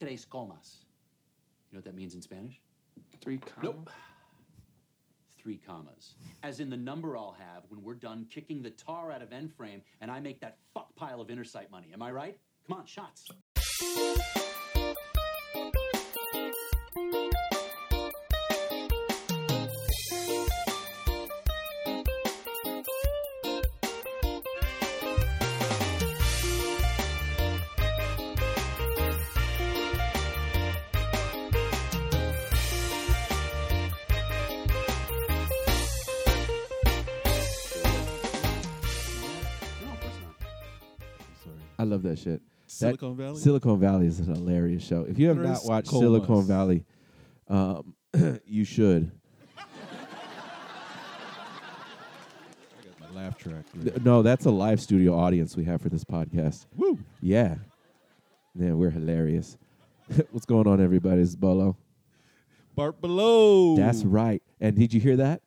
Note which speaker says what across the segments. Speaker 1: tres comas. You know what that means in Spanish?
Speaker 2: Three commas.
Speaker 1: Nope. Three commas. As in the number I'll have when we're done kicking the tar out of end frame and I make that fuck pile of intersight money. Am I right? Come on, shots. No, of course not.
Speaker 3: I'm sorry.
Speaker 4: I love that shit. That-
Speaker 3: Silicon Valley.
Speaker 4: Silicon Valley is an hilarious show. If you have not
Speaker 3: There's
Speaker 4: watched
Speaker 3: comas.
Speaker 4: Silicon Valley, um, you should.
Speaker 3: I got my laugh track.
Speaker 4: Th-
Speaker 3: ready.
Speaker 4: No, that's a live studio audience we have for this podcast.
Speaker 3: Woo!
Speaker 4: Yeah. Yeah, we're hilarious. What's going on, everybody? It's Bolo.
Speaker 3: Bart below.
Speaker 4: That's right. And did you hear that?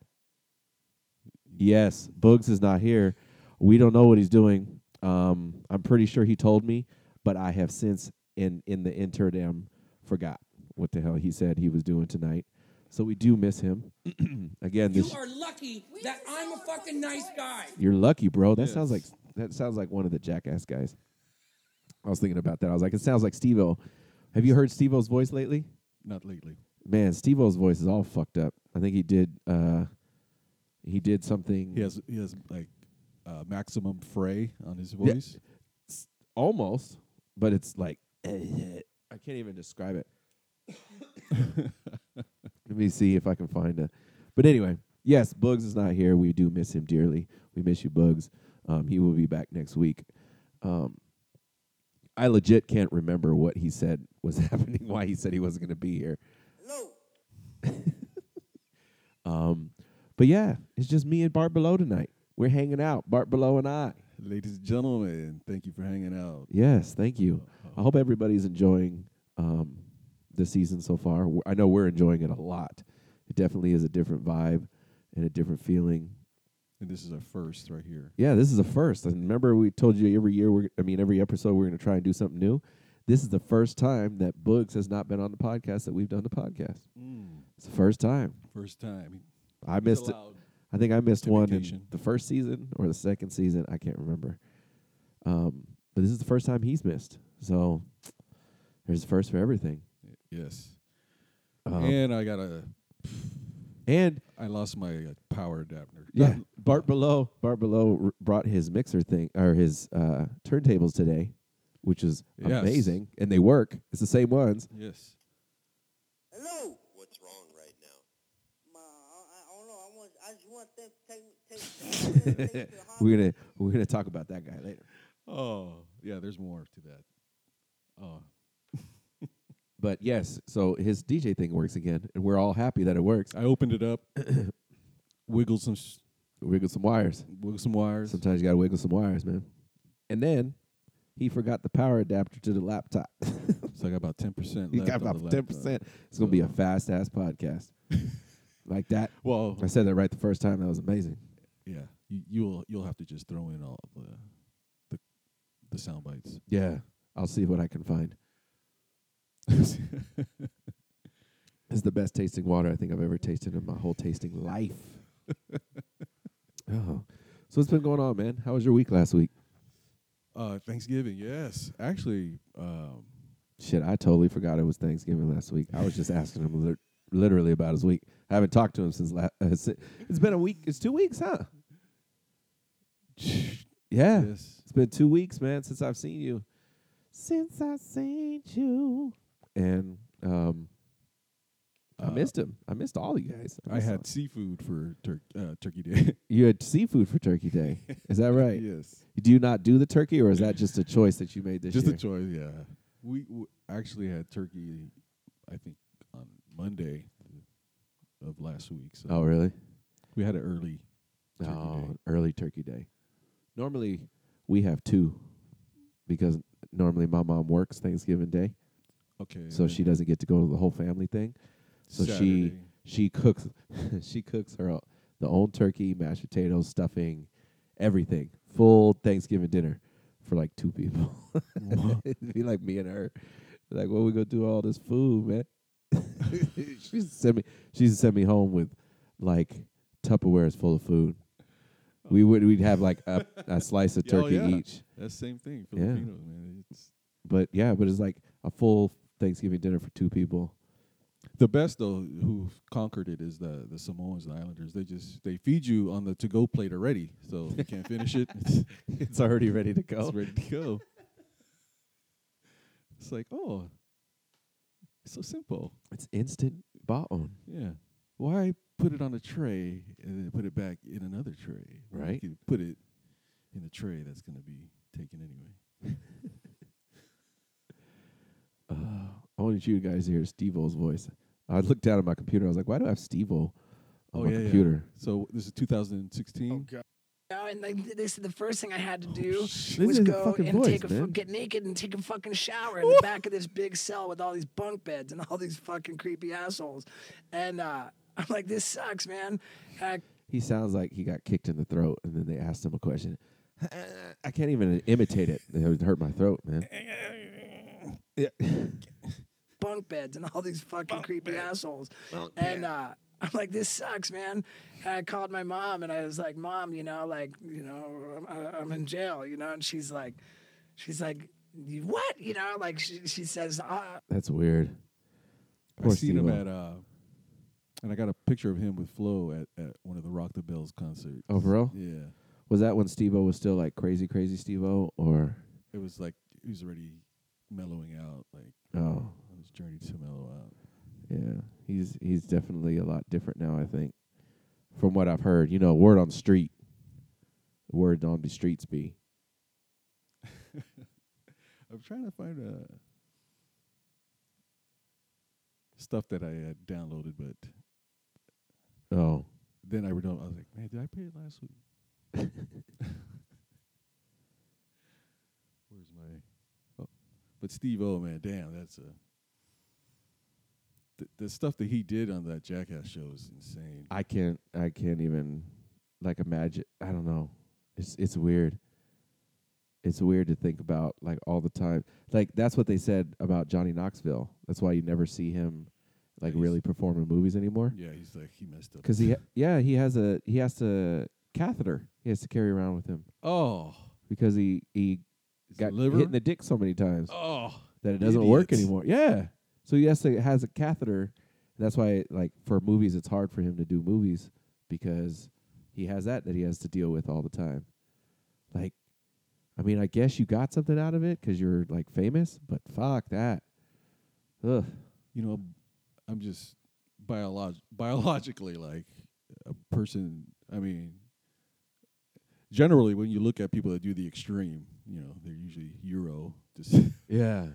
Speaker 4: Yes, Boogs is not here. We don't know what he's doing. Um, I'm pretty sure he told me, but I have since in in the interim forgot what the hell he said he was doing tonight. So we do miss him. Again,
Speaker 5: You
Speaker 4: this
Speaker 5: are lucky that I'm a fucking nice guy.
Speaker 4: you're lucky, bro. That sounds like
Speaker 3: Yes.
Speaker 4: that sounds like one of the jackass guys. I was thinking about that. I was like, it sounds like Steve-O. Have you heard Steve-O's voice lately?
Speaker 3: Not lately.
Speaker 4: Man, Steve-O's voice is all fucked up. I think he did uh he did something
Speaker 3: He has he has like uh, maximum fray on his voice.
Speaker 4: almost, but it's like eh, I can't even describe it. Let me see if I can find a. But anyway, yes, Bugs is not here. We do miss him dearly. We miss you, Bugs. Um, he will be back next week. Um, I legit can't remember what he said was happening. Why he said he wasn't going to be here.
Speaker 5: Hello.
Speaker 4: Um, but yeah, it's just me and Bart Below tonight. We're hanging out, Bart Below and I.
Speaker 3: Ladies and gentlemen, thank you for hanging out.
Speaker 4: Yes, thank you. I hope everybody's enjoying um, the season so far. W- I know we're enjoying it a lot. It definitely is a different vibe and a different feeling.
Speaker 3: And this is our first right here.
Speaker 4: Yeah, this is a first. And remember, we told you every year. We're, I mean, every episode we're going to try and do something new. This is the first time that Boogs has not been on the podcast that we've done the podcast. It's the first time.
Speaker 3: First time.
Speaker 4: I missed it. I think I missed
Speaker 3: to
Speaker 4: one in
Speaker 3: vacation.
Speaker 4: the first season or the second season. I can't remember. Um, but this is the first time he's missed. So there's a first for everything.
Speaker 3: Yes.
Speaker 4: Um,
Speaker 3: and I got a.
Speaker 4: and
Speaker 3: I lost my uh, power adapter. Um,
Speaker 4: yeah,
Speaker 3: Not-
Speaker 4: Bart Below Bart Below r- brought his mixer thing or his uh, turntables today, which is
Speaker 3: Yes.
Speaker 4: amazing, and they work. It's the same ones.
Speaker 3: Yes.
Speaker 5: Hello.
Speaker 6: what's wrong right now. Ma, I, I don't know. I want. I just want them to take take. take to the hospital.
Speaker 4: We're gonna we're gonna talk about that guy later.
Speaker 3: Oh yeah. There's more to that. Oh
Speaker 4: But yes, so his DJ thing works again, and we're all happy that it works.
Speaker 3: I opened it up, wiggled some s-
Speaker 4: Wiggle some wires.
Speaker 3: wiggled some wires.
Speaker 4: Sometimes you gotta wiggle some wires, man. And then he forgot the power adapter to the laptop.
Speaker 3: So I got about ten percent.
Speaker 4: he got about ten percent. It's gonna be a fast ass podcast. like that.
Speaker 3: Well,
Speaker 4: I said that right the first time. That was amazing.
Speaker 3: yeah. You, you'll you'll have to just throw in all the the the sound bites.
Speaker 4: Yeah, I'll see what I can find. This is the best tasting water I think I've ever tasted in my whole tasting life. oh, so what's been going on, man? How was your week last week?
Speaker 3: uh, Thanksgiving. Yes, actually, um,
Speaker 4: Shit, I totally forgot it was Thanksgiving last week. I was just asking him lit- literally about his week. I haven't talked to him since last. Uh, si- it's been a week. It's two weeks, huh? Yeah,
Speaker 3: yes.
Speaker 4: it's been two weeks, man, since I've seen you. Since I seen you, and um, I
Speaker 3: Uh,
Speaker 4: missed him. I missed all you guys.
Speaker 3: I
Speaker 4: missed all-
Speaker 3: had seafood for tur- uh, Turkey Day.
Speaker 4: You had seafood for Turkey Day. Is that right?
Speaker 3: yes,
Speaker 4: Do you not do the turkey, or is that just a choice that you made this
Speaker 3: just
Speaker 4: year?
Speaker 3: a choice. Yeah, we w- actually had turkey. I think on Monday of last week. So
Speaker 4: Oh, really?
Speaker 3: we had an early. Turkey
Speaker 4: oh,
Speaker 3: Day.
Speaker 4: early turkey day. Normally, we have two because normally my mom works Thanksgiving Day,
Speaker 3: Okay.
Speaker 4: so
Speaker 3: and
Speaker 4: she
Speaker 3: then
Speaker 4: doesn't get to go to the whole family thing. So she
Speaker 3: Saturday.
Speaker 4: she cooks she cooks her o- the own turkey, mashed potatoes, stuffing, everything, full Thanksgiving dinner for like two people. It'd be like me and her. Like, what we gonna do with all this food, man? she used to send me. She used to send me home with like Tupperwares full of food. We would we'd have like a, a slice of
Speaker 3: Yeah, oh,
Speaker 4: turkey
Speaker 3: yeah.
Speaker 4: each.
Speaker 3: That's the same thing.
Speaker 4: Yeah.
Speaker 3: Filipinos, man. It's
Speaker 4: But yeah, but it's like a full Thanksgiving dinner for two people.
Speaker 3: the best though who conquered it is the the Samoans, the Islanders. They just they feed you on the to go plate already, so you can't finish it. It's,
Speaker 4: It's already ready to go.
Speaker 3: it's ready to go. It's like oh, it's so simple.
Speaker 4: It's instant bought on.
Speaker 3: Yeah. Why put it on a tray and then put it back in another tray? when
Speaker 4: Right.
Speaker 3: You could put it in the tray that's going to be taken anyway.
Speaker 4: Uh, I wanted you guys to hear Steve O's voice. I looked down at my computer. I was like, why do I have Steve O on my computer?
Speaker 3: Oh, So this is 2016.
Speaker 2: know, and like th- this is the first thing I had to do
Speaker 4: Oh, This
Speaker 2: was
Speaker 4: is a
Speaker 2: go
Speaker 4: fucking
Speaker 2: and
Speaker 4: voice,
Speaker 2: take a fu-
Speaker 4: man.
Speaker 2: get naked and take a fucking shower in the back of this big cell with all these bunk beds and all these fucking creepy assholes. And uh, I'm like, this sucks, man. And I
Speaker 4: He sounds like he got kicked in the throat, and then they asked him a question. I can't even imitate it. It would hurt my throat, man.
Speaker 2: bunk beds and all these fucking creepy assholes. and uh, I'm like, this sucks, man. And I called my mom and I was like, Mom, you know, like, you know, I'm, I'm in jail, you know. And she's like, she's like, "You what? You know, like she, she says, uh,
Speaker 4: That's weird.
Speaker 3: I
Speaker 4: Poor
Speaker 3: seen him
Speaker 4: Steve-O.
Speaker 3: at, uh, and I got a picture of him with Flo at, at one of the Rock the Bells concerts.
Speaker 4: Oh, for real?
Speaker 3: Yeah.
Speaker 4: Was that when Steve O was still like crazy, crazy Steve O? Or,
Speaker 3: It was like he was already mellowing out, like
Speaker 4: oh,
Speaker 3: on his journey to mellow out.
Speaker 4: yeah. He's he's definitely a lot different now, I think, from what I've heard. You know, word on the street. Word on the streets be.
Speaker 3: I'm trying to find uh, stuff that I had downloaded, but
Speaker 4: Oh,
Speaker 3: then I were done. I was like, man, did I pay it last week? Where's my? Oh, but Steve O, man, damn, that's a. The, the stuff that he did on that Jackass show is insane.
Speaker 4: I can't I can't even like imagine I don't know. It's it's weird. It's weird to think about like all the time. Like that's what they said about Johnny Knoxville. That's why you never see him like
Speaker 3: He's-
Speaker 4: really perform in movies anymore.
Speaker 3: yeah, he's like he messed up.
Speaker 4: Cuz he ha- yeah, he has a he has to catheter. He has to carry around with him
Speaker 3: oh,
Speaker 4: because he he
Speaker 3: his
Speaker 4: got
Speaker 3: liver.
Speaker 4: hit in the dick so many times
Speaker 3: oh,
Speaker 4: that it doesn't work
Speaker 3: idiots.
Speaker 4: anymore. Yeah. So he has to has a catheter. That's why like for movies it's hard for him to do movies because he has that that he has to deal with all the time. Like I mean, I guess you got something out of it cuz you're like famous, but fuck that. Ugh.
Speaker 3: you know, I'm just biolog- biologically like a person. I mean, generally, when you look at people that do the extreme, you know, they're usually Euro. Just
Speaker 4: Yeah.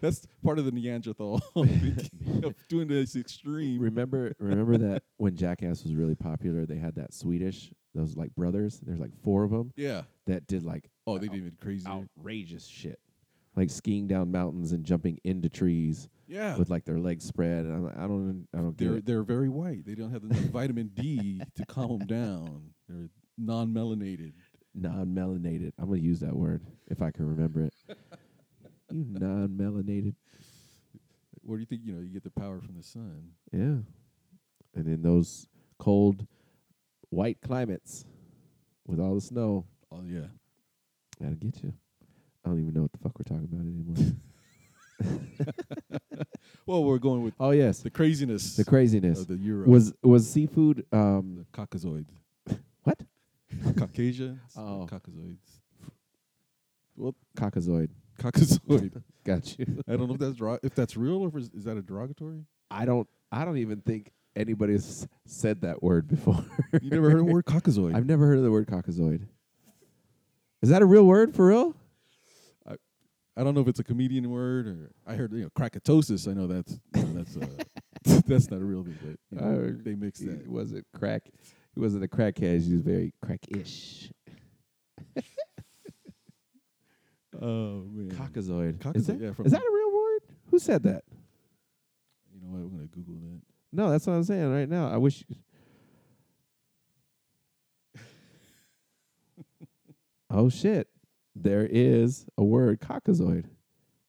Speaker 3: that's part of the Neanderthal thinking of doing this extreme.
Speaker 4: Remember remember that when Jackass was really popular, they had that Swedish those like brothers, there's like four of them
Speaker 3: Yeah.
Speaker 4: that did like
Speaker 3: Oh, they did even crazy.
Speaker 4: outrageous shit. Like skiing down mountains and jumping into trees
Speaker 3: Yeah.
Speaker 4: with like their legs spread. And I'm like, I don't, I don't get
Speaker 3: They're
Speaker 4: it.
Speaker 3: they're very white. They don't have enough vitamin D to calm them down. They're non-melanated.
Speaker 4: Non-melanated. I'm gonna use that word if I can remember it. you non-melanated.
Speaker 3: What do you think? You know, you get the power from the sun.
Speaker 4: Yeah. And in those cold, white climates, with all the snow,
Speaker 3: Oh yeah.
Speaker 4: that'll get you. I don't even know what the fuck we're talking about anymore.
Speaker 3: Well, we're going with
Speaker 4: oh yes,
Speaker 3: the
Speaker 4: the,
Speaker 3: craziness.
Speaker 4: craziness
Speaker 3: Of the Euro.
Speaker 4: was was seafood. Um,
Speaker 3: the Caucasoid.
Speaker 4: what?
Speaker 3: Caucasians?
Speaker 4: Oh.
Speaker 3: Caucasoids.
Speaker 4: Well, cockazoid.
Speaker 3: Caucasoid.
Speaker 4: Got you.
Speaker 3: I don't know if that's dro- if that's real or if is, is that a derogatory?
Speaker 4: I don't. I don't even think anybody's said that word before.
Speaker 3: You never heard the word caucasoid?
Speaker 4: I've never heard of the word cockazoid. Is that a real word for real?
Speaker 3: I don't know if it's a comedian word or I heard you know crackatosis. I know that's you know, that's uh, that's not a real thing, but you know,
Speaker 4: Uh,
Speaker 3: they mix
Speaker 4: He
Speaker 3: that.
Speaker 4: wasn't crack. He wasn't a crackhead. He was very crackish.
Speaker 3: Oh man!
Speaker 4: Cockazoid. Is
Speaker 3: Cockazoid,
Speaker 4: that,
Speaker 3: yeah, from-
Speaker 4: is that a real word? Who said that?
Speaker 3: you know what? I'm gonna Google that.
Speaker 4: No, that's what I'm saying right now. I wish. oh shit! There is a word cockazoid.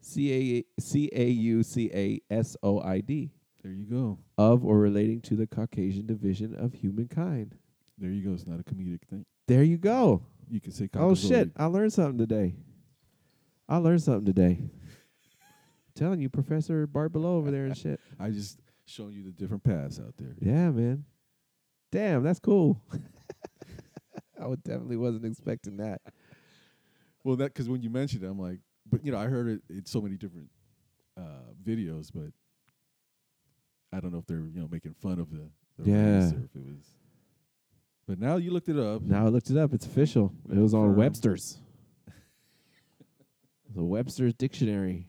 Speaker 4: C A C A U C A S O I D,
Speaker 3: There you go.
Speaker 4: of or relating to the Caucasian division of humankind.
Speaker 3: There you go. It's not a comedic thing.
Speaker 4: There you go.
Speaker 3: You can say.
Speaker 4: Oh shit!
Speaker 3: Caucasoid.
Speaker 4: I learned something today. I learned something today. Telling you, Professor Bart Below over there and shit.
Speaker 3: I just showing you the different paths out there.
Speaker 4: Yeah, man. Damn, that's cool. I would definitely wasn't expecting that.
Speaker 3: Well, that because when you mentioned it, I'm like, but you know, I heard it in so many different uh, videos, but I don't know if they're you know making fun of the, the race
Speaker 4: Yeah.
Speaker 3: or if it was. But now you looked it up.
Speaker 4: Now I looked it up. It's official. It was on
Speaker 3: Confirmed.
Speaker 4: Webster's. the Webster's dictionary.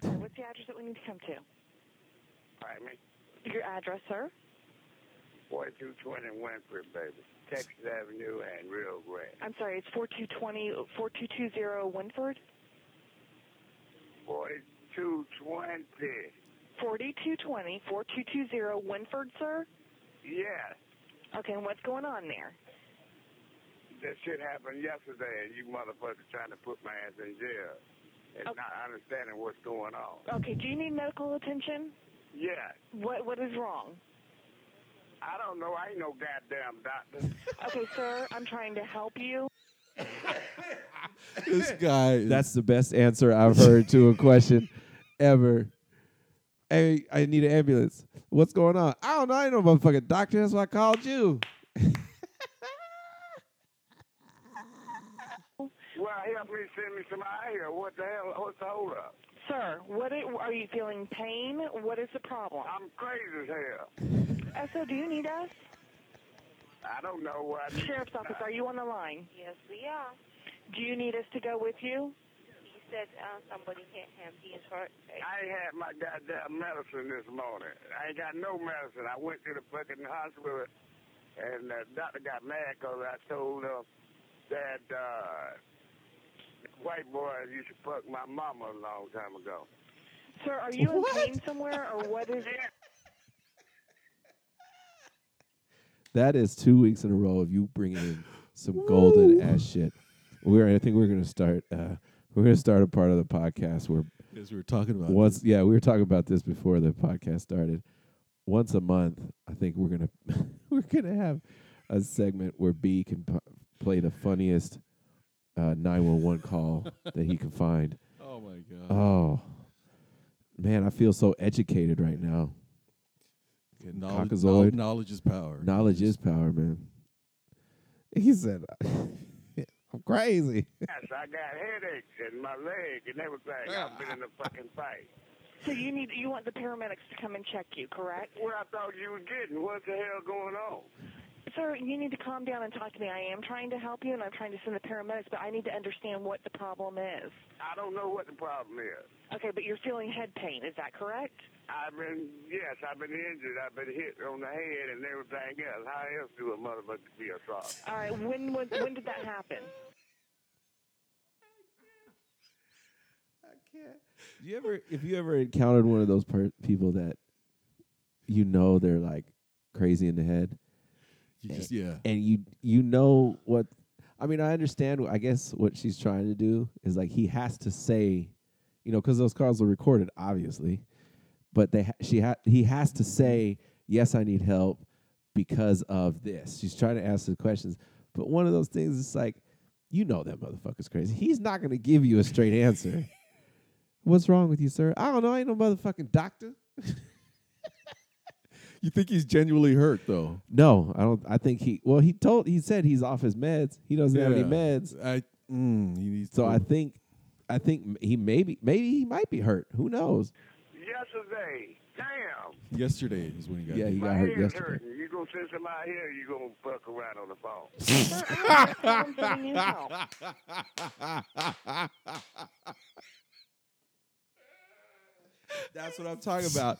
Speaker 7: What's the address that we need to come to?
Speaker 8: Pardon me?
Speaker 7: Your address, sir?
Speaker 8: 4220 Winfrey, baby. Texas Avenue and Rio Grande.
Speaker 7: I'm sorry, it's 4220, 4220 Winford?
Speaker 8: 4220.
Speaker 7: 4220, 4220 Winford, sir?
Speaker 8: Yes.
Speaker 7: Okay, and what's going on there?
Speaker 8: That shit happened yesterday and you motherfuckers trying to put my ass in jail. And
Speaker 7: Oh.
Speaker 8: not understanding what's going on.
Speaker 7: Okay, do you need medical attention?
Speaker 8: Yes.
Speaker 7: What What is wrong?
Speaker 8: I don't know. I ain't no Oh, goddamn doctor.
Speaker 7: Okay, sir, I'm trying to help you.
Speaker 3: this guy. is-
Speaker 4: That's the best answer I've heard to a question ever. Hey, I need an ambulance. What's going on? I don't know. I ain't no motherfucking doctor. That's why I called you.
Speaker 8: well, help me send me some out here. What the hell? What's the hold up?
Speaker 7: Sir, what it, are you feeling pain? What is the problem?
Speaker 8: I'm crazy as hell.
Speaker 7: SO, do you need us?
Speaker 8: I don't know what.
Speaker 7: Sheriff's office, are you on the line?
Speaker 6: Yes, we are.
Speaker 7: Do you need us to go with you?
Speaker 6: He said uh, somebody can't have his heart.
Speaker 8: I ain't had my goddamn medicine this morning. I ain't got no medicine. I went to the fucking hospital, and the doctor got mad 'cause I told him that uh, white boy used to fuck my mama a long time ago.
Speaker 7: Sir, are you in pain somewhere, or what is
Speaker 4: That is two weeks in a row of you bringing in some golden ass shit. We're. I think we're gonna start. Uh, we're gonna start a part of the podcast where
Speaker 3: as we were talking about.
Speaker 4: once. Yeah, we were talking about this before the podcast started. Once a month, I think we're gonna we're gonna have a segment where B can p- play the funniest uh, nine one one call that he can find.
Speaker 3: Oh my god.
Speaker 4: Oh man, I feel so educated right now.
Speaker 3: Okay, knowledge, knowl-
Speaker 4: Caucasoid.
Speaker 3: knowledge is power.
Speaker 4: Knowledge is power, man. He said, "I'm crazy."
Speaker 8: Yes, I got headaches and my leg and everything. I've been in a fucking fight.
Speaker 7: So you need you want the paramedics to come and check you, correct?
Speaker 8: What I thought you was getting? What the hell going on?
Speaker 7: Sir, you need to calm down and talk to me. I am trying to help you and I'm trying to send the paramedics, but I need to understand what the problem is.
Speaker 8: I don't know what the problem is.
Speaker 7: Okay, but you're feeling head pain, is that correct?
Speaker 8: I've been yes, I've been injured. I've been hit on the head and everything else. How else do a motherfucker be a fraud?
Speaker 7: All right, when was when did that happen?
Speaker 4: You ever, if you ever encountered one of those per- people that you know they're like crazy in the head,
Speaker 3: You just yeah.
Speaker 4: and you you know what? I mean, I understand. I guess what she's trying to do is like he has to say, you know, because those calls were recorded, obviously, but they ha- she ha- he has to say, yes, I need help because of this. She's trying to ask the questions, but one of those things is like, you know, that motherfucker's crazy. He's not going to give you a straight answer. What's wrong with you, sir? I don't know. I ain't no motherfucking doctor.
Speaker 3: You think he's genuinely hurt though?
Speaker 4: No, I don't. I think he. Well, he told. He said he's off his meds. He doesn't have any
Speaker 3: Yeah.
Speaker 4: meds.
Speaker 3: I. Mm, he needs
Speaker 4: So
Speaker 3: to,
Speaker 4: I think, I think m- he maybe maybe he might be hurt. Who knows?
Speaker 8: Yesterday, damn,
Speaker 3: yesterday is when he got.
Speaker 4: Yeah,
Speaker 3: hit.
Speaker 4: he
Speaker 8: my
Speaker 4: got hurt
Speaker 8: head
Speaker 4: yesterday.
Speaker 8: hurting. You gonna send somebody here? You gonna fuck around on the phone?
Speaker 7: Sir, I don't know if Uh-uh, I'm sending you help.
Speaker 4: That's what I'm talking about.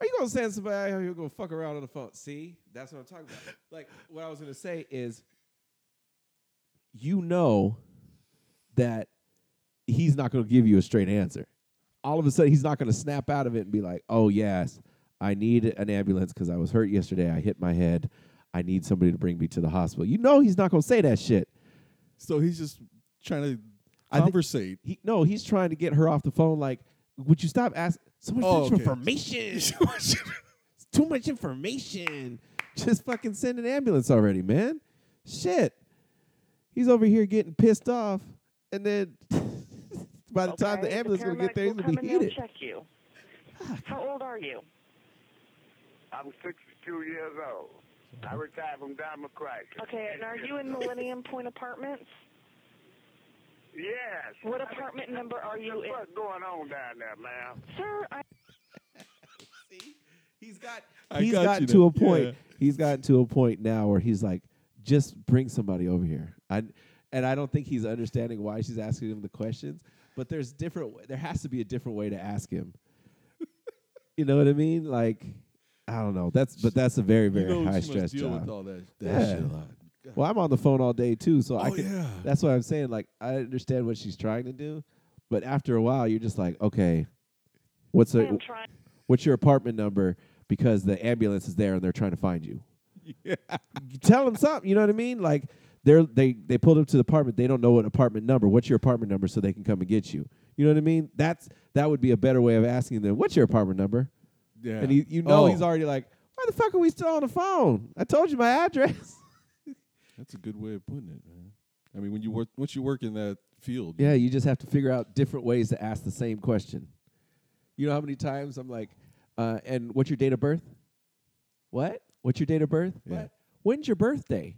Speaker 4: Are you gonna send somebody out here who's gonna fuck around on the phone? See, that's what I'm talking about. Like what I was gonna say is, you know, that he's not gonna give you a straight answer. All of a sudden, he's not gonna snap out of it and be like, "Oh yes, I need an ambulance because I was hurt yesterday. I hit my head. I need somebody to bring me to the hospital." You know, he's not gonna say that shit.
Speaker 3: So he's just trying to
Speaker 4: I think-
Speaker 3: Conversate.
Speaker 4: He no, he's trying to get her off the phone. Like, would you stop asking so much
Speaker 3: Oh, okay.
Speaker 4: information? It's too much information. Just fucking send an ambulance already, man. Shit, he's over here getting pissed off, and then by the time the
Speaker 7: Okay,
Speaker 4: ambulance gonna get
Speaker 7: paramedics
Speaker 4: there, he's
Speaker 7: will
Speaker 4: gonna
Speaker 7: come
Speaker 4: be
Speaker 7: and they'll
Speaker 4: heated.
Speaker 7: Check you. How old are you?
Speaker 8: I'm 62 years old. I retired from Diamond Crisis.
Speaker 7: Okay, and are you in Millennium Point Apartments?
Speaker 8: Yes.
Speaker 7: What apartment number are you in?
Speaker 8: What's going on down there, man?
Speaker 7: Sir, I
Speaker 4: He's got
Speaker 3: I
Speaker 4: he's
Speaker 3: got
Speaker 4: gotten
Speaker 3: you
Speaker 4: to
Speaker 3: now.
Speaker 4: a point.
Speaker 3: Yeah.
Speaker 4: He's gotten to a point now where he's like, just bring somebody over here. I and I don't think he's understanding why she's asking him the questions. But there's different. w- There has to be a different way to ask him. you know what I mean? Like, I don't know. That's but that's a very very
Speaker 3: you know,
Speaker 4: high
Speaker 3: she
Speaker 4: stress
Speaker 3: must deal with
Speaker 4: job.
Speaker 3: all that, that
Speaker 4: Yeah.
Speaker 3: shit a lot.
Speaker 4: Well, I'm on the phone all day too, so I
Speaker 3: Oh,
Speaker 4: can.
Speaker 3: yeah.
Speaker 4: That's what I'm saying. Like, I understand what she's trying to do, but after a while, you're just like, okay, what's a
Speaker 7: am trying.
Speaker 4: what's your apartment number because the ambulance is there and they're trying to find you. You Tell them something, you know what I mean? Like they're they they pulled up to the apartment, they don't know what apartment number. What's your apartment number so they can come and get you? You know what I mean? That's that would be a better way of asking them, "What's your apartment number?"
Speaker 3: Yeah.
Speaker 4: And he, you know
Speaker 3: Oh,
Speaker 4: he's already like, "Why the fuck are we still on the phone? I told you my address."
Speaker 3: That's a good way of putting it, man. I mean, when you work, once you work in that field,
Speaker 4: yeah, you just have to figure out different ways to ask the same question. You know how many times I'm like, uh, "And what's your date of birth?" What? What's your date of birth?
Speaker 3: Yeah.
Speaker 4: What? When's your birthday?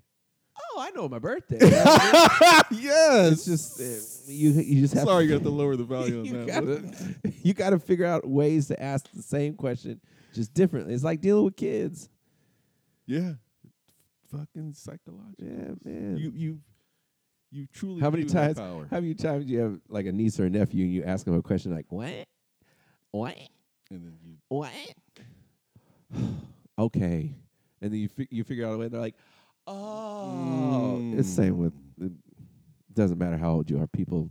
Speaker 4: Oh, I know my birthday.
Speaker 3: yes.
Speaker 4: it's just uh, you. You just have
Speaker 3: sorry, you
Speaker 4: To,
Speaker 3: got to lower the value
Speaker 4: you
Speaker 3: on that.
Speaker 4: gotta, you gotta figure out ways to ask the same question just differently. It's like dealing with kids.
Speaker 3: yeah, fucking psychological.
Speaker 4: Yeah, man.
Speaker 3: You you you truly
Speaker 4: how many
Speaker 3: do have
Speaker 4: times?
Speaker 3: power.
Speaker 4: How many times do you have like a niece or a nephew and you ask them a question like what, what,
Speaker 3: and then you
Speaker 4: what? okay, and then you fi- you figure out a way. They're like, oh, it's same with. It doesn't matter how old you are. People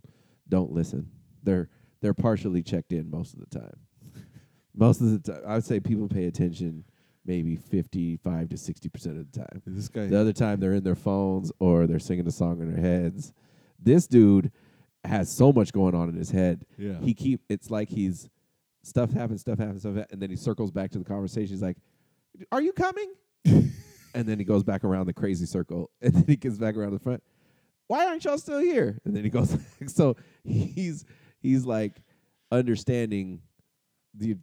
Speaker 4: don't listen. They're they're partially checked in most of the time. most of the time, I would say people pay attention maybe fifty five to sixty percent of the time.
Speaker 3: this guy.
Speaker 4: The other time they're in their phones or they're singing a song in their heads. This dude has so much going on in his head.
Speaker 3: Yeah.
Speaker 4: He keep it's like he's stuff happens, stuff happens, stuff happens, and then he circles back to the conversation. He's like, Are you coming? and then he goes back around the crazy circle. And then he gets back around the front. Why aren't y'all still here? And then he goes back. So he's he's like understanding the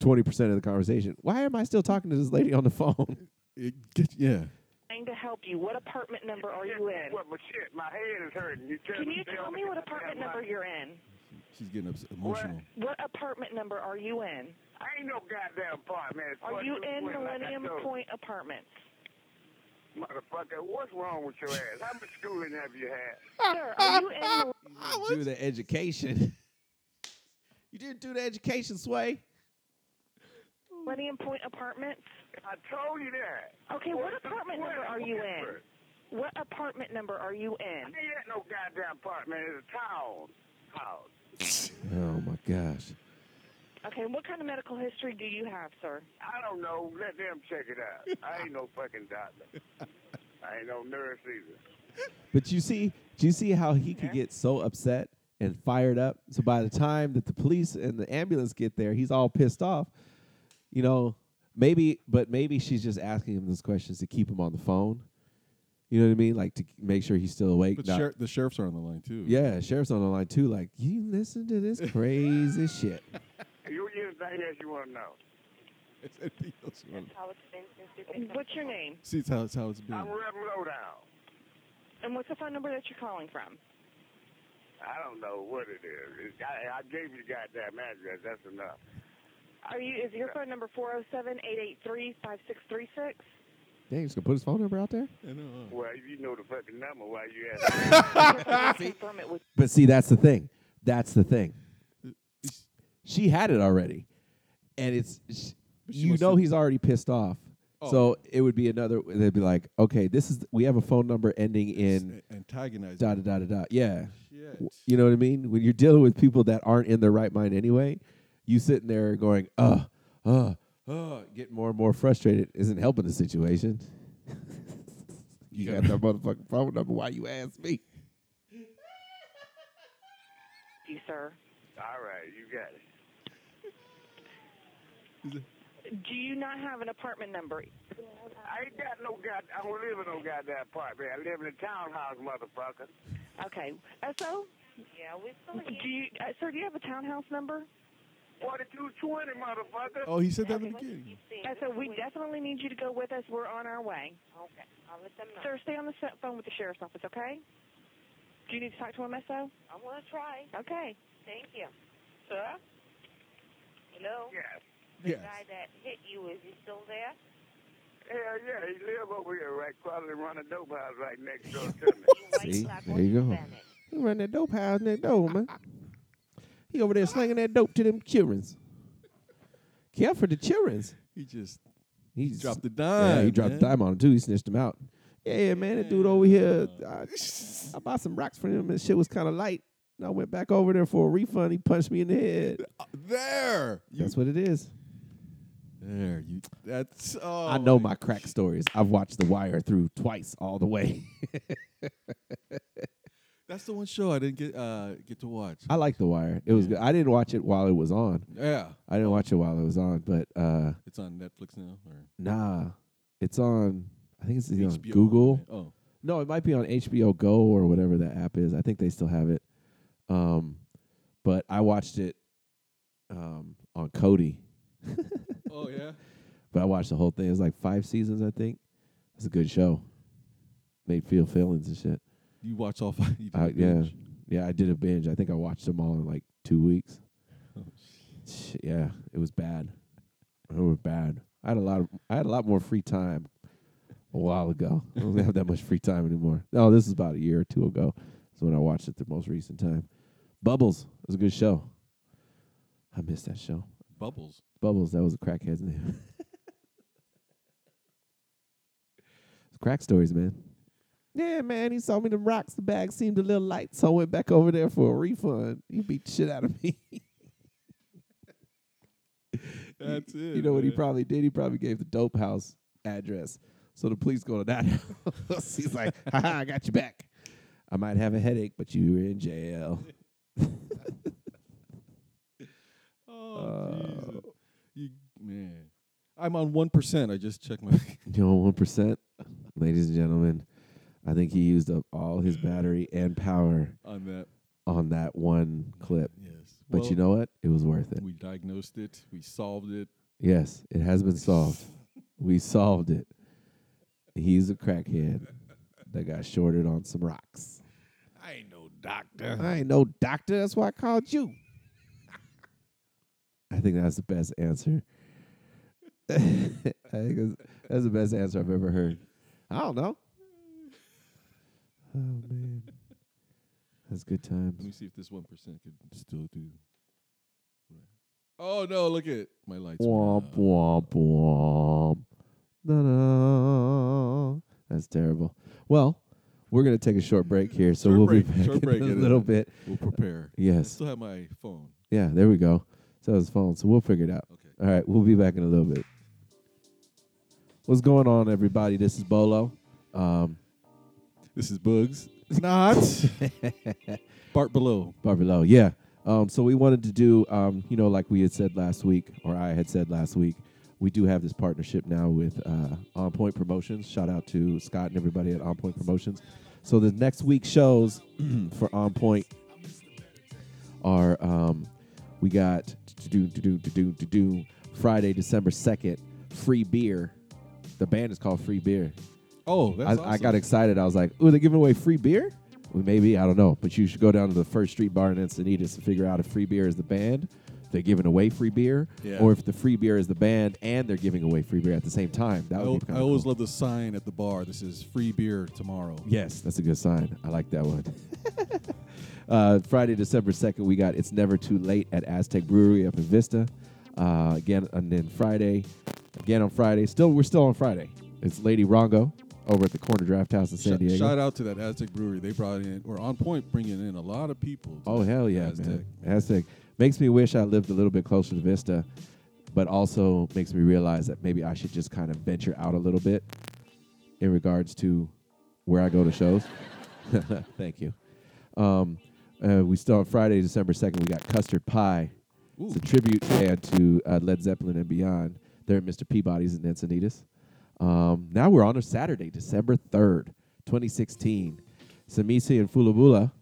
Speaker 4: twenty percent of the conversation. Why am I still talking to this lady on the phone?
Speaker 3: it get, yeah.
Speaker 7: trying to help you. What apartment number are you in?
Speaker 8: Well, but shit, my head is hurting. You tell
Speaker 7: Can
Speaker 8: me
Speaker 7: you
Speaker 8: they
Speaker 7: tell
Speaker 8: don't
Speaker 7: me what
Speaker 8: have
Speaker 7: apartment
Speaker 8: that
Speaker 7: number
Speaker 8: much.
Speaker 7: you're in?
Speaker 3: She's getting ups- emotional.
Speaker 7: What apartment number are you in?
Speaker 8: I ain't no goddamn apartment. It's
Speaker 7: Are you in
Speaker 8: 42, like I
Speaker 7: Millennium
Speaker 8: told you.
Speaker 7: Point Apartments?
Speaker 8: Motherfucker, what's wrong with your ass? How much schooling have you had?
Speaker 7: Sir, are you in Millennium
Speaker 4: do the education. you didn't do the education, Sway.
Speaker 7: Millennium Point Apartments?
Speaker 8: I told you that.
Speaker 7: Okay, what
Speaker 8: What's the
Speaker 7: apartment number are you
Speaker 8: difference?
Speaker 7: in? What apartment number are you in?
Speaker 8: I ain't at no goddamn apartment. It's a town. House.
Speaker 4: Oh my gosh.
Speaker 7: Okay, what kind of medical history do you have, sir?
Speaker 8: I don't know. Let them check it out. I ain't no fucking doctor. I ain't no nurse either.
Speaker 4: But you see, do you see how he could get so upset and fired up? So by the time that the police and the ambulance get there, he's all pissed off. You know, maybe, but maybe she's just asking him those questions to keep him on the phone. You know what I mean? Like to make sure he's still awake.
Speaker 3: But
Speaker 4: not-
Speaker 3: sher- the sheriffs are on the line too.
Speaker 4: yeah, sheriff's on the line too. Like, you listen to this crazy shit.
Speaker 8: You just think that you want to know.
Speaker 3: It's anything else you wanna-
Speaker 7: What's your name?
Speaker 3: See, it's how it's how it's been.
Speaker 8: I'm Rev Lowdown.
Speaker 7: And what's the phone number that you're calling from?
Speaker 8: I don't know what it is. It's- I, I gave you the goddamn address. That's enough.
Speaker 7: Are you is your phone number 407-883-5636?
Speaker 4: Dang, he's gonna put his phone number out there.
Speaker 3: I know, huh?
Speaker 8: Well, you know the fucking number. Why you asking?
Speaker 7: Just to confirm it with
Speaker 4: But see, that's the thing. That's the thing. She had it already, and it's sh
Speaker 3: But she
Speaker 4: you
Speaker 3: must
Speaker 4: know
Speaker 3: have- Oh.
Speaker 4: he's already pissed off. So it would be another. They'd be like, okay, this is we have a phone number ending in
Speaker 3: A- antagonizing.
Speaker 4: da da da da da. Yeah,
Speaker 3: Shit.
Speaker 4: W- you know what I mean. When you're dealing with people that aren't in their right mind anyway, you sitting there going, uh, uh, uh, getting more and more frustrated isn't helping the situation. you got that motherfucking phone number. Why you ask me?
Speaker 7: you, sir.
Speaker 8: All right, you got it.
Speaker 7: Do you not have an apartment number?
Speaker 8: I ain't got no god. I don't live in no goddamn apartment. I live in a townhouse, motherfucker.
Speaker 7: Okay. SO,
Speaker 6: Yeah, we still
Speaker 7: do you, uh, sir, do you have a townhouse number?
Speaker 8: Forty-two twenty, motherfucker.
Speaker 3: Oh, he said that in the beginning.
Speaker 7: SO, we definitely need you to go with us. We're on our way.
Speaker 6: Okay, I'll let them know.
Speaker 7: Sir, stay on the se- phone with the sheriff's office, okay? Do you need to talk to him, SO?
Speaker 6: I'm gonna try.
Speaker 7: Okay.
Speaker 6: Thank you, sir. Hello.
Speaker 8: Yes.
Speaker 6: The
Speaker 3: Yes.
Speaker 6: guy that hit you is he still there?
Speaker 8: Hell yeah, he live over here, right? Probably run a dope house right next door to me.
Speaker 6: You
Speaker 4: See?
Speaker 6: black,
Speaker 4: There
Speaker 6: or
Speaker 4: you go.
Speaker 6: Hispanic?
Speaker 4: He run that dope house next door, man. He over there slinging that dope to them childrens. Care for the childrens.
Speaker 3: He just
Speaker 4: He
Speaker 3: dropped the dime.
Speaker 4: Yeah, he dropped the
Speaker 3: man.
Speaker 4: dime on him too. He snitched him out. Yeah, man, that dude over here. I, I bought some rocks for him, and shit was kind of light. And I went back over there for a refund. He punched me in the head.
Speaker 3: Uh, There. You-
Speaker 4: That's what it is.
Speaker 3: There. You. That's. Oh,
Speaker 4: I know my crack stories. I've watched The Wire through twice, all the way.
Speaker 3: That's the one show I didn't get uh get to watch.
Speaker 4: I like The Wire. It was good. I didn't watch it while it was on.
Speaker 3: yeah.
Speaker 4: I didn't watch it while it was on, but uh,
Speaker 3: It's on Netflix now or
Speaker 4: nah, it's on. I think it's either on
Speaker 3: HBO,
Speaker 4: Google.
Speaker 3: right? Oh.
Speaker 4: No, it might be on HBO Go or whatever that app is. I think they still have it. Um, but I watched it um, on Cody,
Speaker 3: Oh yeah.
Speaker 4: but I watched the whole thing. It was like five seasons, I think. It's a good show. Made feel feelings and shit.
Speaker 3: You watch all five. You did a
Speaker 4: Uh, yeah.
Speaker 3: binge.
Speaker 4: Yeah, I did a binge. I think I watched them all in like two weeks. Sh- yeah, it was bad. It was bad. I had a lot of I had a lot more free time a while ago. I don't have that much free time anymore. No, this is about a year or two ago. Is when I watched it the most recent time. Bubbles it was a good show. I missed that show.
Speaker 3: Bubbles.
Speaker 4: Bubbles, that was a crackhead's name. It's crack stories, man. Yeah, man, he saw me the rocks. The bag seemed a little light, so I went back over there for a refund. He beat the shit out of me.
Speaker 3: That's it.
Speaker 4: you know what he
Speaker 3: man.
Speaker 4: probably did? He probably gave the dope house address. So the police go to that house. He's like, ha ha, I got you back. I might have a headache, but you were in jail.
Speaker 3: Oh,
Speaker 4: Uh,
Speaker 3: Jesus. You man. I'm on one percent. I just checked my.
Speaker 4: You know, one percent, ladies and gentlemen. I think he used up all his battery and power
Speaker 3: on that.
Speaker 4: on that one clip.
Speaker 3: Yes.
Speaker 4: But
Speaker 3: Well,
Speaker 4: you know what? It was worth it.
Speaker 3: we diagnosed it. We solved it.
Speaker 4: Yes, it has been solved. we solved it. He's a crackhead that got shorted on some rocks.
Speaker 3: I ain't no doctor.
Speaker 4: I ain't no doctor. That's why I called you. I think that's the best answer. I think that's, that's the best answer I've ever heard. I don't know. Oh man, that's good
Speaker 3: Let
Speaker 4: times.
Speaker 3: me see if this one percent could still do. Oh no! Look at my lights. went
Speaker 4: Womp
Speaker 3: out.
Speaker 4: womp womp. Da-da. That's terrible. Well, we're gonna take a short break here, so
Speaker 3: Short
Speaker 4: we'll
Speaker 3: break,
Speaker 4: be back
Speaker 3: short
Speaker 4: in
Speaker 3: break,
Speaker 4: a
Speaker 3: it is.
Speaker 4: little bit.
Speaker 3: We'll prepare.
Speaker 4: Yes.
Speaker 3: Still have my phone.
Speaker 4: Yeah, there we go. So it's phone. So we'll figure it out.
Speaker 3: Okay.
Speaker 4: All right, we'll be back in a little bit. What's going on, everybody? This is Bolo. Um,
Speaker 3: This is Bugs. It's not. Bart below.
Speaker 4: Barbie Lowe, yeah. Um, so we wanted to do, um, you know, like we had said last week, or I had said last week, we do have this partnership now with uh, On Point Promotions. Shout out to Scott and everybody at On Point Promotions. So the next week shows for On Point are um, we got to do to do to do to do Friday, December second, free beer. The band is called Free Beer.
Speaker 3: Oh, that's
Speaker 4: I, I got excited. I was like, "Ooh, they're giving away free beer? Well, maybe I don't know, but you should go down to the First Street Bar in Encinitas to figure out if free beer is the band, if they're giving away free beer,
Speaker 3: Yeah.
Speaker 4: or if the free beer is the band and they're giving away free beer at the same time. That
Speaker 3: I,
Speaker 4: would
Speaker 3: al-
Speaker 4: be
Speaker 3: I
Speaker 4: kind of
Speaker 3: always
Speaker 4: cool.
Speaker 3: love the sign at the bar. This is free beer tomorrow.
Speaker 4: Yes, that's a good sign. I like that one. uh, Friday, December 2nd, we got It's Never Too Late at Aztec Brewery up in Vista. Uh, again, and then Friday, again on Friday. Still, we're still on Friday. It's Lady Rongo over at the Corner Draft House in San
Speaker 3: Sh-
Speaker 4: Diego.
Speaker 3: Shout out to that Aztec Brewery. They brought in, or on point, bringing in a lot of people. to
Speaker 4: Oh hell yeah,
Speaker 3: Aztec.
Speaker 4: man! Aztec makes me wish I lived a little bit closer to Vista, but also makes me realize that maybe I should just kind of venture out a little bit in regards to where I go to shows. Thank you. Um, Uh, we still on Friday, December 2nd, we got Custard Pie. It's a tribute band to uh, Led Zeppelin and beyond. They're at Mr. Peabody's in Encinitas. Um, now we're on a Saturday, December 3rd, 2016. Samisi and Fulabula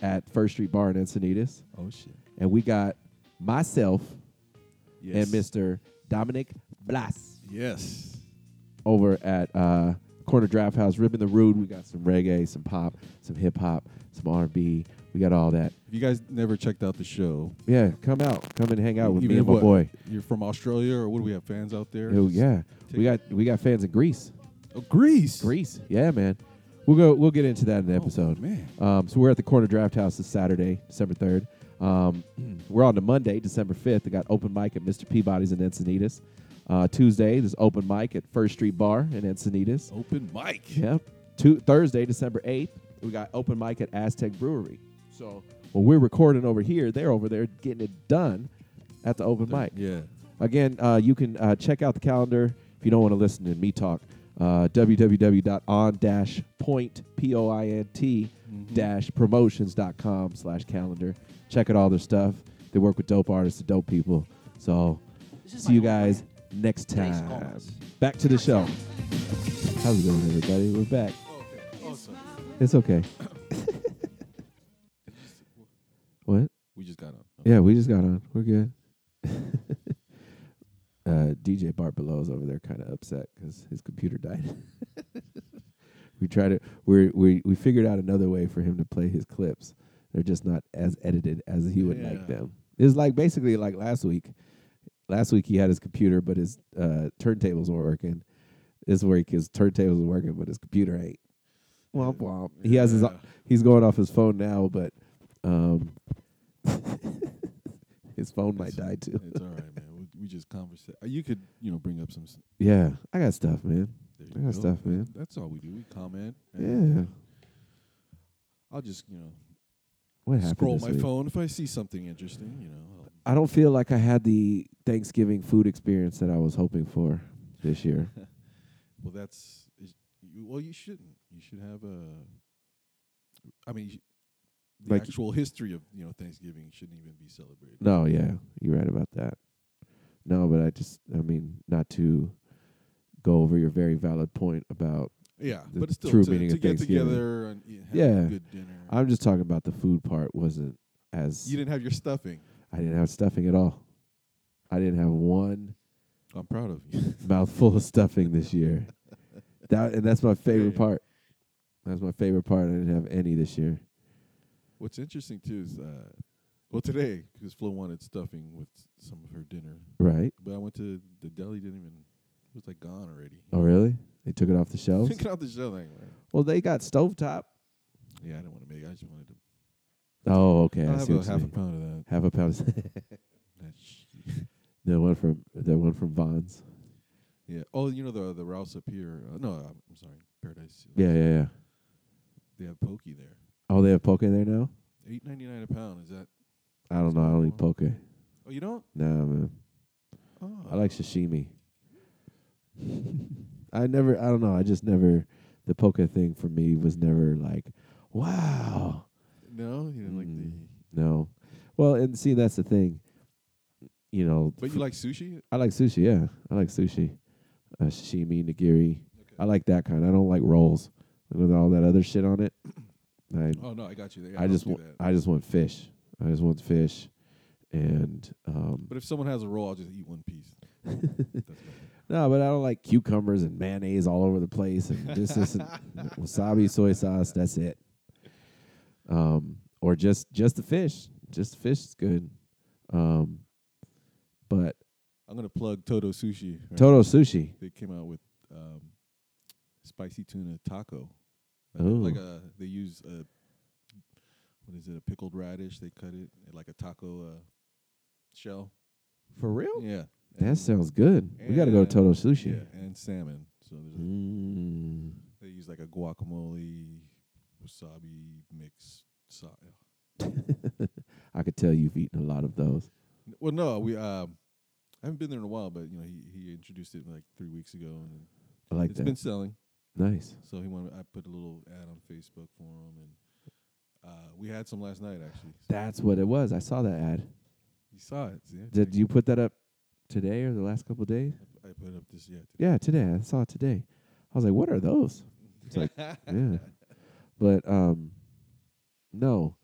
Speaker 4: at First Street Bar in Encinitas.
Speaker 3: Oh shit.
Speaker 4: And we got myself
Speaker 3: Yes.
Speaker 4: and Mr. Dominic Blas
Speaker 3: Yes.
Speaker 4: over at uh, Corner Draft House, Ribbon the Rude. We got some reggae, some pop, some hip hop, some R&B. We got all that.
Speaker 3: If you guys never checked out the show,
Speaker 4: Yeah, come out, come and hang out with
Speaker 3: even
Speaker 4: me and my
Speaker 3: what,
Speaker 4: boy.
Speaker 3: You're from Australia, or what do we have fans out there?
Speaker 4: Oh yeah, we
Speaker 3: take-
Speaker 4: got we got fans in Greece.
Speaker 3: Oh, Greece.
Speaker 4: Greece, yeah, man. We'll go. We'll get into that in the episode.
Speaker 3: man.
Speaker 4: Um, so we're at the Corner Draft House this Saturday, December third. Um, we're on to Monday, December fifth. I got open mic at Mr. Peabody's in Encinitas. Uh, Tuesday, there's open mic at First Street Bar in Encinitas.
Speaker 3: Open mic.
Speaker 4: Yep. Tu- Thursday, December 8th, we got open mic at Aztec Brewery. So when we're recording over here, they're over there getting it done at the open mic.
Speaker 3: Yeah.
Speaker 4: Again, uh, you can uh, check out the calendar if you don't want to listen to me talk. Uh, www.on-point, P-O-I-N-T, dash promotions.com slash calendar. Check out all their stuff. They work with dope artists and dope people. So
Speaker 1: This is
Speaker 4: see you
Speaker 1: my old
Speaker 4: guys
Speaker 1: man.
Speaker 4: next
Speaker 1: Thanks,
Speaker 4: time.
Speaker 1: Coleman.
Speaker 4: Back to the show. How's it going, everybody? We're back. It's okay. what?
Speaker 3: We just got on.
Speaker 4: Yeah, we just got on. We're good. uh, DJ Bart Below is over there, kind of upset because his computer died. we tried to. We we we figured out another way for him to play his clips. They're just not as edited as he would like
Speaker 3: Yeah.
Speaker 4: them. It's like basically like last week. Last week he had his computer, but his uh, turntables weren't working. This week his turntables are working, but his computer ain't. Womp womp. He has his.
Speaker 3: Yeah.
Speaker 4: He's going off his phone now, but um, his phone might die too.
Speaker 3: It's all right, man. We, we just conversate. You could, you know, bring up some. s-
Speaker 4: Yeah, I got stuff, man.
Speaker 3: There
Speaker 4: I
Speaker 3: you
Speaker 4: got
Speaker 3: go.
Speaker 4: stuff, man.
Speaker 3: That's all we do. We comment. and
Speaker 4: Yeah.
Speaker 3: I'll just, you know,
Speaker 4: What happened?
Speaker 3: scroll
Speaker 4: this
Speaker 3: my
Speaker 4: week?
Speaker 3: phone if I see something interesting. You know, I'll-
Speaker 4: I don't feel like I had the Thanksgiving food experience that I was hoping for this year.
Speaker 3: well, that's is, you, well, you shouldn't. You should have a. I mean, you sh- the
Speaker 4: Like-
Speaker 3: actual history of you know Thanksgiving shouldn't even be celebrated.
Speaker 4: no, yeah, you're right about that. No, but I just, I mean, not to go over your very valid point about.
Speaker 3: Yeah,
Speaker 4: The
Speaker 3: but it's still
Speaker 4: true
Speaker 3: to,
Speaker 4: meaning
Speaker 3: to
Speaker 4: of
Speaker 3: get
Speaker 4: Thanksgiving.
Speaker 3: together and eat, have
Speaker 4: Yeah.
Speaker 3: a good dinner.
Speaker 4: I'm just talking about the food part wasn't as.
Speaker 3: you didn't have your stuffing.
Speaker 4: I didn't have stuffing at all. I didn't have one
Speaker 3: I'm proud of you.
Speaker 4: mouthful of stuffing this year. That and that's my favorite
Speaker 3: Yeah.
Speaker 4: part. That's my favorite part. I didn't have any this year.
Speaker 3: What's interesting too is, uh, well, today because Flo wanted stuffing with some of her dinner,
Speaker 4: Right?
Speaker 3: but I went to the deli, didn't even it was like gone already.
Speaker 4: Oh, really? They took it off the shelves.
Speaker 3: Thinking out the shell thing. Like,
Speaker 4: well, they got stovetop.
Speaker 3: yeah, I didn't want to make. it. I just wanted to.
Speaker 4: Oh, okay. I
Speaker 3: I'll have
Speaker 4: see
Speaker 3: a
Speaker 4: what you
Speaker 3: half a
Speaker 4: mean.
Speaker 3: pound of that.
Speaker 4: half a pound.
Speaker 3: that sh-
Speaker 4: the one from the one from Vons.
Speaker 3: yeah. Oh, you know the the Rouse up here. Uh, no, I'm I'm sorry, Paradise. Hills.
Speaker 4: Yeah, yeah, yeah.
Speaker 3: They have pokey there.
Speaker 4: Oh, they have poke there now.
Speaker 3: Eight ninety nine a pound. Is that?
Speaker 4: I don't know. I don't eat poke.
Speaker 3: Oh, you don't?
Speaker 4: Nah, man.
Speaker 3: Oh,
Speaker 4: I like sashimi. I never, I don't know. I just never, the poke thing for me was never like, wow.
Speaker 3: No, you didn't like the.
Speaker 4: Mm, No. Well, and see, that's the thing. You know,
Speaker 3: But you like sushi?
Speaker 4: I like sushi. Yeah, I like sushi, uh, sashimi, nigiri. I like that kind. I don't like rolls with all that other shit on it. I
Speaker 3: Oh no, I got you there. Yeah,
Speaker 4: I
Speaker 3: don't
Speaker 4: just
Speaker 3: do
Speaker 4: want
Speaker 3: that.
Speaker 4: I just want fish. I just want fish, and um,
Speaker 3: But if someone has a roll, I'll just eat one piece. That's fine.
Speaker 4: No, but I don't like cucumbers and mayonnaise all over the place and this this and wasabi soy sauce. That's it. Um, or just just the fish. Just the fish is good. Um, but
Speaker 3: I'm gonna plug Toto Sushi. right?
Speaker 4: Toto sushi.
Speaker 3: They came out with um, spicy tuna taco. Like, a- like
Speaker 4: Ooh.
Speaker 3: a they use a what is it? A pickled radish. They cut it in like a taco uh, shell.
Speaker 4: For real?
Speaker 3: Yeah.
Speaker 4: That
Speaker 3: and-
Speaker 4: sounds good. We got to go to Toto
Speaker 3: and-
Speaker 4: sushi.
Speaker 3: Yeah, and salmon. So there's a,
Speaker 4: Mm.
Speaker 3: they use like a guacamole, wasabi mix. So,
Speaker 4: I could tell you've eaten a lot of those.
Speaker 3: well, no, we um, I haven't been there in a while, but you know he he introduced it like three weeks ago, and
Speaker 4: I like
Speaker 3: it's
Speaker 4: that.
Speaker 3: been selling.
Speaker 4: nice.
Speaker 3: So he wanted. I put a little ad on Facebook for him, and Uh, we had some last night actually.
Speaker 4: That's what it was. I saw that ad.
Speaker 3: You saw it. See, I
Speaker 4: Did
Speaker 3: checked-
Speaker 4: you put that up today or the last couple of days?
Speaker 3: I put up this yeah. today.
Speaker 4: Yeah, today. I saw it today. I was like, what are those? It's like, yeah. But um no.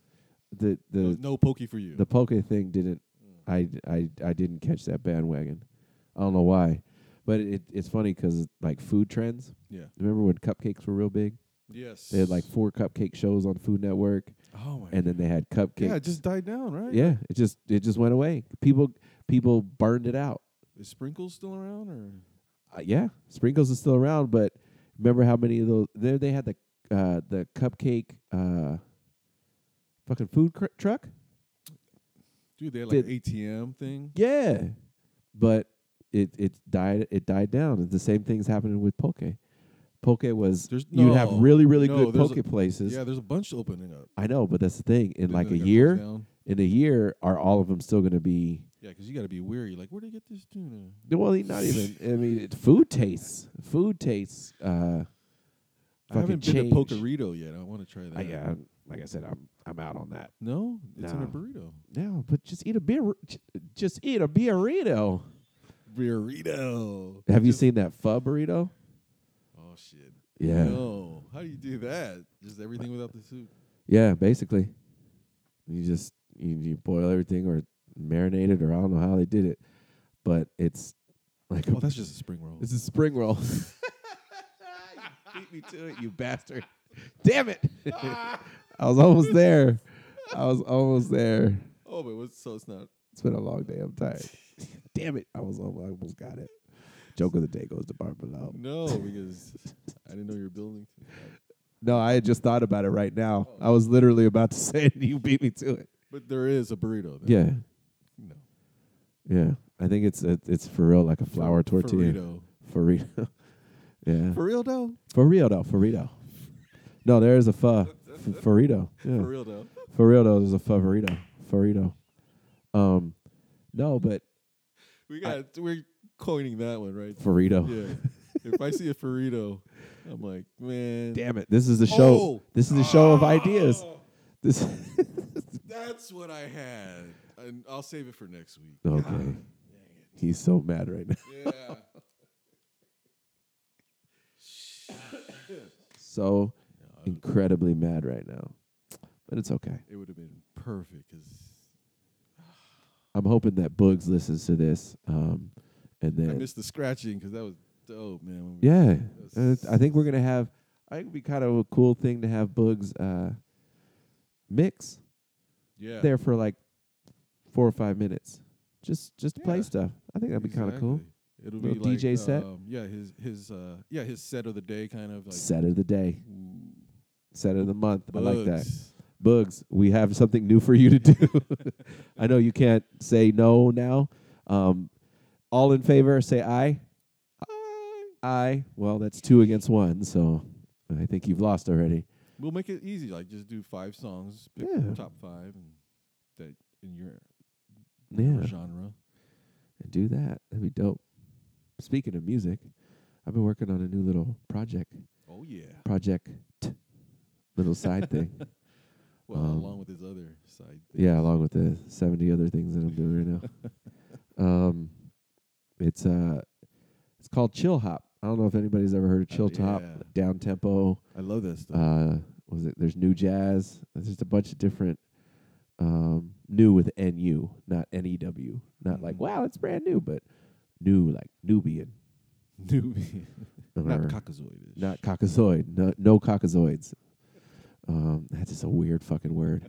Speaker 4: The the
Speaker 3: No, no pokey for you.
Speaker 4: the poke thing didn't I, I I didn't catch that bandwagon. I don't know why. But it it's funny cuz like food trends.
Speaker 3: yeah.
Speaker 4: Remember when cupcakes were real big?
Speaker 3: Yes.
Speaker 4: They had like four cupcake shows on Food Network
Speaker 3: Oh my.
Speaker 4: and then they had cupcakes.
Speaker 3: yeah, it just died down, right?
Speaker 4: yeah, it just it just went away. People people burned it out.
Speaker 3: Is sprinkles still around or?
Speaker 4: uh, yeah, sprinkles is still around, but remember how many of those there they had the uh, the cupcake uh, fucking food cr- truck?
Speaker 3: Dude, they had
Speaker 4: Did-
Speaker 3: like an ATM thing.
Speaker 4: Yeah, but it it died it died down. It's the same thing's happening with poke. Poke was
Speaker 3: There's
Speaker 4: you'd have
Speaker 3: no,
Speaker 4: really really
Speaker 3: no,
Speaker 4: good
Speaker 3: there's
Speaker 4: poke
Speaker 3: a-
Speaker 4: places.
Speaker 3: Yeah, there's a bunch opening up.
Speaker 4: I know, but that's the thing. In
Speaker 3: Then
Speaker 4: like
Speaker 3: they
Speaker 4: a
Speaker 3: got closed
Speaker 4: year,
Speaker 3: down.
Speaker 4: in a year, are all of them still going to be?
Speaker 3: Yeah, because you got to be weary. Like, where do you get this tuna?
Speaker 4: Well, not even. I mean, it, food tastes. Food tastes. Uh,
Speaker 3: I haven't
Speaker 4: fucking
Speaker 3: been to
Speaker 4: change.
Speaker 3: Pokerito yet. I want to try that.
Speaker 4: I, yeah, I'm- like I said, I'm I'm out on that.
Speaker 3: No, it's in a
Speaker 4: No.
Speaker 3: burrito.
Speaker 4: No, but just eat a beer. j- Just eat a burrito.
Speaker 3: Burrito.
Speaker 4: Have you
Speaker 3: Just-
Speaker 4: seen that pho burrito?
Speaker 3: Oh shit.
Speaker 4: Yeah,
Speaker 3: No. How do you do that? Just everything without the soup.
Speaker 4: yeah. Basically, you just you, you boil everything or marinate it, or I don't know how they did it, but it's like
Speaker 3: Oh,
Speaker 4: a,
Speaker 3: that's just a spring roll.
Speaker 4: it's a spring roll. you beat me to it, you bastard! Damn it! I was almost there. I was almost there.
Speaker 3: Oh, but what's so it's not.
Speaker 4: It's been a long day. I'm tired. Damn it! I was al- I almost got it. Joke of the day goes to Barbara
Speaker 3: No, because I didn't know you were building.
Speaker 4: No, I had just thought about it right now. I was literally about to say it, and you beat me to it.
Speaker 3: But there is a burrito. Then.
Speaker 4: Yeah,
Speaker 3: No.
Speaker 4: yeah. I think it's it, it's for real, like a flour
Speaker 3: Fer-
Speaker 4: tortilla.
Speaker 3: Burrito.
Speaker 4: Burrito. yeah.
Speaker 3: For real though.
Speaker 4: For real though, Farito. No, there is a pho. Farito. Yeah.
Speaker 3: For real though.
Speaker 4: For real though, there's a favorito. Farito. Um, no, but
Speaker 3: We got. we're coining that one right.
Speaker 4: Farito.
Speaker 3: Yeah. if I see a burrito, I'm like, man.
Speaker 4: Damn it! This is the show.
Speaker 3: Oh.
Speaker 4: This is the show of ideas. This.
Speaker 3: That's what I had. And I'll save it for next week.
Speaker 4: okay. He's so mad right now.
Speaker 3: Yeah.
Speaker 4: so incredibly mad right now. But it's okay.
Speaker 3: it would have been perfect because
Speaker 4: I'm hoping that Bugs listens to this. Um, and
Speaker 3: I
Speaker 4: then,
Speaker 3: missed the scratching because that was dope, man. when we-
Speaker 4: yeah, uh,
Speaker 3: That's-
Speaker 4: I think we're going to have, I think it would be kind of a cool thing to have Bugs uh, mix
Speaker 3: yeah.
Speaker 4: there for like four or five minutes. Just just to play
Speaker 3: Yeah.
Speaker 4: stuff. I think that'd be kind of cool.
Speaker 3: Exactly. It'll be
Speaker 4: Little
Speaker 3: like,
Speaker 4: DJ set.
Speaker 3: Um, yeah, his his uh, yeah his set of the day kind of like
Speaker 4: Set of the day, set of the month. I like that.
Speaker 3: bugs.
Speaker 4: Bugs, we have something new for you to do. I know you can't say no now. Um, all in favor, say aye. Aye. Aye. Well, that's two against one, so I think you've lost already.
Speaker 3: We'll make it easy. Like just do five songs, pick
Speaker 4: Yeah.
Speaker 3: top five, and that in your
Speaker 4: Yeah,
Speaker 3: genre.
Speaker 4: do that. That'd be dope. Speaking of music, I've been working on a new little project,
Speaker 3: Oh yeah.
Speaker 4: project, little side thing.
Speaker 3: Well,
Speaker 4: Um,
Speaker 3: along with his other side.
Speaker 4: Yeah,
Speaker 3: things.
Speaker 4: along with the seventy other things that I'm doing right now. um, it's uh, it's called Chill Hop. I don't know if anybody's ever heard of
Speaker 3: Uh,
Speaker 4: Chill Top,
Speaker 3: yeah.
Speaker 4: down tempo.
Speaker 3: I love that stuff.
Speaker 4: Uh, was it? There's new jazz. There's just a bunch of different um, new with N U, not N E W. Not like
Speaker 3: Mhm.
Speaker 4: wow, it's brand new, but new like Nubian,
Speaker 3: Nubian. Not
Speaker 4: or
Speaker 3: cockazoidish.
Speaker 4: not cockazoid, no, no cockazoids. Um, that's just a weird fucking word.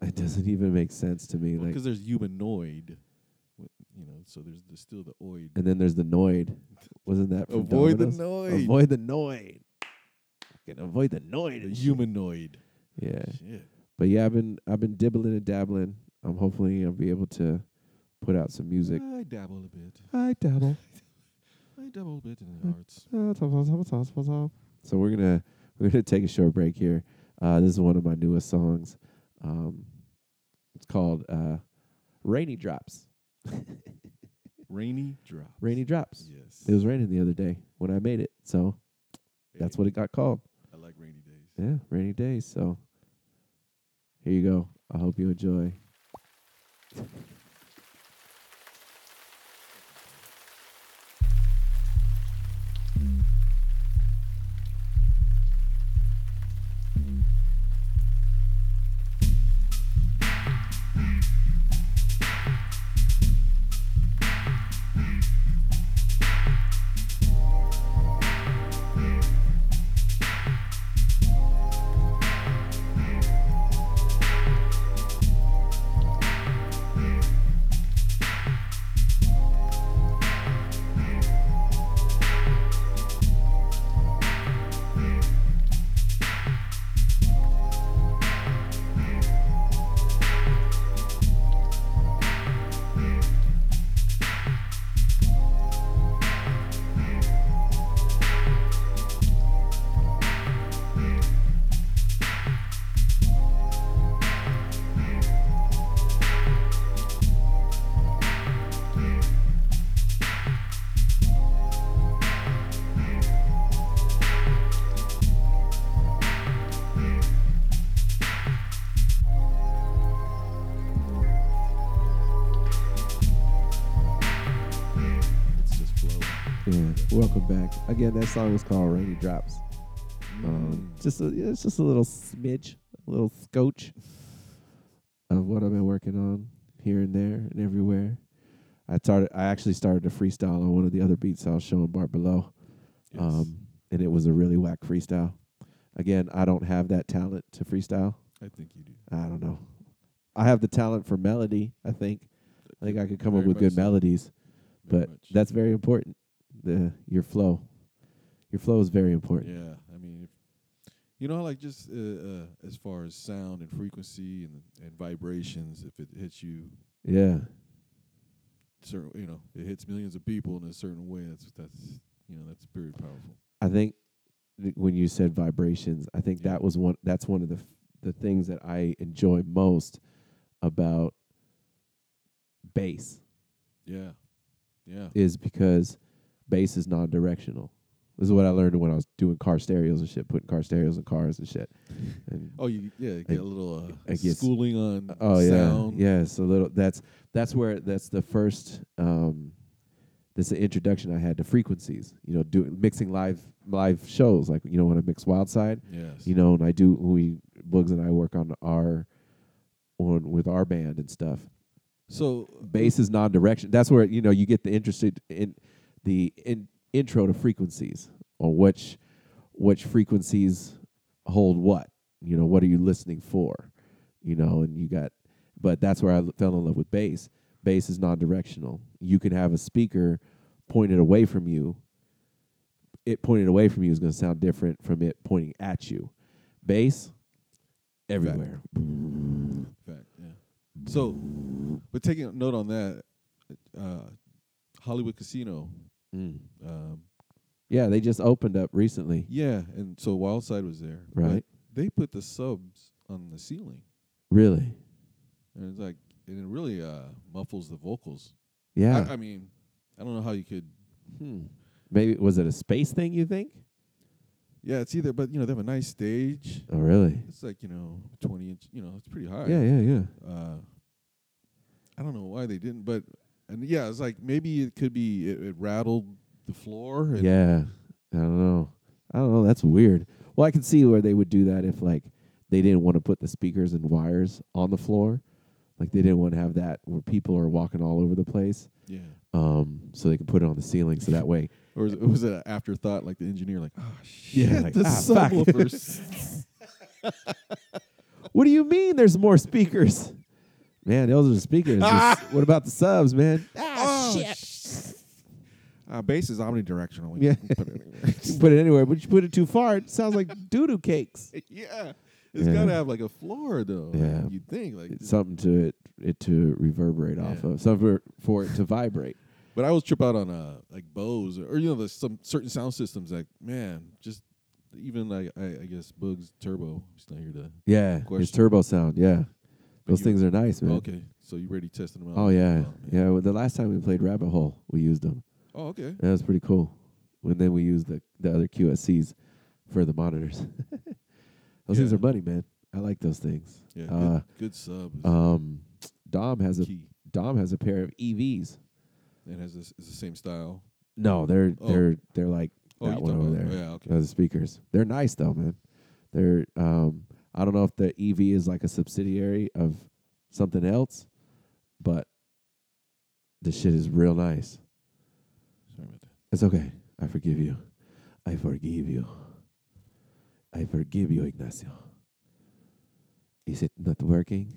Speaker 4: it doesn't even make sense to me.
Speaker 3: because
Speaker 4: like
Speaker 3: there's humanoid, wh- you know. So there's, there's still the oid.
Speaker 4: And then there's the Noid. Wasn't that from
Speaker 3: Avoid the
Speaker 4: Domino's?
Speaker 3: Noid.
Speaker 4: Avoid the Noid. Fucking avoid the Noid.
Speaker 3: the
Speaker 4: and shit.
Speaker 3: humanoid.
Speaker 4: Yeah.
Speaker 3: Shit.
Speaker 4: But yeah, I've been I've been dibbling and dabbling. I'm hopefully I'll be able to put out some music.
Speaker 3: I dabble a bit.
Speaker 4: I dabble.
Speaker 3: I dabble a bit in the arts.
Speaker 4: So we're gonna we're gonna take a short break here. Uh, this is one of my newest songs. Um, it's called uh, "Rainy Drops."
Speaker 3: Rainy drop.
Speaker 4: Rainy drops.
Speaker 3: Yes.
Speaker 4: It was raining the other day when I made it, so that's
Speaker 3: Hey,
Speaker 4: what it got called.
Speaker 3: I like rainy days.
Speaker 4: Yeah, rainy days. So Here you go. I hope you enjoy.
Speaker 3: It's just flowing.
Speaker 4: Yeah. Welcome back. Again, that song was called Rainy Drops. Um,
Speaker 3: Mm.
Speaker 4: just a, yeah, it's just a little smidge, a little scotch of what I've been working on here and there and everywhere. I started. I actually started to freestyle on one of the other beats I was showing Bart below,
Speaker 3: Mm, Yes.
Speaker 4: um, and it was a really whack freestyle. Again, I don't have that talent to freestyle.
Speaker 3: I think you do.
Speaker 4: I don't know. I have the talent for melody. I think. I think I could come up
Speaker 3: Very
Speaker 4: with good
Speaker 3: much so.
Speaker 4: melodies
Speaker 3: Very
Speaker 4: but
Speaker 3: much.
Speaker 4: that's very important. The your flow, your flow is very important.
Speaker 3: yeah. I mean, if, you know, like just uh, uh, as far as sound and frequency and and vibrations, if it hits you,
Speaker 4: Yeah,
Speaker 3: certain, you know, it hits millions of people in a certain way. That's that's you know, that's very powerful.
Speaker 4: I think th- when you said vibrations, I think
Speaker 3: Yeah.
Speaker 4: that was one. That's one of the f- the things that I enjoy most about bass
Speaker 3: Yeah, yeah.
Speaker 4: is because bass is non-directional. This is what I learned when I was doing car stereos and shit, putting car stereos in cars and shit. And
Speaker 3: Oh, you yeah, you
Speaker 4: I-
Speaker 3: get a little uh,
Speaker 4: I guess-
Speaker 3: schooling on
Speaker 4: Oh
Speaker 3: sound.
Speaker 4: yeah, yeah. So little that's that's where that's the first um, that's the introduction I had to frequencies. You know, doing mixing live live shows like you know when I mix Wildside,
Speaker 3: Yes.
Speaker 4: you know, and I do we Bugs and I work on our on with our band and stuff.
Speaker 3: so
Speaker 4: Bass is non-direction. That's where you know you get the interested in the in, intro to frequencies on which which frequencies hold what. You know, what are you listening for? You know, and you got. But that's where I l- fell in love with bass. Bass is non-directional. You can have a speaker pointed away from you. It pointed away from you is going to sound different from it pointing at you. Bass everywhere.
Speaker 3: fact, yeah. So, but taking a note on that, uh, Hollywood Casino.
Speaker 4: Mm.
Speaker 3: Um,
Speaker 4: Yeah, they just opened up recently.
Speaker 3: yeah, and so Wildside was there. but
Speaker 4: Right.
Speaker 3: They put the subs on the ceiling,
Speaker 4: Really?
Speaker 3: and it's like, and it really uh, muffles the vocals.
Speaker 4: Yeah.
Speaker 3: I, I mean, I don't know how you could.
Speaker 4: Hmm. Maybe was it a space thing? You think?
Speaker 3: Yeah, it's either, but you know, they have a nice stage.
Speaker 4: Oh, really?
Speaker 3: It's like you know, twenty inch. You know, it's pretty high.
Speaker 4: Yeah, yeah, yeah.
Speaker 3: uh, I don't know why they didn't, but and yeah, it's like maybe it could be it, it rattled the floor. And
Speaker 4: Yeah. I don't know. I don't know. That's weird. Well, I can see where they would do that if like they didn't want to put the speakers and wires on the floor, like they didn't want to have that where people are walking all over the place.
Speaker 3: yeah.
Speaker 4: Um, so they can put it on the ceiling, so that way.
Speaker 3: Or was it, was it an afterthought? Like the engineer, like, oh shit,
Speaker 4: Yeah, like,
Speaker 3: the
Speaker 4: ah, fuck."
Speaker 3: subwoofers.
Speaker 4: What do you mean? There's more speakers. Man, those are the speakers. Just- what about the subs, man? Ah,
Speaker 3: oh shit. Uh, bass is omnidirectional.
Speaker 4: Yeah.
Speaker 3: You can put it anywhere.
Speaker 4: You can put it anywhere, but you put it too far, it sounds like doo doo cakes.
Speaker 3: yeah, it's
Speaker 4: Yeah.
Speaker 3: got to have like a floor though.
Speaker 4: Yeah.
Speaker 3: you think like.
Speaker 4: It's something to it, it to reverberate off
Speaker 3: Yeah.
Speaker 4: of, something for, for it to vibrate.
Speaker 3: But I always trip out on uh like Bose or, or, you know the, some certain sound systems like man just even like I, I guess Bugs Turbo. He's not here to.
Speaker 4: Yeah, his
Speaker 3: Question.
Speaker 4: turbo sound. Yeah,
Speaker 3: But
Speaker 4: those
Speaker 3: you-
Speaker 4: things are nice, man.
Speaker 3: Okay, so you already tested them out.
Speaker 4: Oh yeah,
Speaker 3: man.
Speaker 4: yeah. Well, the last time we played Rabbit Hole, we used them.
Speaker 3: Oh okay.
Speaker 4: That was pretty cool. And then we used the the other QSCs for the monitors. those things
Speaker 3: Yeah.
Speaker 4: are money, man. I like those things.
Speaker 3: Yeah,
Speaker 4: Uh,
Speaker 3: good, good sub is
Speaker 4: um, Dom has a
Speaker 3: key.
Speaker 4: Dom has a pair of E EVs.
Speaker 3: It has this, it's the same style.
Speaker 4: No, they're
Speaker 3: Oh.
Speaker 4: they're they're like
Speaker 3: Oh,
Speaker 4: that
Speaker 3: you
Speaker 4: one
Speaker 3: talking
Speaker 4: over
Speaker 3: about-
Speaker 4: there.
Speaker 3: oh, yeah, okay.
Speaker 4: Those speakers. They're nice though, man. They're um I don't know if the EV is like a subsidiary of something else, but the shit is real nice.
Speaker 3: Sorry about that.
Speaker 4: It's okay. I forgive you. I forgive you. I forgive you, Ignacio. Is it not working?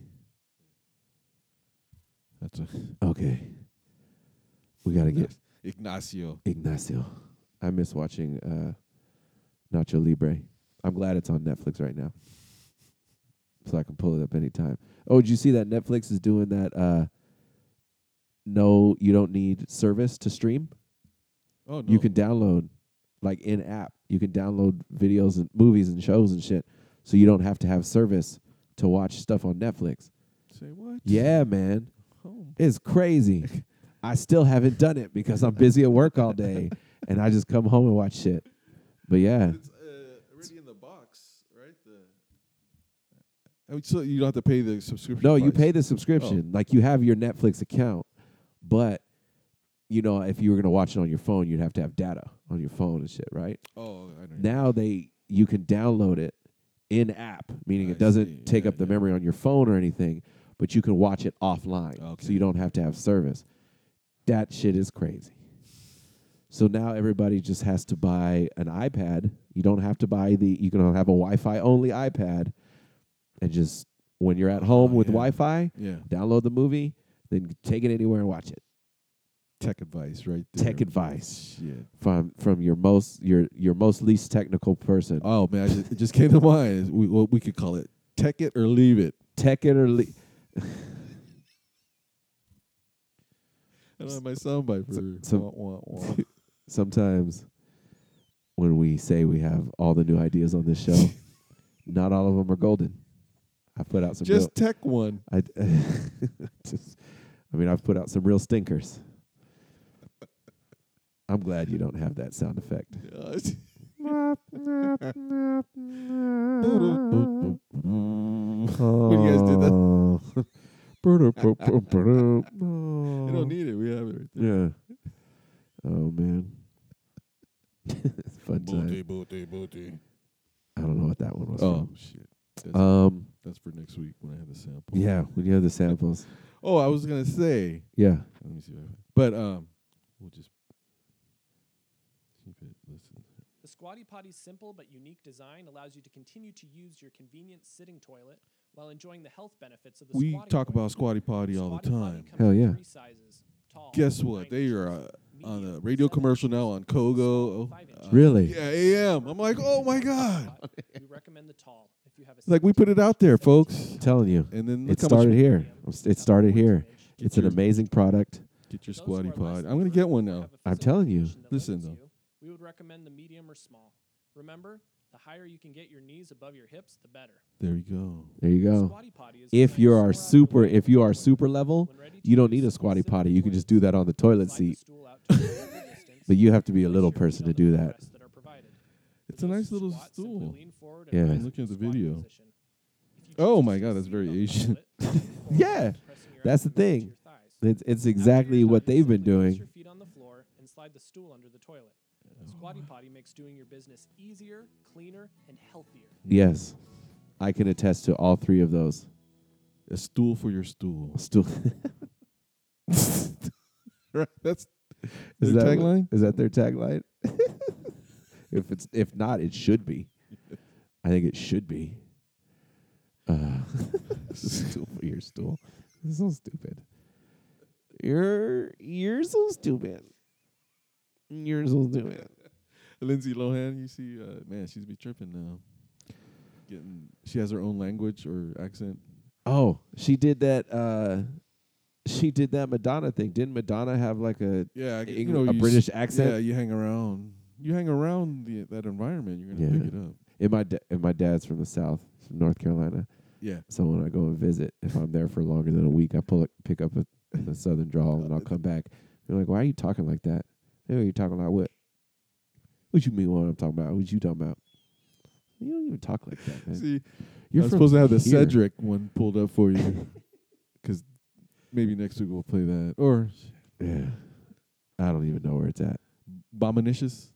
Speaker 3: That's a
Speaker 4: Okay. We gotta get
Speaker 3: Ignacio.
Speaker 4: Ignacio. I miss watching uh, Nacho Libre. I'm glad it's on Netflix right now, so I can pull it up anytime. Oh, did you see that Netflix is doing that? Uh, no, you don't need service to stream.
Speaker 3: Oh no.
Speaker 4: You can download, like in app, you can download videos and movies and shows and shit, so you don't have to have service to watch stuff on Netflix.
Speaker 3: say what?
Speaker 4: Yeah, man.
Speaker 3: Oh,
Speaker 4: It's crazy. I still haven't done it because I'm busy at work all day and I just come home and watch shit. But yeah,
Speaker 3: It's uh, already in the box, right? The I mean, so you don't have to pay the subscription.
Speaker 4: no, you
Speaker 3: price.
Speaker 4: pay the subscription.
Speaker 3: Oh.
Speaker 4: Like you have your Netflix account, but you know, if you were going to watch it on your phone, you'd have to have data on your phone and shit, right?
Speaker 3: Oh, I know.
Speaker 4: Now they you can download it in app, meaning
Speaker 3: I
Speaker 4: it doesn't
Speaker 3: see.
Speaker 4: take
Speaker 3: Yeah,
Speaker 4: up the
Speaker 3: yeah.
Speaker 4: memory on your phone or anything, but you can watch it offline.
Speaker 3: Okay.
Speaker 4: So you don't have to have service. That shit is crazy. So now everybody just has to buy an iPad. You don't have to buy the you can have a Wi-Fi only iPad and just when you're at home with
Speaker 3: Oh, yeah.
Speaker 4: Wi-Fi,
Speaker 3: Yeah,
Speaker 4: download the movie, then take it anywhere and watch it.
Speaker 3: tech advice, right there.
Speaker 4: Tech advice
Speaker 3: Yeah.
Speaker 4: from from your most your your most least technical person.
Speaker 3: Oh man, I just, it just came to mind. We well, we could call it tech it or leave it.
Speaker 4: Tech it or le-
Speaker 3: I don't have my soundbite
Speaker 4: So-
Speaker 3: for
Speaker 4: so-
Speaker 3: wah, wah, wah.
Speaker 4: sometimes when we say we have all the new ideas on this show, not all of them are golden. I put out some
Speaker 3: just tech one.
Speaker 4: real, I just, I mean, I've put out some real stinkers. I'm glad you don't have that sound effect.
Speaker 3: Uh,
Speaker 4: When
Speaker 3: you guys did that-
Speaker 4: you
Speaker 3: you don't need it. We have it right there.
Speaker 4: Yeah. Oh man. it's fun time.
Speaker 3: booty, booty.
Speaker 4: I don't know what that one was.
Speaker 3: Oh shit. That's,
Speaker 4: From. Um.
Speaker 3: that's for next week when I have the sample.
Speaker 4: Yeah. When you have the samples.
Speaker 3: Oh, I was gonna say.
Speaker 4: Yeah.
Speaker 3: Let me see. If I, but um, we'll just keep it. Listen.
Speaker 9: The Squatty Potty's simple but unique design allows you to continue to use your convenient sitting toilet while enjoying the health benefits of the
Speaker 3: We
Speaker 9: squatty
Speaker 3: talk
Speaker 9: toilet.
Speaker 3: about Squatty Potty all the
Speaker 9: Squatty Potty
Speaker 3: time.
Speaker 9: comes
Speaker 4: Hell
Speaker 9: in
Speaker 4: yeah.
Speaker 9: three sizes, tall,
Speaker 3: Guess what?
Speaker 9: nine
Speaker 3: They are
Speaker 9: inches,
Speaker 3: uh, on a
Speaker 9: medium,
Speaker 3: radio
Speaker 9: seven
Speaker 3: commercial
Speaker 9: inches,
Speaker 3: now on Kogo.
Speaker 9: small, five
Speaker 3: uh,
Speaker 9: inches.
Speaker 4: Really?
Speaker 3: Yeah, AM. I'm like, oh my god.
Speaker 9: We recommend the tall. If you have a
Speaker 3: Like we put it out there, folks.
Speaker 4: I'm telling you.
Speaker 3: And then look
Speaker 4: It
Speaker 3: how
Speaker 4: started
Speaker 3: much
Speaker 4: here. I'm s- It started here.
Speaker 3: Get
Speaker 4: It's an
Speaker 3: your-
Speaker 4: amazing product.
Speaker 3: Get your
Speaker 9: Those who are
Speaker 3: Squatty
Speaker 9: less
Speaker 3: Potty.
Speaker 9: than
Speaker 3: I'm gonna
Speaker 9: three
Speaker 3: get one
Speaker 9: or
Speaker 3: now.
Speaker 9: have a
Speaker 4: I'm
Speaker 9: physical
Speaker 4: telling you.
Speaker 9: condition that
Speaker 3: Listen,
Speaker 9: limits
Speaker 3: though.
Speaker 9: you, we would recommend the medium or small. Remember, the higher you can get your knees above your hips, the better.
Speaker 3: There you go.
Speaker 4: There you go.
Speaker 9: Squatty potty is
Speaker 4: If
Speaker 9: designed
Speaker 4: you
Speaker 9: to
Speaker 4: are
Speaker 9: store out the
Speaker 4: super,
Speaker 9: weight
Speaker 4: if you
Speaker 9: of
Speaker 4: are
Speaker 9: the
Speaker 4: super
Speaker 9: toilet.
Speaker 4: level,
Speaker 9: When ready to
Speaker 4: you don't
Speaker 9: use,
Speaker 4: need a squatty
Speaker 9: sit in
Speaker 4: potty.
Speaker 9: the
Speaker 4: You can
Speaker 9: toilet,
Speaker 4: just do that on the toilet
Speaker 9: slide the
Speaker 4: seat.
Speaker 9: stool out to a comfortable distance,
Speaker 4: But you have to be a
Speaker 9: place
Speaker 4: little
Speaker 9: your feet
Speaker 4: person
Speaker 9: on
Speaker 4: to
Speaker 9: the
Speaker 4: do
Speaker 9: foot
Speaker 4: that.
Speaker 9: rests that are provided.
Speaker 3: It's a nice
Speaker 9: For
Speaker 3: little
Speaker 9: those who squat, simply
Speaker 3: stool.
Speaker 9: lean forward and
Speaker 4: Yeah.
Speaker 9: rise
Speaker 4: I'm
Speaker 9: to
Speaker 3: looking at the
Speaker 9: squatting
Speaker 3: video.
Speaker 9: position. If you
Speaker 3: Oh
Speaker 9: choose
Speaker 3: my
Speaker 9: to
Speaker 3: God, that's
Speaker 9: seated
Speaker 3: very
Speaker 9: on the
Speaker 3: Asian.
Speaker 9: toilet, lean forward,
Speaker 4: Yeah,
Speaker 9: pressing your
Speaker 4: that's the
Speaker 9: abdomen
Speaker 4: thing.
Speaker 9: into your thighs.
Speaker 4: It's it's
Speaker 9: After you're
Speaker 4: exactly
Speaker 9: done,
Speaker 4: what they've been
Speaker 9: simply place
Speaker 4: doing.
Speaker 9: Your feet on the floor and slide the stool under the toilet. Squatty potty makes doing your business easier, cleaner, and healthier.
Speaker 4: Yes, I can attest to all three of those.
Speaker 3: A stool for your stool.
Speaker 4: Still,
Speaker 3: Right, That's
Speaker 4: is
Speaker 3: their
Speaker 4: that what-
Speaker 3: tagline.
Speaker 4: Is that their tagline? if it's if not, it should be. I think it should be. Uh, stool for your stool. This is so stupid. You're you're so stupid. You're so stupid.
Speaker 3: Lindsay Lohan, you see, uh, man, she's be tripping now. Getting, she has her own language or accent.
Speaker 4: Oh, she did that. uh She did that Madonna thing. Didn't Madonna have like a
Speaker 3: Yeah, I
Speaker 4: g-
Speaker 3: g-
Speaker 4: you
Speaker 3: you
Speaker 4: Eng- know, a
Speaker 3: know,
Speaker 4: you s- British accent?
Speaker 3: Yeah, you hang around. You hang around the, that environment, you're gonna pick it up.
Speaker 4: And my da- and my dad's from the South, from North Carolina.
Speaker 3: Yeah,
Speaker 4: So when I go and visit, if I'm there for longer than a week, I pull up, pick up a, the Southern drawl, and I'll come back. They're like, "Why are you talking like that? Hey, you talking like what? What you mean? What I'm talking about? What you talking about? You don't even talk like that, man.
Speaker 3: see, I
Speaker 4: You're
Speaker 3: was
Speaker 4: from
Speaker 3: supposed to have the
Speaker 4: here.
Speaker 3: Cedric one pulled up for you, because maybe next week we'll play that or
Speaker 4: Yeah. I don't even know where it's at.
Speaker 3: Bominicious.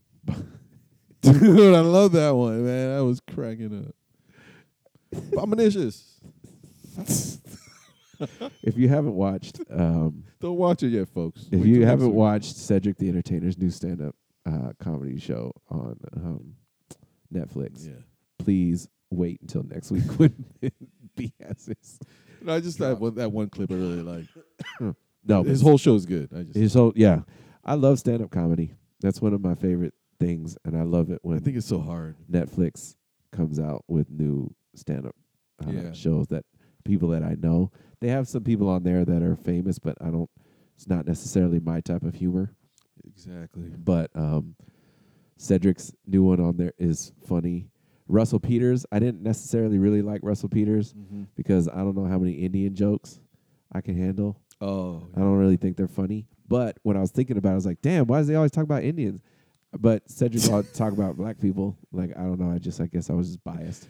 Speaker 3: Dude, I love that one, man. I was cracking up. Bominicious.
Speaker 4: If you haven't watched, um,
Speaker 3: Don't watch it yet, folks.
Speaker 4: if
Speaker 3: Wait till
Speaker 4: you
Speaker 3: next
Speaker 4: haven't
Speaker 3: week.
Speaker 4: watched Cedric the Entertainer's new stand-up uh, comedy show on um, Netflix,
Speaker 3: yeah.
Speaker 4: please wait until next week when BS is.
Speaker 3: No, I just that one, that one clip I really like.
Speaker 4: No,
Speaker 3: His
Speaker 4: but-
Speaker 3: whole show's good. I just
Speaker 4: His whole yeah. I love stand up comedy. That's one of my favorite things, and I love it when
Speaker 3: I think it's so hard.
Speaker 4: Netflix comes out with new stand up uh,
Speaker 3: Yeah.
Speaker 4: shows that people that I know. They have some people on there that are famous, but I don't. It's not necessarily my type of humor.
Speaker 3: Exactly.
Speaker 4: But um, Cedric's new one on there is funny. Russell Peters. I didn't necessarily really like Russell Peters
Speaker 3: Mm-hmm.
Speaker 4: because I don't know how many Indian jokes I can handle.
Speaker 3: Oh,
Speaker 4: I don't really think they're funny. But when I was thinking about it, I was like, damn, why does they always talk about Indians? But Cedric all talk about black people. Like, I don't know. I just I guess I was just biased.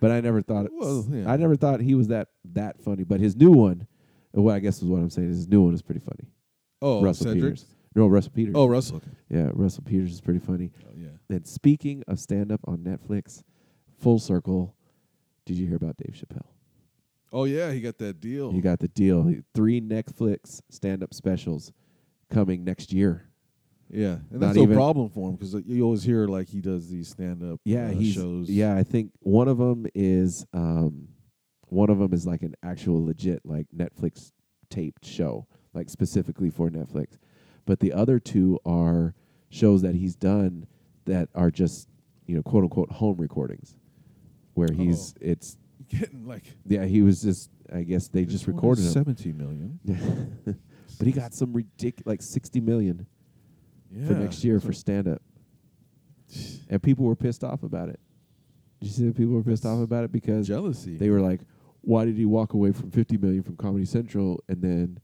Speaker 4: But I never thought
Speaker 3: Well, yeah.
Speaker 4: I never thought he was that that funny. But his new one, what I guess is what I'm saying, is his new one is pretty funny.
Speaker 3: oh,
Speaker 4: Russell
Speaker 3: Cedric.
Speaker 4: Peters. No, Russell Peters.
Speaker 3: Oh, Russell. Okay.
Speaker 4: Yeah, Russell Peters is pretty funny.
Speaker 3: Oh, yeah.
Speaker 4: And speaking of stand up on Netflix, full circle, did you hear about Dave Chappelle?
Speaker 3: Oh yeah, he got that deal.
Speaker 4: You got the deal. Three Netflix stand up specials coming next year.
Speaker 3: yeah, and
Speaker 4: not
Speaker 3: that's no
Speaker 4: even-
Speaker 3: problem for him because you always hear like he does these stand up
Speaker 4: yeah
Speaker 3: uh,
Speaker 4: he's,
Speaker 3: shows.
Speaker 4: yeah i think one of them is um one of them is like an actual legit like netflix taped show like specifically for netflix but the other two are shows that he's done that are just you know quote unquote home recordings
Speaker 3: Oh.
Speaker 4: where he's it's
Speaker 3: getting like
Speaker 4: yeah he was just i guess they
Speaker 3: this
Speaker 4: just
Speaker 3: one is
Speaker 4: recorded him
Speaker 3: seventy million.
Speaker 4: but he got some ridiculous like 60 million
Speaker 3: Yeah.
Speaker 4: for next year for stand up. And people were pissed off about it. Did you see that people were pissed off about it because
Speaker 3: Jealousy.
Speaker 4: they were like, why did he walk away from 50 million from Comedy Central and then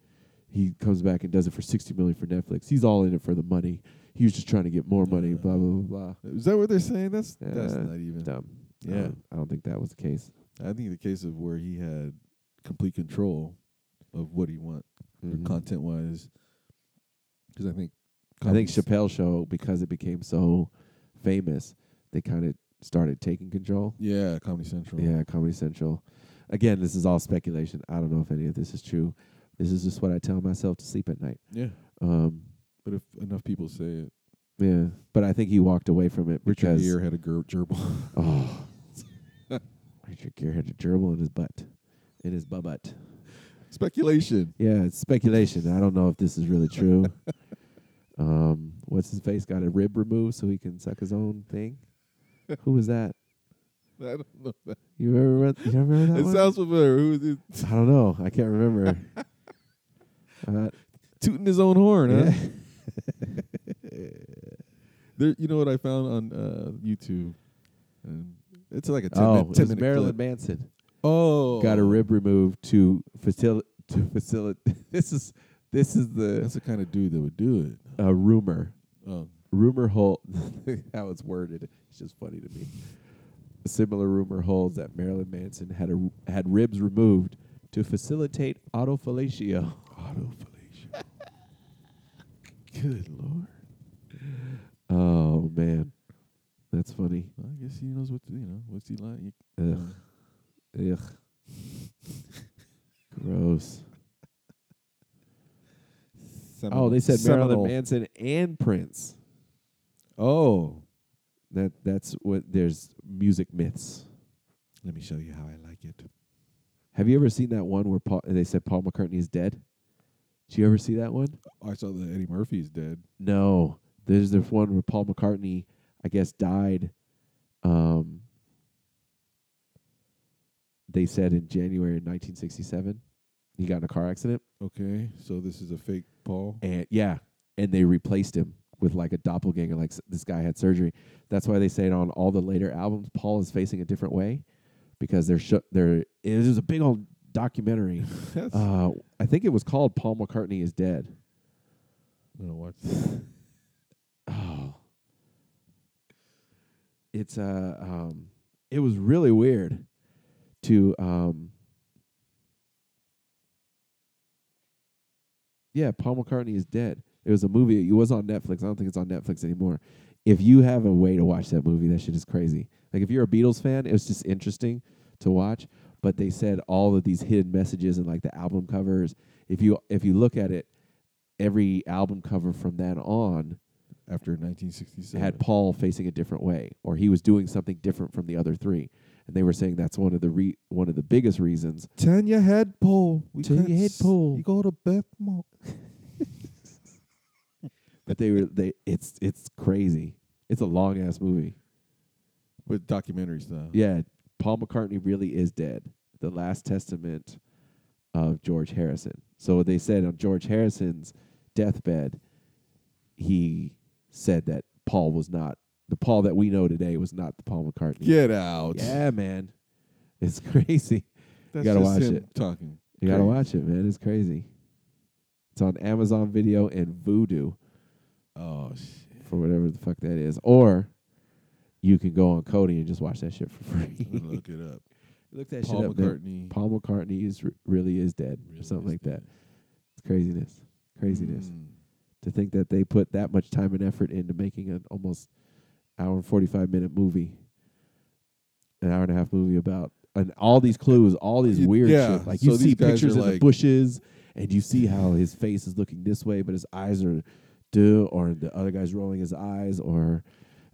Speaker 4: he comes back and does it for 60 million for Netflix? He's all in it for the money. He was just trying to get more money, blah, blah, blah, blah.
Speaker 3: Is that what they're saying? That's that's
Speaker 4: Yeah,
Speaker 3: not even.
Speaker 4: Dumb. I
Speaker 3: Yeah.
Speaker 4: don't- I don't think that was the case.
Speaker 3: I think the case of where he had complete control of what he want
Speaker 4: Mhm.
Speaker 3: content wise, because I think
Speaker 4: I think
Speaker 3: Chappelle.
Speaker 4: Chappelle show, because it became so famous, they kind of started taking control.
Speaker 3: Yeah, Comedy Central.
Speaker 4: Yeah, Comedy Central. Again, this is all speculation. I don't know if any of this is true. This is just what I tell myself to sleep at night.
Speaker 3: yeah.
Speaker 4: Um,
Speaker 3: But if enough people say it,
Speaker 4: yeah, but I think he walked away from it
Speaker 3: Richard
Speaker 4: because
Speaker 3: Gere had a ger- gerbil.
Speaker 4: oh, Richard Gere had a gerbil in his butt, in his butt butt.
Speaker 3: Speculation.
Speaker 4: Yeah, it's speculation. I don't know if this is really true. um, what's his face got a rib removed so he can suck his own thing? Who was that?
Speaker 3: I don't know. That.
Speaker 4: You remember? You don't remember that
Speaker 3: It
Speaker 4: one?
Speaker 3: sounds familiar. Who is it?
Speaker 4: I don't know. I can't remember. uh,
Speaker 3: Tooting his own horn, huh?
Speaker 4: Yeah.
Speaker 3: There, you know what I found on uh, YouTube? Um, it's like a 10
Speaker 4: oh,
Speaker 3: minute,
Speaker 4: it
Speaker 3: 10
Speaker 4: was
Speaker 3: minute
Speaker 4: Marilyn
Speaker 3: clip.
Speaker 4: Manson.
Speaker 3: Oh.
Speaker 4: got a rib removed to facil to facilitate. this is this is the
Speaker 3: That's the kind of dude that would do it.
Speaker 4: uh, rumor
Speaker 3: Oh.
Speaker 4: rumor hold how it's worded. It's just funny to me. A similar rumor holds that Marilyn Manson had a had ribs removed to facilitate autofellatio.
Speaker 3: Autofellatio. Good lord.
Speaker 4: Oh man, that's funny.
Speaker 3: Well, I guess he knows what to, you know. What's he like?
Speaker 4: Ugh, ugh, gross. Oh, they said Marilyn Manson and Prince.
Speaker 3: Oh.
Speaker 4: That that's what there's music myths.
Speaker 3: Let me show you how I like it.
Speaker 4: Have you ever seen that one where Paul, they said Paul McCartney is dead? Did you ever see that one?
Speaker 3: I saw that Eddie Murphy is dead.
Speaker 4: No. There's this one where Paul McCartney, I guess, died. Um, they said in January of 1967, he got in a car accident,
Speaker 3: Okay, so this is a fake Paul.
Speaker 4: and yeah, and they replaced him with like a doppelganger. Like s- this guy had surgery. That's why they say it on all the later albums, Paul is facing a different way because they're sho they're it was a big old documentary.
Speaker 3: That's,
Speaker 4: Uh, I think it was called Paul McCartney is Dead.
Speaker 3: no, watch.
Speaker 4: Oh. It's uh um it was really weird. to um yeah paul mccartney is dead it was a movie it was on netflix i don't think it's on netflix anymore if you have a way to watch that movie that shit is crazy like if you're a beatles fan it was just interesting to watch but they said all of these hidden messages and like the album covers if you if you look at it every album cover from then on
Speaker 3: after 1967.
Speaker 4: had Paul facing a different way, or he was doing something different from the other three, and they were saying that's one of the re- one of the biggest reasons.
Speaker 3: Turn your head, Paul. We
Speaker 4: Turn
Speaker 3: can't
Speaker 4: your head,
Speaker 3: s-
Speaker 4: Paul.
Speaker 3: You go to Bethmo.
Speaker 4: But they were they it's it's crazy. It's a long ass movie.
Speaker 3: With documentary style.
Speaker 4: Yeah, Paul McCartney really is dead. The last testament of George Harrison. So they said on George Harrison's deathbed, he said that Paul was not the Paul that we know today was not the Paul McCartney.
Speaker 3: Get out.
Speaker 4: Yeah, man. It's crazy.
Speaker 3: That's
Speaker 4: gotta
Speaker 3: just
Speaker 4: watch
Speaker 3: him
Speaker 4: it.
Speaker 3: Talking.
Speaker 4: You gotta
Speaker 3: Crazy.
Speaker 4: watch it, man. It's crazy. It's on Amazon Video and Voodoo
Speaker 3: Oh shit.
Speaker 4: for whatever the fuck that is, or you can go on Cody and just watch that shit for
Speaker 3: I'm gonna
Speaker 4: free.
Speaker 3: look it up.
Speaker 4: Look that
Speaker 3: Paul
Speaker 4: shit up. man.
Speaker 3: McCartney.
Speaker 4: Paul McCartney is r- really is dead,
Speaker 3: Really
Speaker 4: or something
Speaker 3: is
Speaker 4: like that.
Speaker 3: dead.
Speaker 4: It's craziness, craziness.
Speaker 3: Mm.
Speaker 4: To think that they put that much time and effort into making an almost hour and forty five minute movie, an hour and a half movie about and all these clues, all these
Speaker 3: You-
Speaker 4: weird
Speaker 3: yeah,
Speaker 4: shit. Like
Speaker 3: so
Speaker 4: you
Speaker 3: these
Speaker 4: see
Speaker 3: guys are
Speaker 4: pictures in the
Speaker 3: like-
Speaker 4: bushes, and you see how his face is looking this way, but his eyes are duh, or the other guy's rolling his eyes, or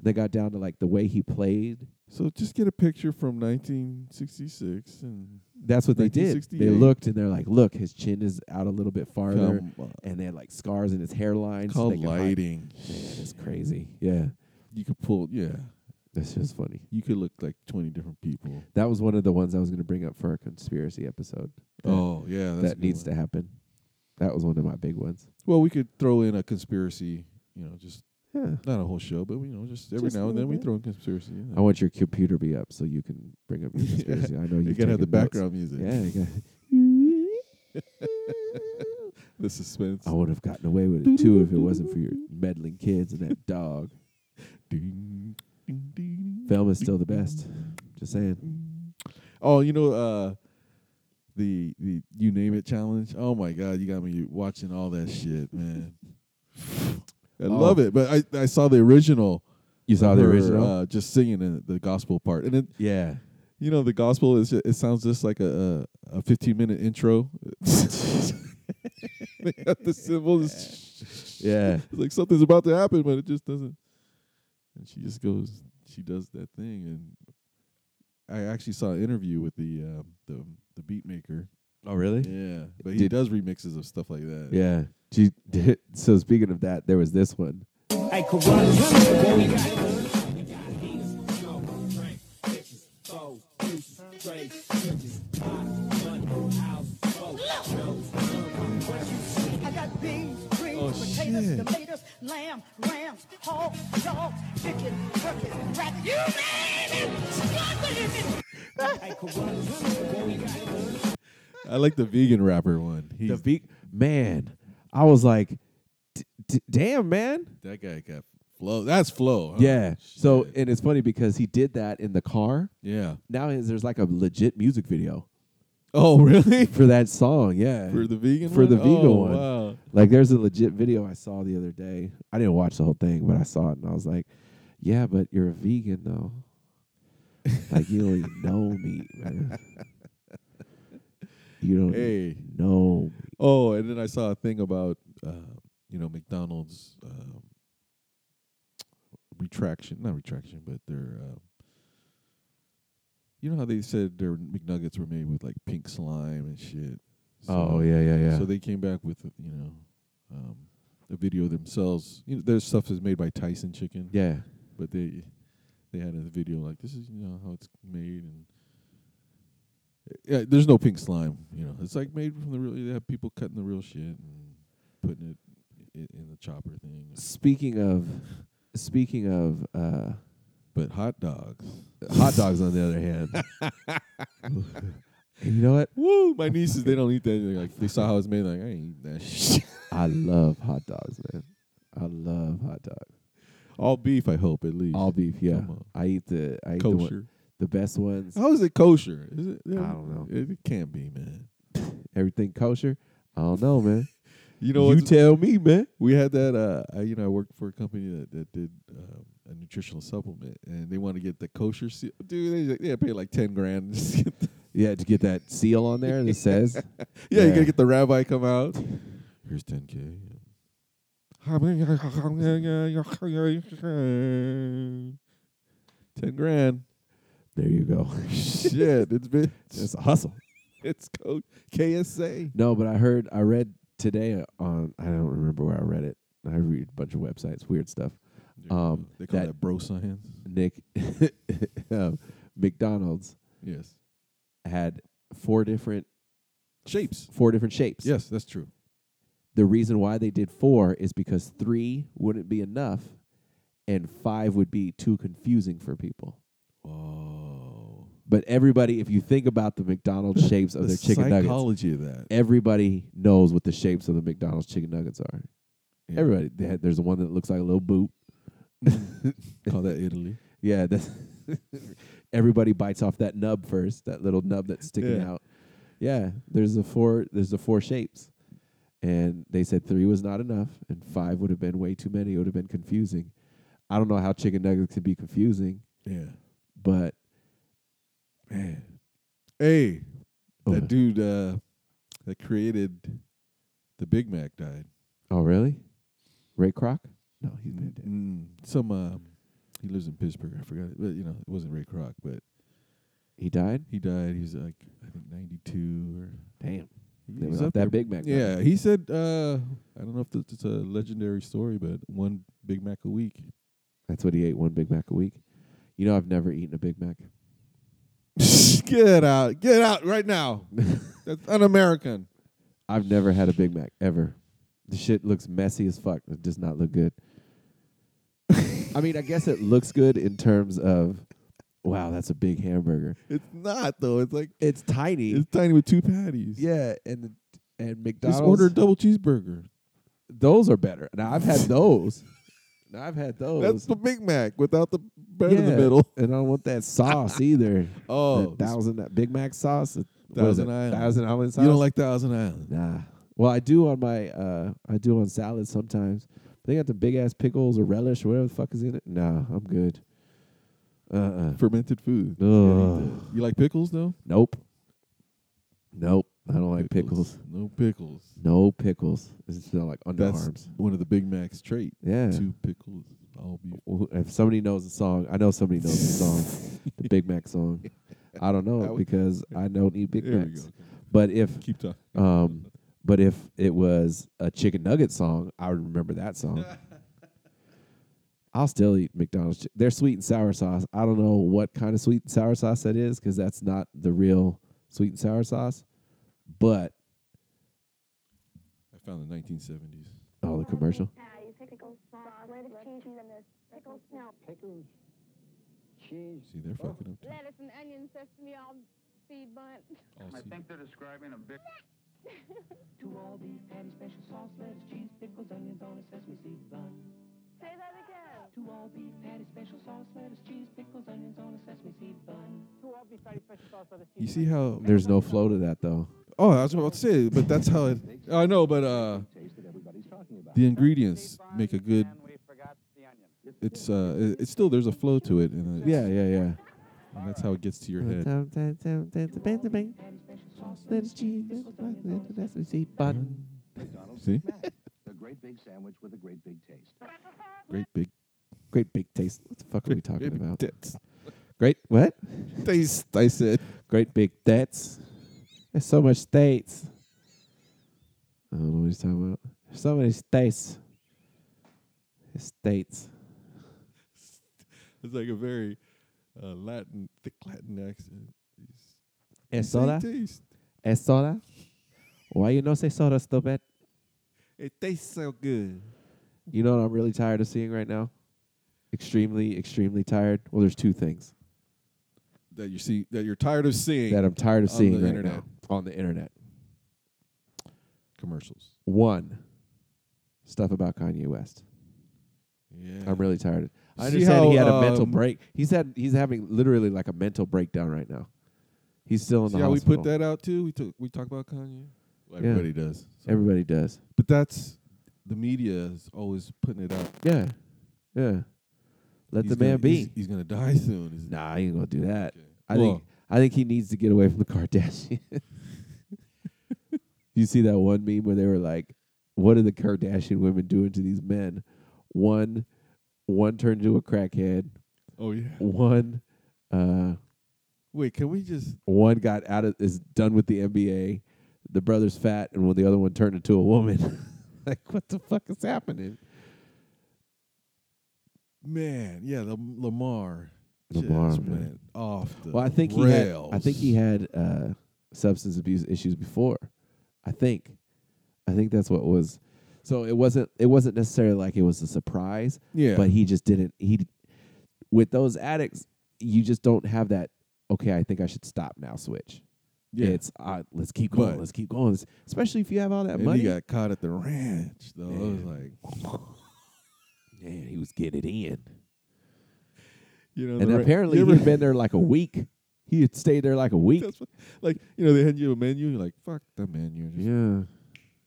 Speaker 4: they got down to like the way he played.
Speaker 3: So just get a picture from 1966 and
Speaker 4: That's what they did. They
Speaker 3: 1968.
Speaker 4: looked and they're like, look, his chin is out a little bit farther,
Speaker 3: come on.
Speaker 4: and they had like scars in his hairline. so
Speaker 3: called
Speaker 4: they could hide-
Speaker 3: lighting.
Speaker 4: Man, it's crazy. Yeah,
Speaker 3: You could pull. Yeah,
Speaker 4: that's just funny.
Speaker 3: you could look like 20 different people.
Speaker 4: That was one of the ones I was going to bring up for a conspiracy episode. That-
Speaker 3: oh yeah, that's a
Speaker 4: that
Speaker 3: good
Speaker 4: needs
Speaker 3: one.
Speaker 4: to happen. That was one of my big ones.
Speaker 3: Well, we could throw in a conspiracy. You know, just
Speaker 4: Yeah.
Speaker 3: not a whole show, but you know, just every
Speaker 4: Just a
Speaker 3: now and then
Speaker 4: little
Speaker 3: we
Speaker 4: bit.
Speaker 3: throw in conspiracy. You know.
Speaker 4: I want your computer be up so you can bring up your
Speaker 3: Yeah.
Speaker 4: conspiracy. I know you
Speaker 3: you gotta have the
Speaker 4: taking notes.
Speaker 3: background music.
Speaker 4: Yeah, you got
Speaker 3: the suspense.
Speaker 4: I would have gotten away with it too if it wasn't for your meddling kids and that dog.
Speaker 3: Ding, ding, ding,
Speaker 4: Velma's still the best. Just saying.
Speaker 3: ding. Oh, you know, uh, the the you name it challenge. Oh my god, you got me watching all that shit, man. I
Speaker 4: Oh.
Speaker 3: love it, but I I saw the original.
Speaker 4: You saw
Speaker 3: of
Speaker 4: the
Speaker 3: her,
Speaker 4: original?
Speaker 3: uh, just singing in the gospel part, and it
Speaker 4: yeah.
Speaker 3: you know the gospel is it sounds just like a a, a fifteen minute intro. they got the symbols.
Speaker 4: Yeah.
Speaker 3: It's like something's about to happen, but it just doesn't. And she just goes, she does that thing, and I actually saw an interview with the um, the the beat maker.
Speaker 4: Oh really?
Speaker 3: Yeah, but he
Speaker 4: Did-
Speaker 3: does remixes of stuff like that.
Speaker 4: Yeah. Do you- so speaking of that, there was this one.
Speaker 10: I got beans, greens,
Speaker 3: Oh,
Speaker 10: potatoes,
Speaker 3: shit.
Speaker 10: tomatoes, lamb, rams, hogs, dogs, chicken, turkeys, rabbits. You name it! Struggle is it!
Speaker 3: I like the vegan rapper one. He's,
Speaker 4: The beat man, I was like, d- d- damn man.
Speaker 3: that guy got flow. That's flow. huh?
Speaker 4: Yeah. So
Speaker 3: Oh, Shit.
Speaker 4: and it's funny because he did that in the car.
Speaker 3: yeah.
Speaker 4: Now his- there's like a legit music video
Speaker 3: Oh really?
Speaker 4: for that song. Yeah.
Speaker 3: For the vegan
Speaker 4: For
Speaker 3: one?
Speaker 4: the vegan
Speaker 3: oh,
Speaker 4: one.
Speaker 3: Wow.
Speaker 4: Like there's a legit video I saw the other day. I didn't watch the whole thing, but I saw it and I was like, "Yeah, but you're a vegan though. like you don't eat no meat, man. You don't eat
Speaker 3: Hey.
Speaker 4: no. meat."
Speaker 3: Oh, and then I saw a thing about uh, you know McDonald's um, retraction, not retraction, but their uh, you know how they said their McNuggets were made with like pink slime and shit.
Speaker 4: oh yeah, yeah, yeah.
Speaker 3: So they came back with you know um, a video themselves. You know, their stuff is made by Tyson Chicken.
Speaker 4: yeah,
Speaker 3: but they they had a video like this is you know how it's made and yeah, there's no pink slime. You know, it's like made from the real. They have people cutting the real shit and putting it in, in the chopper thing.
Speaker 4: Speaking of, speaking of uh,
Speaker 3: But hot dogs.
Speaker 4: hot dogs, on the other hand, you know what?
Speaker 3: Woo! My nieces, they don't eat that. They're like they saw how it's made. Like I ain't eating that shit.
Speaker 4: I love hot dogs, man. I love hot dogs.
Speaker 3: All beef, I hope at least.
Speaker 4: All beef, yeah.
Speaker 3: Come on.
Speaker 4: I eat the I eat the one,
Speaker 3: kosher.
Speaker 4: the best ones.
Speaker 3: How is it kosher? Is it,
Speaker 4: I don't know.
Speaker 3: It, it can't be, man.
Speaker 4: Everything kosher? I don't know, man.
Speaker 3: You know,
Speaker 4: you
Speaker 3: what's-
Speaker 4: tell me, man.
Speaker 3: we had that. Uh, I, you know, I worked for a company that, that did um, a nutritional supplement, and they want to get the kosher seal. Dude, they, they pay like ten grand. Just get the-
Speaker 4: Yeah, to get that seal on there that says.
Speaker 3: yeah,
Speaker 4: Yeah.
Speaker 3: you gotta get the rabbi come out. Here's ten k. Ten grand.
Speaker 4: There you go.
Speaker 3: Shit, it's been
Speaker 4: It's a hustle.
Speaker 3: it's code KSA.
Speaker 4: No, but I heard I read today on I don't remember where I read it. I read a bunch of websites, weird stuff. Um,
Speaker 3: they call that,
Speaker 4: that-
Speaker 3: bro science.
Speaker 4: Nick um, McDonald's
Speaker 3: Yes,
Speaker 4: had four different
Speaker 3: shapes.
Speaker 4: four different shapes.
Speaker 3: Yes, that's true.
Speaker 4: The reason why they did four is because three wouldn't be enough, and five would be too confusing for people.
Speaker 3: Oh,
Speaker 4: But everybody, if you think about the McDonald's shapes of
Speaker 3: the
Speaker 4: their chicken nuggets,
Speaker 3: psychology of that.
Speaker 4: everybody knows what the shapes of the McDonald's chicken nuggets are.
Speaker 3: Yeah.
Speaker 4: Everybody, they had, there's one that looks like a little boot.
Speaker 3: Call that Italy.
Speaker 4: Yeah, that's everybody bites off that nub first, that little nub that's sticking
Speaker 3: Yeah.
Speaker 4: out. Yeah, there's the four there's the four shapes. And they said three was not enough and five would have been way too many. It would have been confusing. I don't know how chicken nuggets can be confusing,
Speaker 3: Yeah,
Speaker 4: but
Speaker 3: man. Hey,
Speaker 4: Oh,
Speaker 3: that dude uh, that created the Big Mac died.
Speaker 4: oh really? Ray Kroc? No, he's been dead.
Speaker 3: Mm, some um, he lives in Pittsburgh. I forgot, it, but you know it wasn't Ray Kroc, but
Speaker 4: He died?
Speaker 3: he died. He's like I think ninety two or
Speaker 4: Damn.
Speaker 3: he-
Speaker 4: Living
Speaker 3: he's
Speaker 4: off
Speaker 3: up
Speaker 4: that
Speaker 3: there.
Speaker 4: Big Mac. diet.
Speaker 3: Yeah, he said uh, I don't know if this is a legendary story, but one Big Mac a week.
Speaker 4: That's what he ate, one Big Mac a week. You know I've never eaten a Big Mac.
Speaker 3: get out, get out right now. That's un-American.
Speaker 4: I've never had a Big Mac ever. The shit looks messy as fuck. It does not look good. I mean, I guess it looks good in terms of, wow, that's a big hamburger.
Speaker 3: It's not though. It's like
Speaker 4: It's tiny.
Speaker 3: it's tiny with two patties.
Speaker 4: yeah, and and McDonald's.
Speaker 3: just order a double cheeseburger.
Speaker 4: those are better. Now I've had those. now I've had those.
Speaker 3: That's the Big Mac without the bread in the
Speaker 4: Yeah,
Speaker 3: middle.
Speaker 4: and I don't want that sauce either.
Speaker 3: Oh,
Speaker 4: that thousand that Big Mac sauce. What is
Speaker 3: Thousand
Speaker 4: it?
Speaker 3: Island.
Speaker 4: Thousand Island sauce.
Speaker 3: You don't like Thousand Island?
Speaker 4: Nah. Well, I do on my uh I do on salads sometimes. They got the big ass pickles or relish or whatever the fuck is in it. Nah, I'm good. Uh uh
Speaker 3: Fermented food.
Speaker 4: Ugh.
Speaker 3: You like pickles though?
Speaker 4: Nope. Nope. I don't like pickles.
Speaker 3: No pickles.
Speaker 4: No pickles. It's smell like
Speaker 3: That's
Speaker 4: underarms.
Speaker 3: one of the Big Mac's trait.
Speaker 4: Yeah.
Speaker 3: Two pickles. I'll be
Speaker 4: Wh- If somebody knows the song, I know somebody knows the song, the Big Mac song. I don't know
Speaker 3: That
Speaker 4: it
Speaker 3: was-
Speaker 4: because I don't eat Big
Speaker 3: There we
Speaker 4: Macs.
Speaker 3: go.
Speaker 4: But if
Speaker 3: Keep talking.
Speaker 4: um but if it was a chicken nugget song, I would remember that song. I'll still eat McDonald's. chi- Their sweet and sour sauce. I don't know what kind of sweet and sour sauce that is because that's not the real sweet and sour sauce. But
Speaker 3: I found the 1970s.
Speaker 4: oh, the commercial.
Speaker 3: See, they're fucking up.
Speaker 11: Lettuce and onion, sesame, all seed bun.
Speaker 3: All season.
Speaker 8: they're describing a big.
Speaker 10: To all these patty special sauce, lettuce, cheese, pickles, onions on a sesame seed bun.
Speaker 11: Say that again.
Speaker 10: To all beef patty special sauce, lettuce, cheese, pickles, onions on a sesame seed bun.
Speaker 3: You see how?
Speaker 4: There's no flow to that though.
Speaker 3: Oh, I was about to say, but that's how it. I know, but uh, the ingredients make a good. It's uh, it- it's still there's a flow to it, and
Speaker 4: Yeah,
Speaker 3: it's-
Speaker 4: yeah, yeah.
Speaker 3: and that's how it gets to your head.
Speaker 4: Lettuce, cheese, pickles, onions on a sesame seed bun.
Speaker 12: McDonald's
Speaker 3: See?
Speaker 12: a great big sandwich with a great big taste.
Speaker 3: Great big.
Speaker 4: Great big taste. What the fuck are we talking
Speaker 3: big
Speaker 4: about?
Speaker 3: tits.
Speaker 4: Great what?
Speaker 3: Taste. I said.
Speaker 4: Great big debts. There's so much states. I don't know what he's talking about. There's so many states. States.
Speaker 3: It's like a very uh, Latin, thick Latin accent.
Speaker 4: Es
Speaker 3: Say
Speaker 4: soda?
Speaker 3: taste.
Speaker 4: Es soda? Why you no say soda, stupid?
Speaker 3: It tastes so good.
Speaker 4: You know what I'm really tired of seeing right now? Extremely, extremely tired. Well, there's two things
Speaker 3: That you see. That you're tired of seeing.
Speaker 4: that I'm tired of
Speaker 3: On
Speaker 4: seeing
Speaker 3: the
Speaker 4: right
Speaker 3: internet.
Speaker 4: now on the internet.
Speaker 3: commercials.
Speaker 4: One, stuff about Kanye West.
Speaker 3: Yeah.
Speaker 4: I'm really tired. I
Speaker 3: See
Speaker 4: understand he
Speaker 3: how,
Speaker 4: had a mental
Speaker 3: um,
Speaker 4: break. He's had he's having literally like a mental breakdown right now. He's still in
Speaker 3: See
Speaker 4: the
Speaker 3: how we
Speaker 4: hospital.
Speaker 3: put that out too. We took we talk about Kanye. Well,
Speaker 4: Yeah.
Speaker 3: everybody does. so.
Speaker 4: Everybody does.
Speaker 3: But that's the media is always putting it out.
Speaker 4: Yeah, yeah. Let
Speaker 3: He's
Speaker 4: the man
Speaker 3: gonna-
Speaker 4: be.
Speaker 3: he's- he's gonna die soon, isn't he?
Speaker 4: Nah, I ain't gonna do that. I
Speaker 3: Well-
Speaker 4: think I think he needs to get away from the Kardashians. you see that one meme where they were like, "What are the Kardashian women doing to these men?" One, one turned into a crackhead.
Speaker 3: Oh, yeah.
Speaker 4: One, uh,
Speaker 3: Wait, can we just?
Speaker 4: one got out of is done with the NBA. The brother's fat, and when the other one turned into a woman, like what the fuck is happening?
Speaker 3: Man, yeah, the, Lamar.
Speaker 4: Lamar,
Speaker 3: just
Speaker 4: man.
Speaker 3: went off the
Speaker 4: well, I think
Speaker 3: rails.
Speaker 4: he had. I think he had uh, substance abuse issues before. I think. I think that's what was. So it wasn't. It wasn't necessarily like it was a surprise.
Speaker 3: Yeah.
Speaker 4: But he just didn't. He, with those addicts, you just don't have that. Okay, I think I should stop now. Switch.
Speaker 3: Yeah.
Speaker 4: It's uh, let's keep going.
Speaker 3: But-
Speaker 4: let's keep going. Let's- Especially if you have all that
Speaker 3: and
Speaker 4: money.
Speaker 3: he got caught at the ranch though. It was
Speaker 4: Yeah.
Speaker 3: like,
Speaker 4: Man, he was getting it in.
Speaker 3: you know,
Speaker 4: And
Speaker 3: the ra-
Speaker 4: apparently,
Speaker 3: you
Speaker 4: he
Speaker 3: ever-
Speaker 4: had been there like a week. He had stayed there like a week.
Speaker 3: That's what, like you know, they hand you a menu. You're like, fuck the menu. Just
Speaker 4: yeah.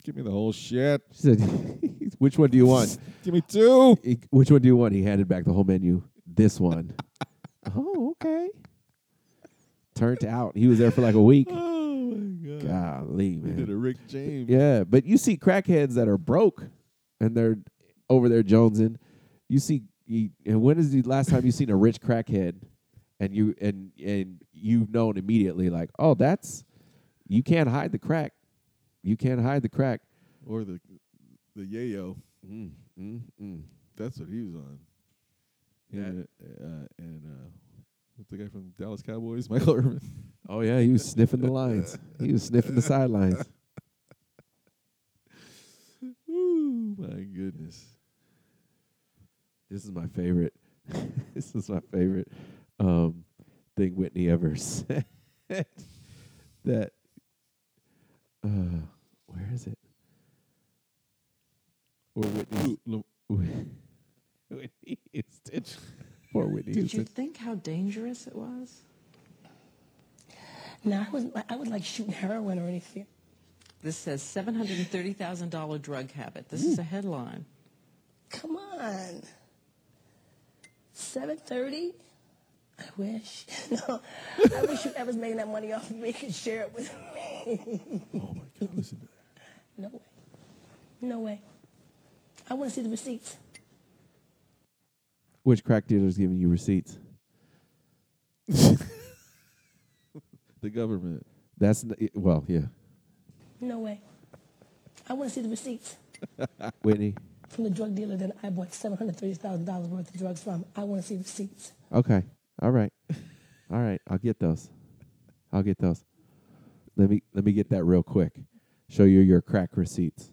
Speaker 3: give me the whole shit.
Speaker 4: She said, "Which one do you want?
Speaker 3: Give me two.
Speaker 4: He- Which one do you want?" He handed back the whole menu. This one. oh, okay. Turned out he was there for like a week.
Speaker 3: Oh my god.
Speaker 4: Golly,
Speaker 3: He did a
Speaker 4: man.
Speaker 3: Rick James.
Speaker 4: Yeah, but you see crackheads that are broke and they're over there jonesing. You see, you, and when is the last time you seen a rich crackhead? And you and and you've known immediately, like, oh, that's you can't hide the crack. You can't hide the crack.
Speaker 3: Or the the yayo.
Speaker 4: Mm, mm, mm.
Speaker 3: That's what he was on.
Speaker 4: Yeah.
Speaker 3: And, uh, uh, and uh, what's the guy from Dallas Cowboys, Michael Irvin.
Speaker 4: Oh yeah, he was sniffing the lines. He was sniffing the sidelines.
Speaker 3: Woo, my goodness.
Speaker 4: This is my favorite. this is my favorite um, thing Whitney ever said. that uh, where is it? Or Whitney. Whitney Houston. Poor Whitney
Speaker 13: Did you
Speaker 4: Houston.
Speaker 13: think how dangerous it was?
Speaker 14: No, I wasn't. I was like shooting heroin or anything.
Speaker 13: This says $730,000 drug habit. This is a headline.
Speaker 14: Come on. Seven thirty. I wish. No, I wish you ever was making that money off of me could share it with me.
Speaker 3: Oh my god, listen to that.
Speaker 14: No way. No way. I want to see the receipts.
Speaker 4: Which crack dealer's giving you receipts?
Speaker 3: The government.
Speaker 4: That's n- well, yeah.
Speaker 14: No way. I want to see the receipts
Speaker 4: Whitney.
Speaker 14: from the drug dealer that I bought seven hundred thirty thousand dollars worth of drugs from. I want to see the receipts.
Speaker 4: Okay. All right. All right. I'll get those. I'll get those. Let me let me get that real quick. Show you your crack receipts.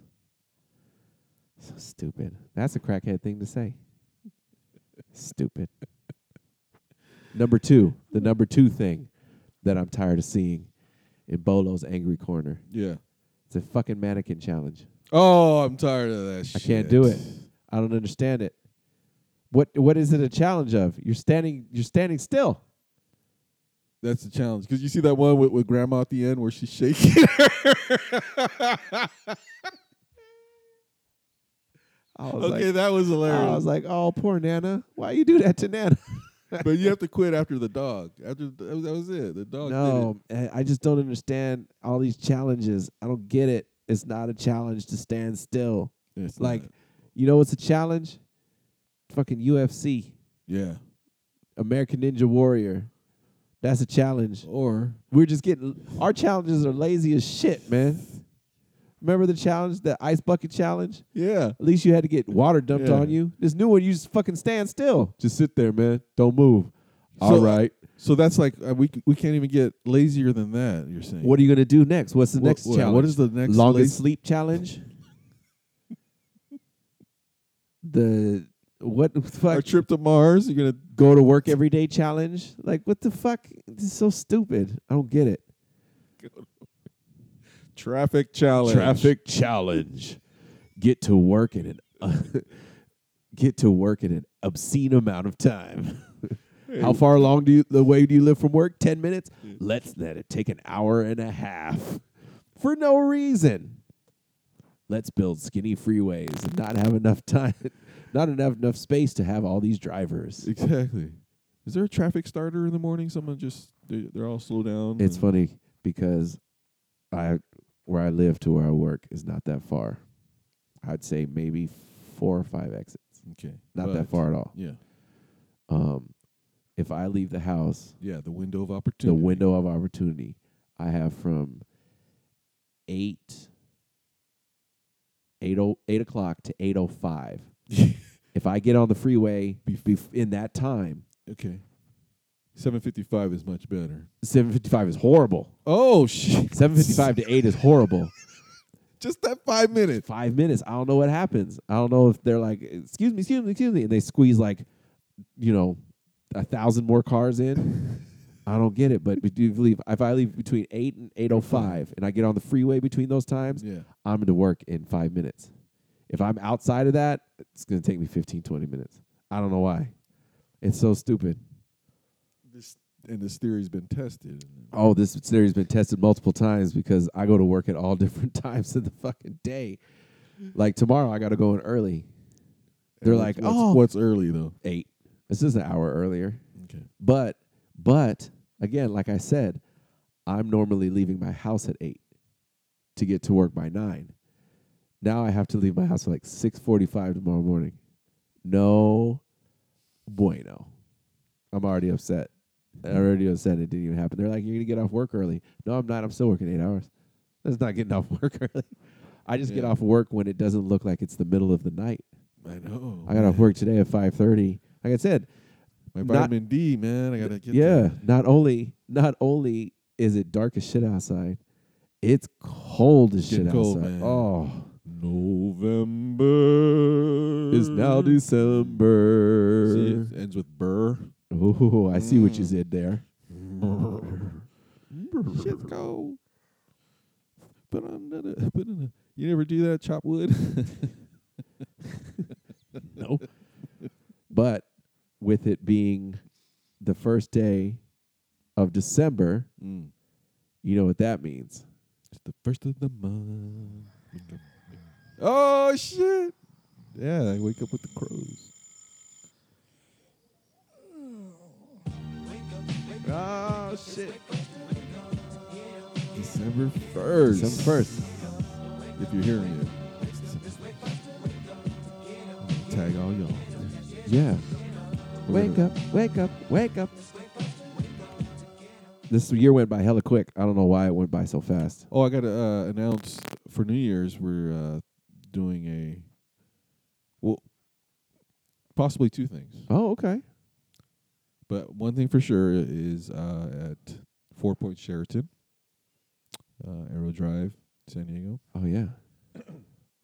Speaker 4: So stupid. That's a crackhead thing to say. stupid. Number two, the number two thing that I'm tired of seeing in Bolo's angry corner.
Speaker 3: Yeah.
Speaker 4: It's a fucking mannequin challenge.
Speaker 3: Oh, I'm tired of that
Speaker 4: I
Speaker 3: shit.
Speaker 4: can't do it. I don't understand it. What what is it a challenge of? You're standing you're standing still.
Speaker 3: That's the challenge. Because you see that one with, with grandma at the end where she's shaking her.
Speaker 4: I was
Speaker 3: Okay,
Speaker 4: like,
Speaker 3: that was hilarious.
Speaker 4: I was like, oh, poor Nana. Why you do that to Nana?
Speaker 3: but you have to quit after the dog. After the, that was- that was it. The dog.
Speaker 4: no, I I just don't understand all these challenges. I don't get it. It's not a challenge to stand still.
Speaker 3: did it. It's
Speaker 4: like,
Speaker 3: not.
Speaker 4: you know, it's a challenge. Fucking UFC,
Speaker 3: yeah,
Speaker 4: American Ninja Warrior. That's a challenge.
Speaker 3: or
Speaker 4: We're just getting our challenges are lazy as shit, man. Remember the challenge, the ice bucket challenge?
Speaker 3: yeah,
Speaker 4: At least you had to get water dumped
Speaker 3: Yeah.
Speaker 4: on you. This new one, you just fucking stand still. Just sit there, man. Don't move. All right.
Speaker 3: So that's like uh, we c- we can't even get lazier than that. You're saying
Speaker 4: What are you gonna do next? What's the
Speaker 3: What-
Speaker 4: next
Speaker 3: what-
Speaker 4: challenge?
Speaker 3: What is the next
Speaker 4: longest
Speaker 3: lazy-
Speaker 4: sleep challenge? the what the fuck?
Speaker 3: Our trip to Mars. You're gonna
Speaker 4: Go to work every day challenge? Like what the fuck? This is so stupid. I don't get it.
Speaker 3: traffic challenge.
Speaker 4: challenge. Get to work in an get to work in an obscene amount of time. How
Speaker 3: Hey.
Speaker 4: far long do you, the way do you live from work? Ten minutes. Let's let it take an hour and a half for no reason. Let's build skinny freeways and not have enough time, not enough enough space to have all these drivers.
Speaker 3: Exactly. Is there a traffic starter in the morning? Someone just they, they're all slow down.
Speaker 4: It's
Speaker 3: and-
Speaker 4: funny because I where I live to where I work is not that far. I'd say maybe four or five exits.
Speaker 3: Okay.
Speaker 4: Not
Speaker 3: Well,
Speaker 4: that far at all.
Speaker 3: yeah.
Speaker 4: Um if I leave the house,
Speaker 3: Yeah, the window of opportunity.
Speaker 4: the window of opportunity I have from eight eight oh eight o'clock to eight oh five. if I get on the freeway bef- in that time,
Speaker 3: Okay. Seven fifty five is much better.
Speaker 4: seven fifty five is horrible.
Speaker 3: Oh shit.
Speaker 4: Seven fifty five to eight is horrible.
Speaker 3: Just that five minutes.
Speaker 4: Five minutes. I don't know what happens. I don't know if they're like, excuse me, excuse me, excuse me, and they squeeze like, you know, a thousand more cars in. I don't get it, but we do leave. If I leave between eight and eight oh five, and I get on the freeway between those times,
Speaker 3: Yeah.
Speaker 4: I'm into work in five minutes. If I'm outside of that, it's gonna take me 15, 20 minutes. I don't know why. It's so stupid.
Speaker 3: This and this theory's been tested.
Speaker 4: Oh, this theory's been tested multiple times because I go to work at all different times of the fucking day. Like tomorrow, I got to go in early. They're
Speaker 3: And
Speaker 4: like,
Speaker 3: what's- what's-
Speaker 4: oh,
Speaker 3: what's early though?
Speaker 4: eight. This is an hour earlier.
Speaker 3: Okay.
Speaker 4: But, but again, like I said, I'm normally leaving my house at eight to get to work by nine. Now I have to leave my house at like six forty-five tomorrow morning. No, bueno. I'm already upset. I'm already upset. It didn't even happen. They're like, you're gonna get off work early. No, I'm not. I'm still working eight hours. That's not getting off work early. I just get
Speaker 3: Yeah.
Speaker 4: off work when it doesn't look like it's the middle of the night.
Speaker 3: I know.
Speaker 4: I got off work today at five thirty. Like I said,
Speaker 3: My
Speaker 4: not-
Speaker 3: vitamin D, man. I gotta get
Speaker 4: yeah.
Speaker 3: that.
Speaker 4: Not only not only is it dark as shit outside, it's cold as
Speaker 3: Getting
Speaker 4: shit
Speaker 3: cold,
Speaker 4: outside.
Speaker 3: man.
Speaker 4: Oh,
Speaker 3: November
Speaker 4: it's now December.
Speaker 3: Mm-hmm. See, Mm. it ends with burr.
Speaker 4: Oh, I see what you did there.
Speaker 3: Shit's cold. But I'm not a, but uh, in a, you never do that, chop wood.
Speaker 4: no. But with it being the first day of December,
Speaker 3: Mm.
Speaker 4: you know what that means.
Speaker 3: It's the first of the month. Oh shit! Yeah, I wake up with the crows. Oh shit! December first.
Speaker 4: December first.
Speaker 3: If you're hearing it, tag all y'all.
Speaker 4: Yeah.
Speaker 3: We're
Speaker 4: Wake
Speaker 3: gonna-
Speaker 4: up, wake up, wake up. This year went by hella quick. I don't know why it went by so fast.
Speaker 3: Oh, I got to uh, announce for New Year's we're uh, doing a well, possibly two things.
Speaker 4: Oh, okay.
Speaker 3: But one thing for sure is uh, at Four Point Sheraton, uh, Arrow Drive, San Diego.
Speaker 4: Oh yeah.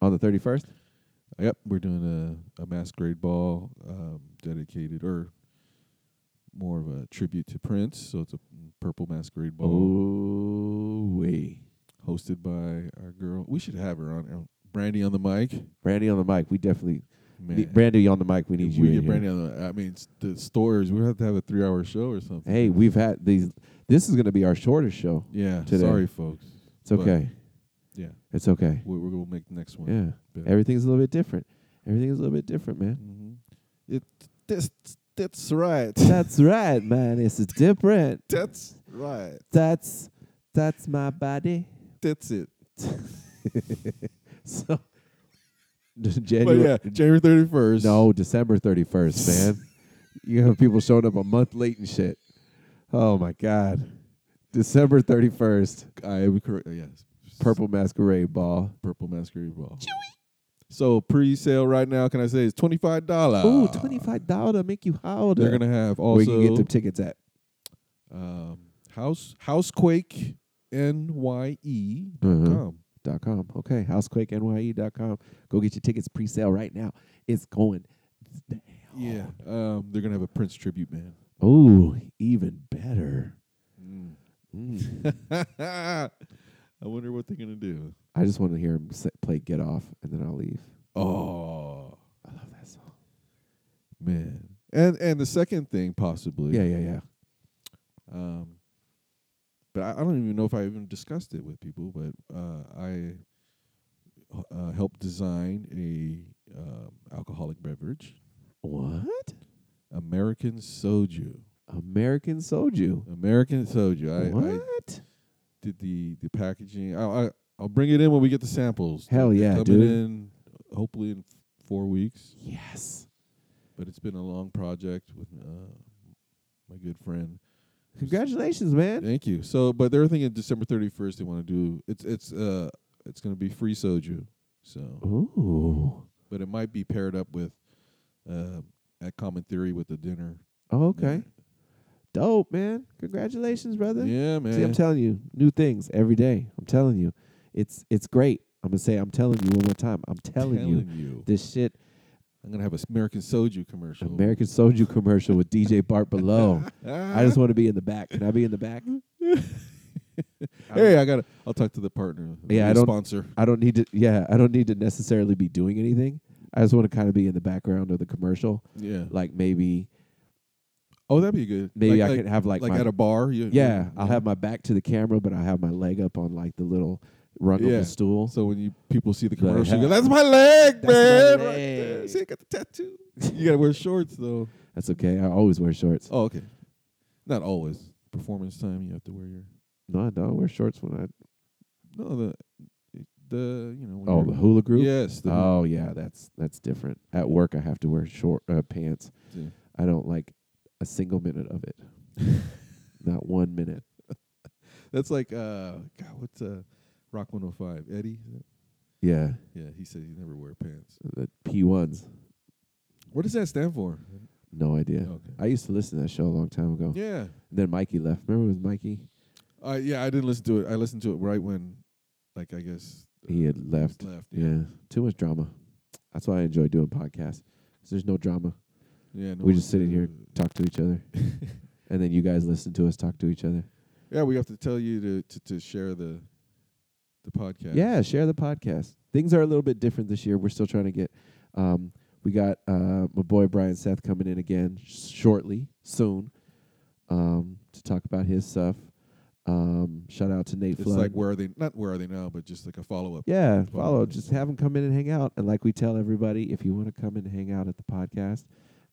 Speaker 4: On the thirty first?
Speaker 3: Yep, we're doing a, a masquerade ball um, dedicated or more of a tribute to Prince. So it's a purple masquerade ball
Speaker 4: Oh we.
Speaker 3: hosted by our girl. We should have her on. uh, Brandy on the mic.
Speaker 4: Brandy on the mic. We definitely
Speaker 3: Man.
Speaker 4: need- Brandy on the mic, we need
Speaker 3: If
Speaker 4: you.
Speaker 3: we
Speaker 4: in
Speaker 3: get
Speaker 4: here.
Speaker 3: Brandy on the. I mean, s- the stores. We have to have a three-hour show or something.
Speaker 4: Hey, we've had these this is gonna be our shortest show.
Speaker 3: yeah.
Speaker 4: today.
Speaker 3: Sorry, folks.
Speaker 4: It's
Speaker 3: but
Speaker 4: okay.
Speaker 3: Yeah,
Speaker 4: It's okay.
Speaker 3: we, we're gonna make the next one.
Speaker 4: Yeah.
Speaker 3: better.
Speaker 4: Everything's a little bit different. Everything's a little bit different, man.
Speaker 3: It that's that's right.
Speaker 4: That's right, man. It's different.
Speaker 3: That's right.
Speaker 4: That's that's my body.
Speaker 3: That's it.
Speaker 4: so
Speaker 3: But
Speaker 4: January,
Speaker 3: yeah, January thirty first.
Speaker 4: No, December 31st, man. you have people showing up a month late and shit. Oh my god. December 31st,
Speaker 3: I am correct. uh, Yes,
Speaker 4: Purple Masquerade Ball.
Speaker 3: purple masquerade ball. So pre-sale right now, can I say is twenty five dollars.
Speaker 4: Ooh, $25 to make you howler.
Speaker 3: They're gonna have also
Speaker 4: Where you can get them tickets at.
Speaker 3: um, house housequake n y e dot
Speaker 4: Uh-huh.
Speaker 3: com.
Speaker 4: Dot com. Okay, housequakenye.com. E Go get your tickets pre-sale right now. It's going down.
Speaker 3: Yeah, um, they're gonna have a Prince tribute band.
Speaker 4: Oh, even better. Mm.
Speaker 3: I wonder what they're gonna do.
Speaker 4: I just want to hear him play Get Off, and then I'll leave.
Speaker 3: Oh,
Speaker 4: I love that song.
Speaker 3: man. And and the second thing possibly.
Speaker 4: Yeah, yeah, yeah.
Speaker 3: Um but I, I don't even know if I even discussed it with people, but uh I uh, helped design a um, alcoholic beverage.
Speaker 4: What?
Speaker 3: American soju.
Speaker 4: American soju.
Speaker 3: American soju. I,
Speaker 4: What?
Speaker 3: I did the the packaging. I, I I'll bring it in when we get the samples.
Speaker 4: Hell
Speaker 3: They're
Speaker 4: yeah,
Speaker 3: coming
Speaker 4: dude.
Speaker 3: in hopefully in four weeks.
Speaker 4: Yes.
Speaker 3: But it's been a long project with uh, my good friend.
Speaker 4: Congratulations, man.
Speaker 3: Thank you. So, but they're thinking December thirty first. They want to do it's it's uh it's going to be free soju. So,
Speaker 4: Ooh.
Speaker 3: but it might be paired up with uh, at Common Theory with the dinner.
Speaker 4: Oh, okay. Dope, man. Congratulations, brother.
Speaker 3: Yeah,
Speaker 4: See, I'm
Speaker 3: man.
Speaker 4: telling you, new things every day. I'm telling you. It's it's great. I'm gonna say I'm telling you one more time. I'm telling,
Speaker 3: Telling you.
Speaker 4: This shit
Speaker 3: I'm gonna have an American soju commercial.
Speaker 4: American Soju commercial with DJ Bart below.
Speaker 3: Ah.
Speaker 4: I just want to be in the back. Can I be in the back?
Speaker 3: hey, I got. to I'll talk to the partner.
Speaker 4: Yeah,
Speaker 3: the
Speaker 4: I don't
Speaker 3: sponsor.
Speaker 4: I don't need to. Yeah, I don't need to necessarily be doing anything. I just want to kind of be in the background of the commercial.
Speaker 3: Yeah.
Speaker 4: like maybe.
Speaker 3: Oh, that'd be good.
Speaker 4: Maybe
Speaker 3: Like-
Speaker 4: I
Speaker 3: like-
Speaker 4: could have like
Speaker 3: like
Speaker 4: my-
Speaker 3: at a bar, you-
Speaker 4: Yeah,
Speaker 3: you-
Speaker 4: I'll have my back to the camera, but I have my leg up on like the little rundle
Speaker 3: Yeah.
Speaker 4: stool.
Speaker 3: So when you people see the commercial,
Speaker 4: commercial,
Speaker 3: you go, "That's my leg, man."
Speaker 4: My
Speaker 3: right
Speaker 4: leg.
Speaker 3: there. See, I got the tattoo. you gotta wear shorts though.
Speaker 4: That's okay. I always wear shorts.
Speaker 3: Oh, okay. Not always. Performance time, you have to wear your
Speaker 4: No, I don't wear shorts when I.
Speaker 3: no the the you know. when
Speaker 4: Oh,
Speaker 3: you're-
Speaker 4: the hula group.
Speaker 3: Yes. The
Speaker 4: oh yeah, that's that's different. At work, I have to wear short uh, pants.
Speaker 3: Yeah.
Speaker 4: I don't like a single minute of it. Not one minute.
Speaker 3: That's like uh, God, what's uh, Rock 105? Eddie. is it?
Speaker 4: Yeah,
Speaker 3: Yeah, he said he never wear pants.
Speaker 4: the P ones.
Speaker 3: What does that stand for?
Speaker 4: No idea.
Speaker 3: Okay.
Speaker 4: I used to listen to that show a long time ago.
Speaker 3: Yeah.
Speaker 4: then Mikey left. Remember it was Mikey?
Speaker 3: Uh, yeah, I didn't listen to it. I listened to it right when, like, I guess
Speaker 4: He had left.
Speaker 3: left,
Speaker 4: Yeah.
Speaker 3: yeah.
Speaker 4: Too much drama. That's why I enjoy doing podcasts. 'cause there's no drama.
Speaker 3: Yeah, no
Speaker 4: we just
Speaker 3: one's
Speaker 4: sit in here,
Speaker 3: gonna-
Speaker 4: talk to each other, and then you guys listen to us talk to each other.
Speaker 3: Yeah, we have to tell you to to, to share the the podcast.
Speaker 4: Yeah, share the podcast. Things are a little bit different this year. We're still trying to get. Um, we got uh, my boy Brian Seth coming in again sh- shortly, soon, um, to talk about his stuff. Um, shout out to Nate
Speaker 3: It's
Speaker 4: Flood.
Speaker 3: like where are they? Not where are they now, but just like a follow up.
Speaker 4: Yeah, follow. Just have them come in and hang out. And like we tell everybody, if you want to come and hang out at the podcast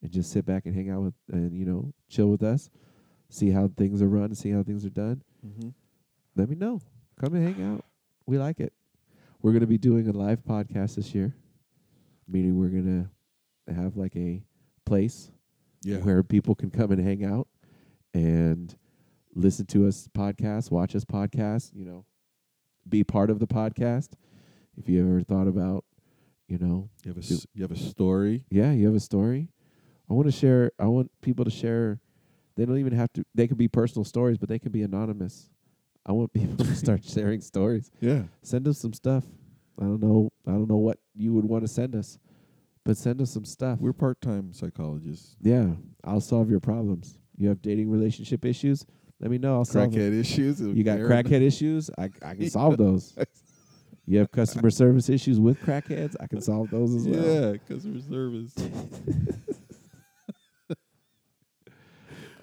Speaker 4: and just sit back and hang out with and you know chill with us, see how things are run, see how things are done.
Speaker 3: Mhm.
Speaker 4: Let me know. Come and hang out. We like it. We're gonna be doing a live podcast this year, meaning we're gonna have like a place
Speaker 3: Yeah.
Speaker 4: where people can come and hang out and listen to us podcast, watch us podcast, you know, be part of the podcast. If you ever thought about, you know,
Speaker 3: You have a
Speaker 4: do-
Speaker 3: s- you have a story.
Speaker 4: yeah, you have a story. I want to share. I want people to share. They don't even have to. They could be personal stories, but they could be anonymous. I want people to start sharing stories.
Speaker 3: Yeah.
Speaker 4: send us some stuff. I don't know. I don't know what you would want to send us, but send us some stuff.
Speaker 3: We're part time psychologists.
Speaker 4: Yeah, I'll solve your problems. You have dating relationship issues? Let me know. I'll solve
Speaker 3: Crackhead
Speaker 4: them.
Speaker 3: issues?
Speaker 4: You got
Speaker 3: Aaron-
Speaker 4: crackhead issues? I I can solve those. You have customer service issues with crackheads? I can solve those as well.
Speaker 3: Yeah, customer service.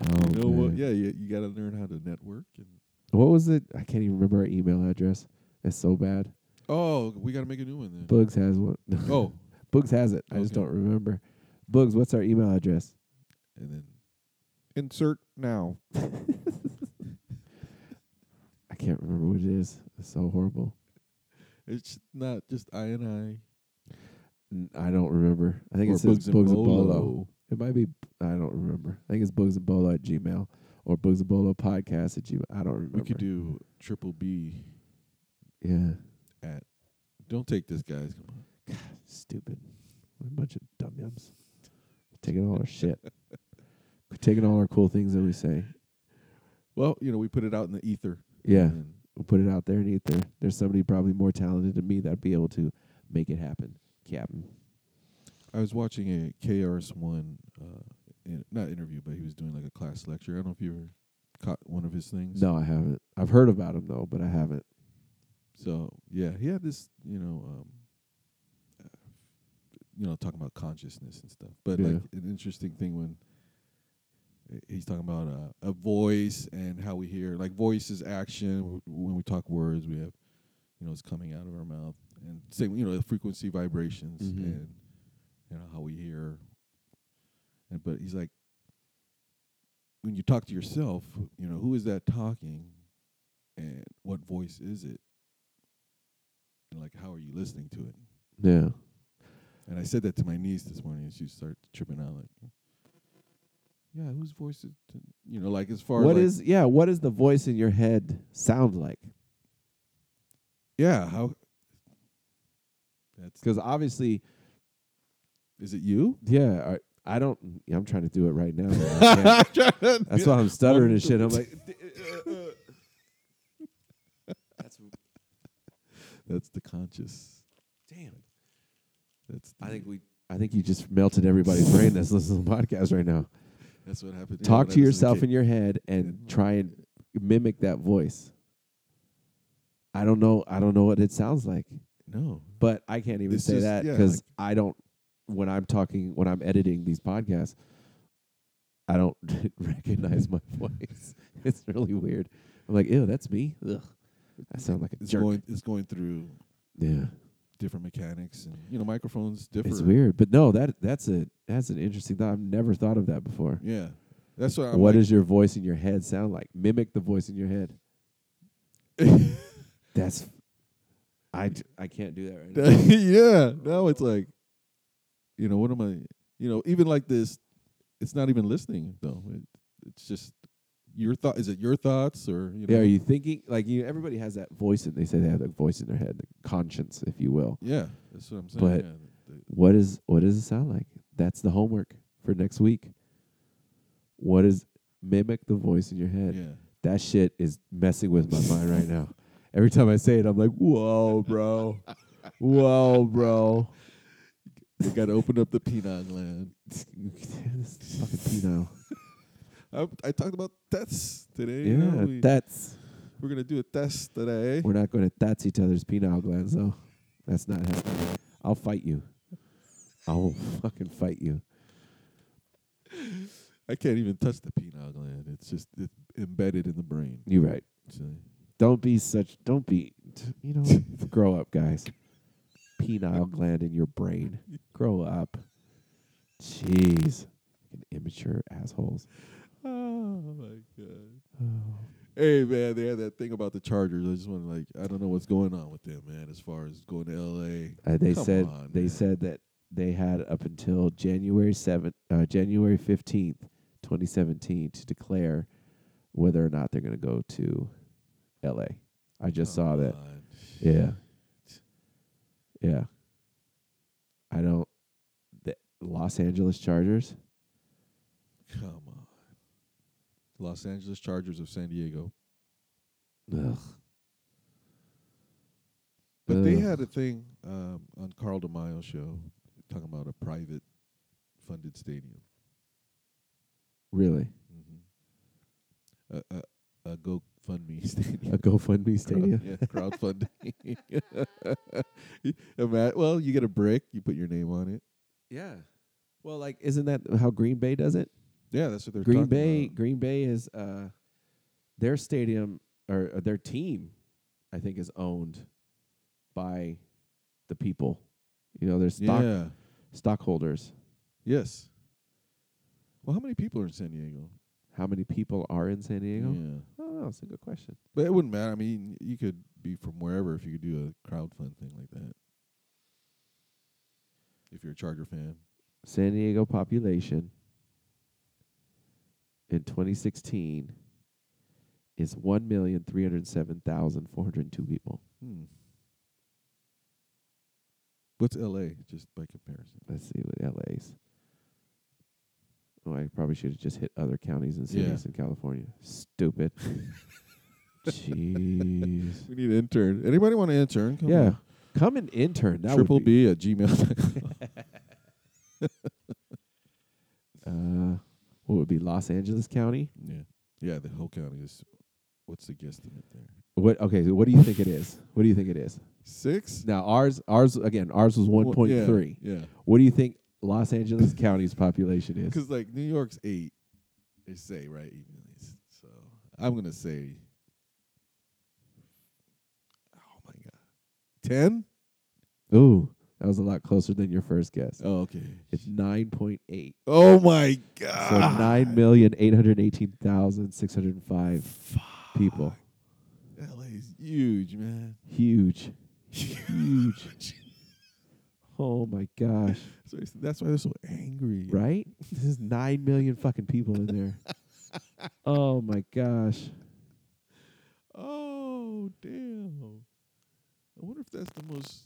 Speaker 4: Oh,
Speaker 3: you know what?
Speaker 4: man.
Speaker 3: Yeah, you, you got to learn how to network. And,
Speaker 4: What was it? I can't even remember our email address. That's so bad.
Speaker 3: oh, we got to make a new one then.
Speaker 4: Bugs has one.
Speaker 3: Oh.
Speaker 4: Bugs has it. I just
Speaker 3: Okay.
Speaker 4: don't remember. Bugs, what's our email address?
Speaker 3: and then insert now.
Speaker 4: I can't remember what it is. It's so horrible.
Speaker 3: It's not just I and
Speaker 4: N- I don't remember. I think
Speaker 3: Or
Speaker 4: it says
Speaker 3: Bugs
Speaker 4: Bugs
Speaker 3: and
Speaker 4: and,
Speaker 3: Bolo.
Speaker 4: Bolo. It might be. I don't remember. I think it's Bugs and Bolo at Gmail or Bugs and Bolo podcast at Gmail. I don't
Speaker 3: I.
Speaker 4: remember.
Speaker 3: We could do triple B
Speaker 4: Yeah.
Speaker 3: at. Don't take this, guys. Come on.
Speaker 4: Stupid. What a bunch of dum yums. Taking all our shit. We're taking all our cool things that we say.
Speaker 3: Well, you know, we put it out in the ether.
Speaker 4: Yeah.
Speaker 3: And
Speaker 4: We'll put it out there in ether. There's somebody probably more talented than me that'd be able to make it happen. Captain.
Speaker 3: I was watching a KRS-One, uh, in, not interview, but he was doing like a class lecture. I don't know if you ever caught one of his things.
Speaker 4: No, I haven't. I've heard about him though, but I haven't.
Speaker 3: So yeah, he had this, you know, um, uh, you know talking about consciousness and stuff. But
Speaker 4: Yeah.
Speaker 3: like an interesting thing when uh, he's talking about uh, a voice and how we hear like voice is action. W- When we talk words, we have you know it's coming out of our mouth and same you know the frequency vibrations
Speaker 4: Mhm.
Speaker 3: and you know how we hear. And but he's like when you talk to yourself, you know who is that talking, and what voice is it, and like how are you listening to it.
Speaker 4: Yeah.
Speaker 3: And I said that to my niece this morning, and she started tripping out, like, yeah, whose voice is, t- you know, like as far
Speaker 4: What
Speaker 3: as
Speaker 4: is
Speaker 3: like,
Speaker 4: yeah? What does the voice in your head sound like?
Speaker 3: yeah, how That's
Speaker 4: because obviously,
Speaker 3: is it you?
Speaker 4: Yeah, I, I don't. I'm trying to do it right now. but I can't. That's why I'm stuttering and shit. I'm like,
Speaker 15: uh, That's
Speaker 3: that's the conscious.
Speaker 15: damn.
Speaker 3: That's
Speaker 15: I think we.
Speaker 4: I think you just melted everybody's brain that's listening to the podcast right now.
Speaker 3: That's what happened. Yeah,
Speaker 4: Talk
Speaker 3: when I
Speaker 4: to
Speaker 3: was a
Speaker 4: yourself
Speaker 3: kid.
Speaker 4: in your head and try and mimic that voice. I don't know. I don't know what it sounds like.
Speaker 3: No.
Speaker 4: but I can't even
Speaker 3: It's
Speaker 4: say
Speaker 3: just-
Speaker 4: that
Speaker 3: yeah,
Speaker 4: 'cause that because I don't. When I'm talking, when I'm editing these podcasts, I don't recognize my voice. It's really weird. I'm like, ew, that's me. Ugh, I sound like a
Speaker 3: it's
Speaker 4: jerk.
Speaker 3: going it's going through
Speaker 4: yeah,
Speaker 3: different mechanics and you know microphones differ.
Speaker 4: it's weird. But no, that that's a that's an interesting thought. I've never thought of that before.
Speaker 3: Yeah, that's what.
Speaker 4: What
Speaker 3: I'm
Speaker 4: does
Speaker 3: like,
Speaker 4: your voice in your head sound like? Mimic the voice in your head. that's I d- I can't do that right now.
Speaker 3: yeah. Now it's like, you know, what am I? You know, even like this, it's not even listening though. It, it's just your thought. Is it your thoughts or you know?
Speaker 4: Yeah, are you thinking like you? Everybody has that voice, and they say they have that voice in their head, the conscience, if you will.
Speaker 3: Yeah, that's what I'm saying,
Speaker 4: But
Speaker 3: yeah, the-
Speaker 4: what is what does it sound like? That's the homework for next week. What is mimic the voice in your head?
Speaker 3: Yeah.
Speaker 4: That shit is messing with my mind right now. Every time I say it, I'm like, whoa, bro, whoa, bro.
Speaker 3: You got to open up the penile gland.
Speaker 4: this is fucking penile.
Speaker 3: I, I talked about tests today. you know,
Speaker 4: Yeah,
Speaker 3: we-
Speaker 4: that's
Speaker 3: We're gonna do a test today.
Speaker 4: we're not going to that's each other's penile glands though. That's not happening. I'll fight you. I will fucking fight you.
Speaker 3: I can't even touch the penile gland. It's just it's embedded in the brain.
Speaker 4: You're right.
Speaker 3: So-
Speaker 4: Don't be such. Don't be. t- You know, what? grow up, guys. Penile gland in your brain. Grow up. Jeez, Fucking immature assholes. Oh.
Speaker 3: Oh my god. Hey man, they had that thing about the Chargers. I just want to like, I don't know what's going on with them, man. As far as going to L.A.,
Speaker 4: Uh, they
Speaker 3: Come
Speaker 4: said
Speaker 3: on,
Speaker 4: they
Speaker 3: man.
Speaker 4: said that they had up until January seventh, uh, January fifteenth, twenty seventeen, to declare whether or not they're going to go to L.A. I just saw that.
Speaker 3: on.
Speaker 4: Yeah. Yeah. I don't. The Los Angeles Chargers.
Speaker 3: come on. Los Angeles Chargers of San Diego,
Speaker 4: Ugh.
Speaker 3: but they
Speaker 4: Ugh.
Speaker 3: had a thing um, on Carl DeMaio's show talking about a private funded stadium,
Speaker 4: Really?
Speaker 3: a a, a GoFundMe stadium,
Speaker 4: A GoFundMe stadium?
Speaker 3: Crowd, yeah, crowdfunding. Ima- well, you get a brick, you put your name on it.
Speaker 4: Yeah. Well, like, isn't that how Green Bay does it?
Speaker 3: Yeah, that's what they're
Speaker 4: Green
Speaker 3: talking
Speaker 4: Bay.
Speaker 3: about.
Speaker 4: Green Bay is uh, their stadium or uh, their team, I think, is owned by the people. You know, their stock
Speaker 3: Yeah.
Speaker 4: stockholders.
Speaker 3: Yes. Well, how many people are in San Diego?
Speaker 4: How many people are in San Diego?
Speaker 3: Yeah.
Speaker 4: I don't know. It's a good question.
Speaker 3: But it wouldn't matter. I mean, you could be from wherever if you could do a crowdfund thing like that. If you're a Charger fan.
Speaker 4: San Diego population in 2016 is 1,307,402 people.
Speaker 3: Hmm. What's LA just by comparison?
Speaker 4: Let's see what LA's. Oh, I probably should have just hit other counties and cities
Speaker 3: Yeah.
Speaker 4: in California. Stupid. Jeez.
Speaker 3: We need an intern. Anybody want an intern? Come
Speaker 4: yeah.
Speaker 3: on.
Speaker 4: Come and intern. That
Speaker 3: Triple
Speaker 4: would be.
Speaker 3: B at gmail.
Speaker 4: Uh, what would be Los Angeles County?
Speaker 3: yeah. Yeah, the whole county is. What's the guesstimate there?
Speaker 4: What? Okay, so what do you think it is? What do you think it is?
Speaker 3: Six.
Speaker 4: Now ours, ours again, ours was
Speaker 3: Well,
Speaker 4: one point three.
Speaker 3: yeah, yeah.
Speaker 4: What do you think Los Angeles County's population is?
Speaker 3: Because like New York's eight, they say right eight million. So I'm gonna say, oh my god, ten.
Speaker 4: Ooh, that was a lot closer than your first guess.
Speaker 3: Oh, okay.
Speaker 4: It's nine point eight.
Speaker 3: Oh my
Speaker 4: So
Speaker 3: god.
Speaker 4: nine million eight hundred eighteen thousand six hundred five people.
Speaker 3: LA's huge, man.
Speaker 4: Huge, huge. Oh my gosh!
Speaker 3: So it's- that's why they're so angry,
Speaker 4: Right? This is nine million fucking people in there. oh my gosh!
Speaker 3: Oh damn! I wonder if that's the most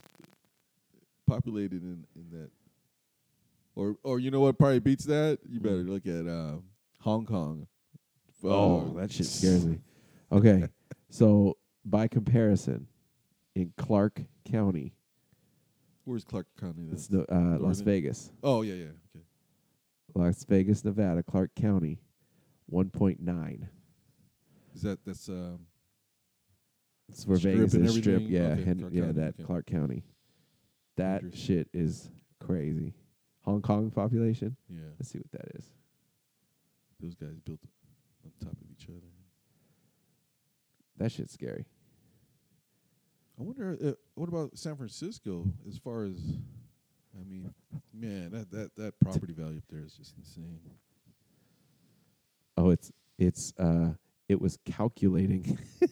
Speaker 3: populated in in that, or or you know what probably beats that?
Speaker 4: Hmm.
Speaker 3: You better look at um, Hong Kong.
Speaker 4: Oh, that shit scares me. Okay. so by comparison, in Clark County,
Speaker 3: Where's Clark County?
Speaker 4: it's the, uh, Las
Speaker 3: Northern?
Speaker 4: Vegas,
Speaker 3: Oh yeah, yeah. Okay.
Speaker 4: Las Vegas, Nevada, Clark County, 1.9.
Speaker 3: Is that that's um?
Speaker 4: It's where
Speaker 3: Strip
Speaker 4: Vegas
Speaker 3: and
Speaker 4: is strip.
Speaker 3: everything?
Speaker 4: Yeah,
Speaker 3: Okay,
Speaker 4: Hen-
Speaker 3: Clark
Speaker 4: yeah,
Speaker 3: County,
Speaker 4: that
Speaker 3: okay.
Speaker 4: Clark County. That
Speaker 3: Interesting.
Speaker 4: shit is crazy. Hong Kong population.
Speaker 3: Yeah.
Speaker 4: Let's see what that is.
Speaker 3: Those guys built on top of each other.
Speaker 4: That shit's scary.
Speaker 3: I wonder uh, what about San Francisco as far as I mean, man, that that that property value up there is just insane.
Speaker 4: Oh, it's it's uh it was calculating.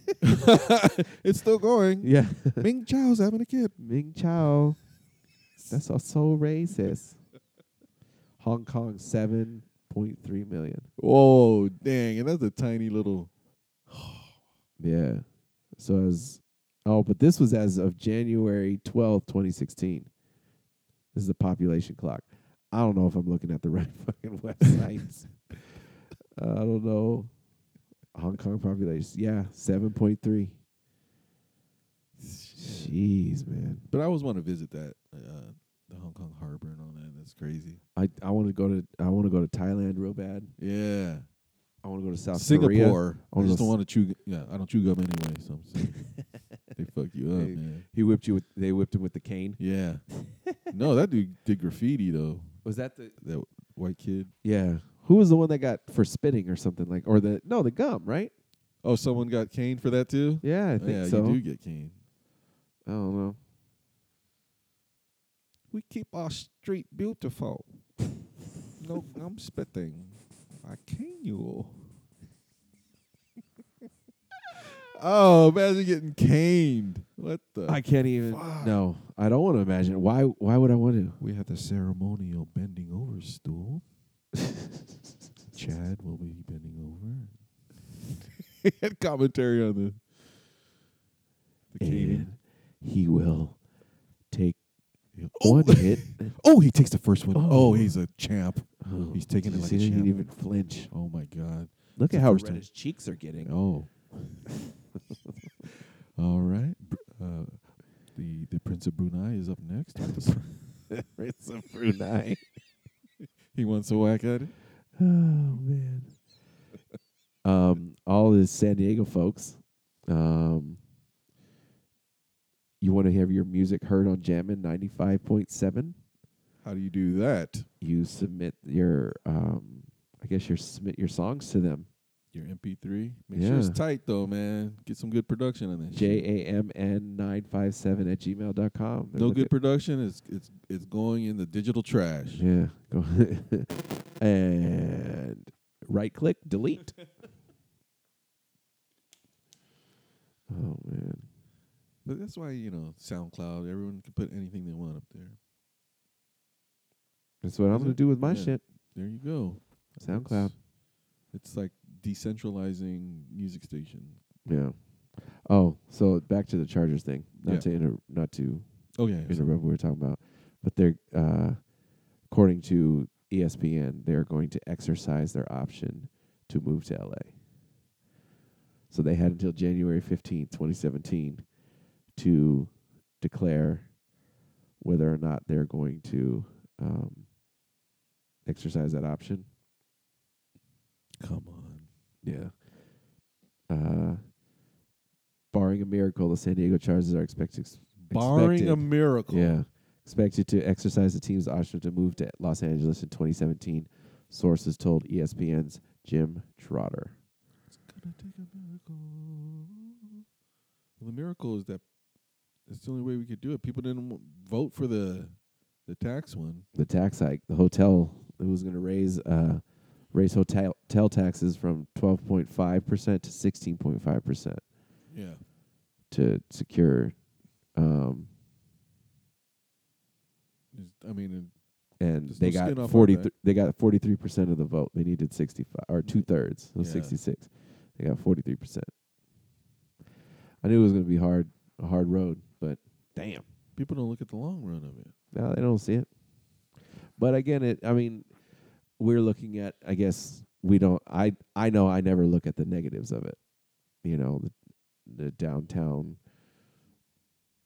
Speaker 3: It's still going.
Speaker 4: yeah.
Speaker 3: Ming Chao's having a kid.
Speaker 4: Ming Chao. That's all so racist. Hong Kong seven point three million.
Speaker 3: Whoa, dang! And that's a tiny little.
Speaker 4: Yeah. So as oh, but this was as of January twelfth, twenty sixteen. This is the population clock. I don't know if I'm looking at the right fucking websites. I don't know. Hong Kong population. Yeah, seven point three. Jeez, man.
Speaker 3: But I always want to visit that uh, the Hong Kong harbor and all that. That's crazy.
Speaker 4: I, I want to go to I want to go to Thailand real bad.
Speaker 3: Yeah,
Speaker 4: I want to go to South Korea.
Speaker 3: Singapore.
Speaker 4: I wanna
Speaker 3: I just
Speaker 4: go
Speaker 3: don't
Speaker 4: s-
Speaker 3: want to chew. Yeah, I don't chew gum anyway. So I'm saying. they fuck you up,
Speaker 4: They-
Speaker 3: man.
Speaker 4: He whipped you with they whipped him with the cane.
Speaker 3: Yeah. no, that dude did graffiti though.
Speaker 4: Was that the
Speaker 3: That white kid.
Speaker 4: Yeah. Who was the one that got for spitting or something like or the no, the gum, right?
Speaker 3: Oh, someone got caned for that too.
Speaker 4: Yeah, I think
Speaker 3: yeah,
Speaker 4: so.
Speaker 3: you do get caned.
Speaker 4: I don't know.
Speaker 3: We keep our street beautiful. no, I'm spitting. I cane you. oh, imagine getting caned. What the?
Speaker 4: I can't even
Speaker 3: fuck?
Speaker 4: No, I don't want to imagine. Why why would I want to?
Speaker 3: We have the ceremonial bending over stool. Chad will be bending over. and commentary on the the caning.
Speaker 4: And he will take
Speaker 3: Oh.
Speaker 4: one hit.
Speaker 3: Oh, he takes the first one.
Speaker 4: Oh.
Speaker 3: Oh, he's a champ.
Speaker 4: Oh,
Speaker 3: He's taking
Speaker 4: did
Speaker 3: it
Speaker 4: you
Speaker 3: like
Speaker 4: see
Speaker 3: a
Speaker 4: that? He
Speaker 3: champ.
Speaker 4: didn't even flinch.
Speaker 3: Oh my god.
Speaker 4: Look
Speaker 3: It's
Speaker 4: at
Speaker 3: the
Speaker 4: how
Speaker 3: first
Speaker 4: red
Speaker 3: time.
Speaker 4: his cheeks are getting.
Speaker 3: Oh. All right. Br- Uh, the the Prince of Brunei is up next. with the pr-
Speaker 4: Prince of Brunei.
Speaker 3: he wants a whack at it.
Speaker 4: Oh man. um, all the San Diego folks. Um, you want to have your music heard on Jammin' ninety five point seven.
Speaker 3: How do you do that?
Speaker 4: You submit your, um, I guess your submit your songs to them.
Speaker 3: Your MP3. Make sure it's
Speaker 4: Yeah.
Speaker 3: tight though, man. Get some good production on that. shit.
Speaker 4: J A M N nine five seven at gmail dot com. They're
Speaker 3: No
Speaker 4: looking-
Speaker 3: good production. It's it's it's going in the digital trash.
Speaker 4: Yeah. Go and right click delete. oh man.
Speaker 3: But that's why you know SoundCloud. Everyone can put anything they want up there.
Speaker 4: That's what I'm
Speaker 3: Is
Speaker 4: gonna
Speaker 3: it?
Speaker 4: do with my
Speaker 3: Yeah.
Speaker 4: shit.
Speaker 3: There you go.
Speaker 4: SoundCloud.
Speaker 3: It's, it's like decentralizing music station.
Speaker 4: Yeah. Oh, so back to the Chargers thing. Not
Speaker 3: Yeah.
Speaker 4: to inter- not to
Speaker 3: Oh yeah. yeah, sorry.
Speaker 4: interrupt what we were talking about, but they're uh, according to E ESPN, they're going to exercise their option to move to LA. So they had until January fifteenth, 2017 to declare whether or not they're going to um, exercise that option.
Speaker 3: Come on.
Speaker 4: Yeah. Uh, Barring a miracle, the San Diego Chargers are expected. ex-
Speaker 3: Barring a
Speaker 4: expected-
Speaker 3: miracle.
Speaker 4: yeah, expected to exercise the team's option to move to Los Angeles in 2017. Sources told E ESPN's Jim Trotter.
Speaker 3: Well, the miracle is that it's the only way we could do it. People didn't w- vote for the the tax one.
Speaker 4: the tax hike. The hotel who was going to raise uh, raise hotel hotel taxes from twelve point five percent to sixteen point five percent
Speaker 3: Yeah.
Speaker 4: to secure. Um,
Speaker 3: Is- I mean, and
Speaker 4: and
Speaker 3: There's
Speaker 4: they
Speaker 3: no skin
Speaker 4: got
Speaker 3: off our
Speaker 4: forty.
Speaker 3: back.
Speaker 4: Th- they got forty three percent of the vote. They needed sixty five or two thirds.
Speaker 3: Mm. Yeah.
Speaker 4: sixty six. They got forty three percent. I knew it was going to be hard, a hard road, but damn.
Speaker 3: people don't look at the long run of it.
Speaker 4: No, they don't see it. But again, it. I mean, we're looking at. I guess we don't. I I know I never look at the negatives of it. You know, the, the downtown.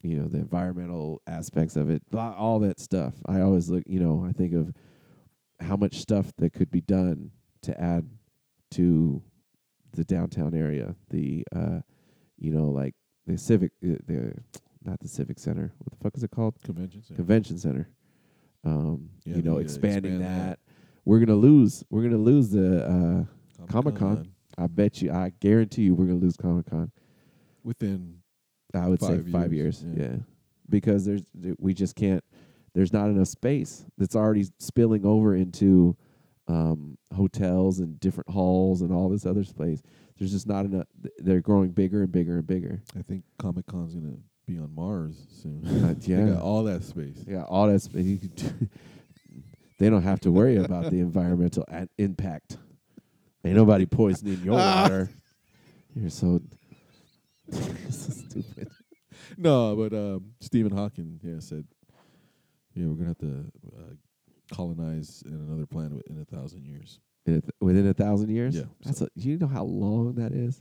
Speaker 4: You know the environmental aspects of it, blah, all that stuff. I always look. You know, I think of how much stuff that could be done to add to the downtown area. The uh, you know, like the civic, uh, the not the civic center. What the fuck is it called?
Speaker 3: Convention center.
Speaker 4: Convention center. Um,
Speaker 3: Yeah,
Speaker 4: you know,
Speaker 3: they need to
Speaker 4: expanding
Speaker 3: expand
Speaker 4: that.
Speaker 3: that.
Speaker 4: We're gonna lose. We're gonna lose the uh, Comic Con.
Speaker 3: Comic-Con.
Speaker 4: I bet you. I guarantee you, we're gonna lose Comic Con.
Speaker 3: Within
Speaker 4: I would
Speaker 3: five
Speaker 4: say five years.
Speaker 3: years,
Speaker 4: Yeah.
Speaker 3: yeah.
Speaker 4: because there's th- we just can't. There's not enough space that's already spilling over into um, hotels and different halls and all this other space. There's just not enough. th- They're growing bigger and bigger and bigger.
Speaker 3: I think Comic Con's gonna be on Mars soon.
Speaker 4: Uh, yeah.
Speaker 3: they got all that space.
Speaker 4: Yeah, all that's you could do- they don't have to worry about the environmental a- impact. Ain't nobody poisoning your
Speaker 3: Ah.
Speaker 4: water. You're so stupid.
Speaker 3: No, but um, Stephen Hawking, yeah, said, yeah, we're gonna have to uh, colonize in another planet wi- in a thousand years.
Speaker 4: In a th- within a thousand years.
Speaker 3: Yeah,
Speaker 4: that's a, you know how long that is.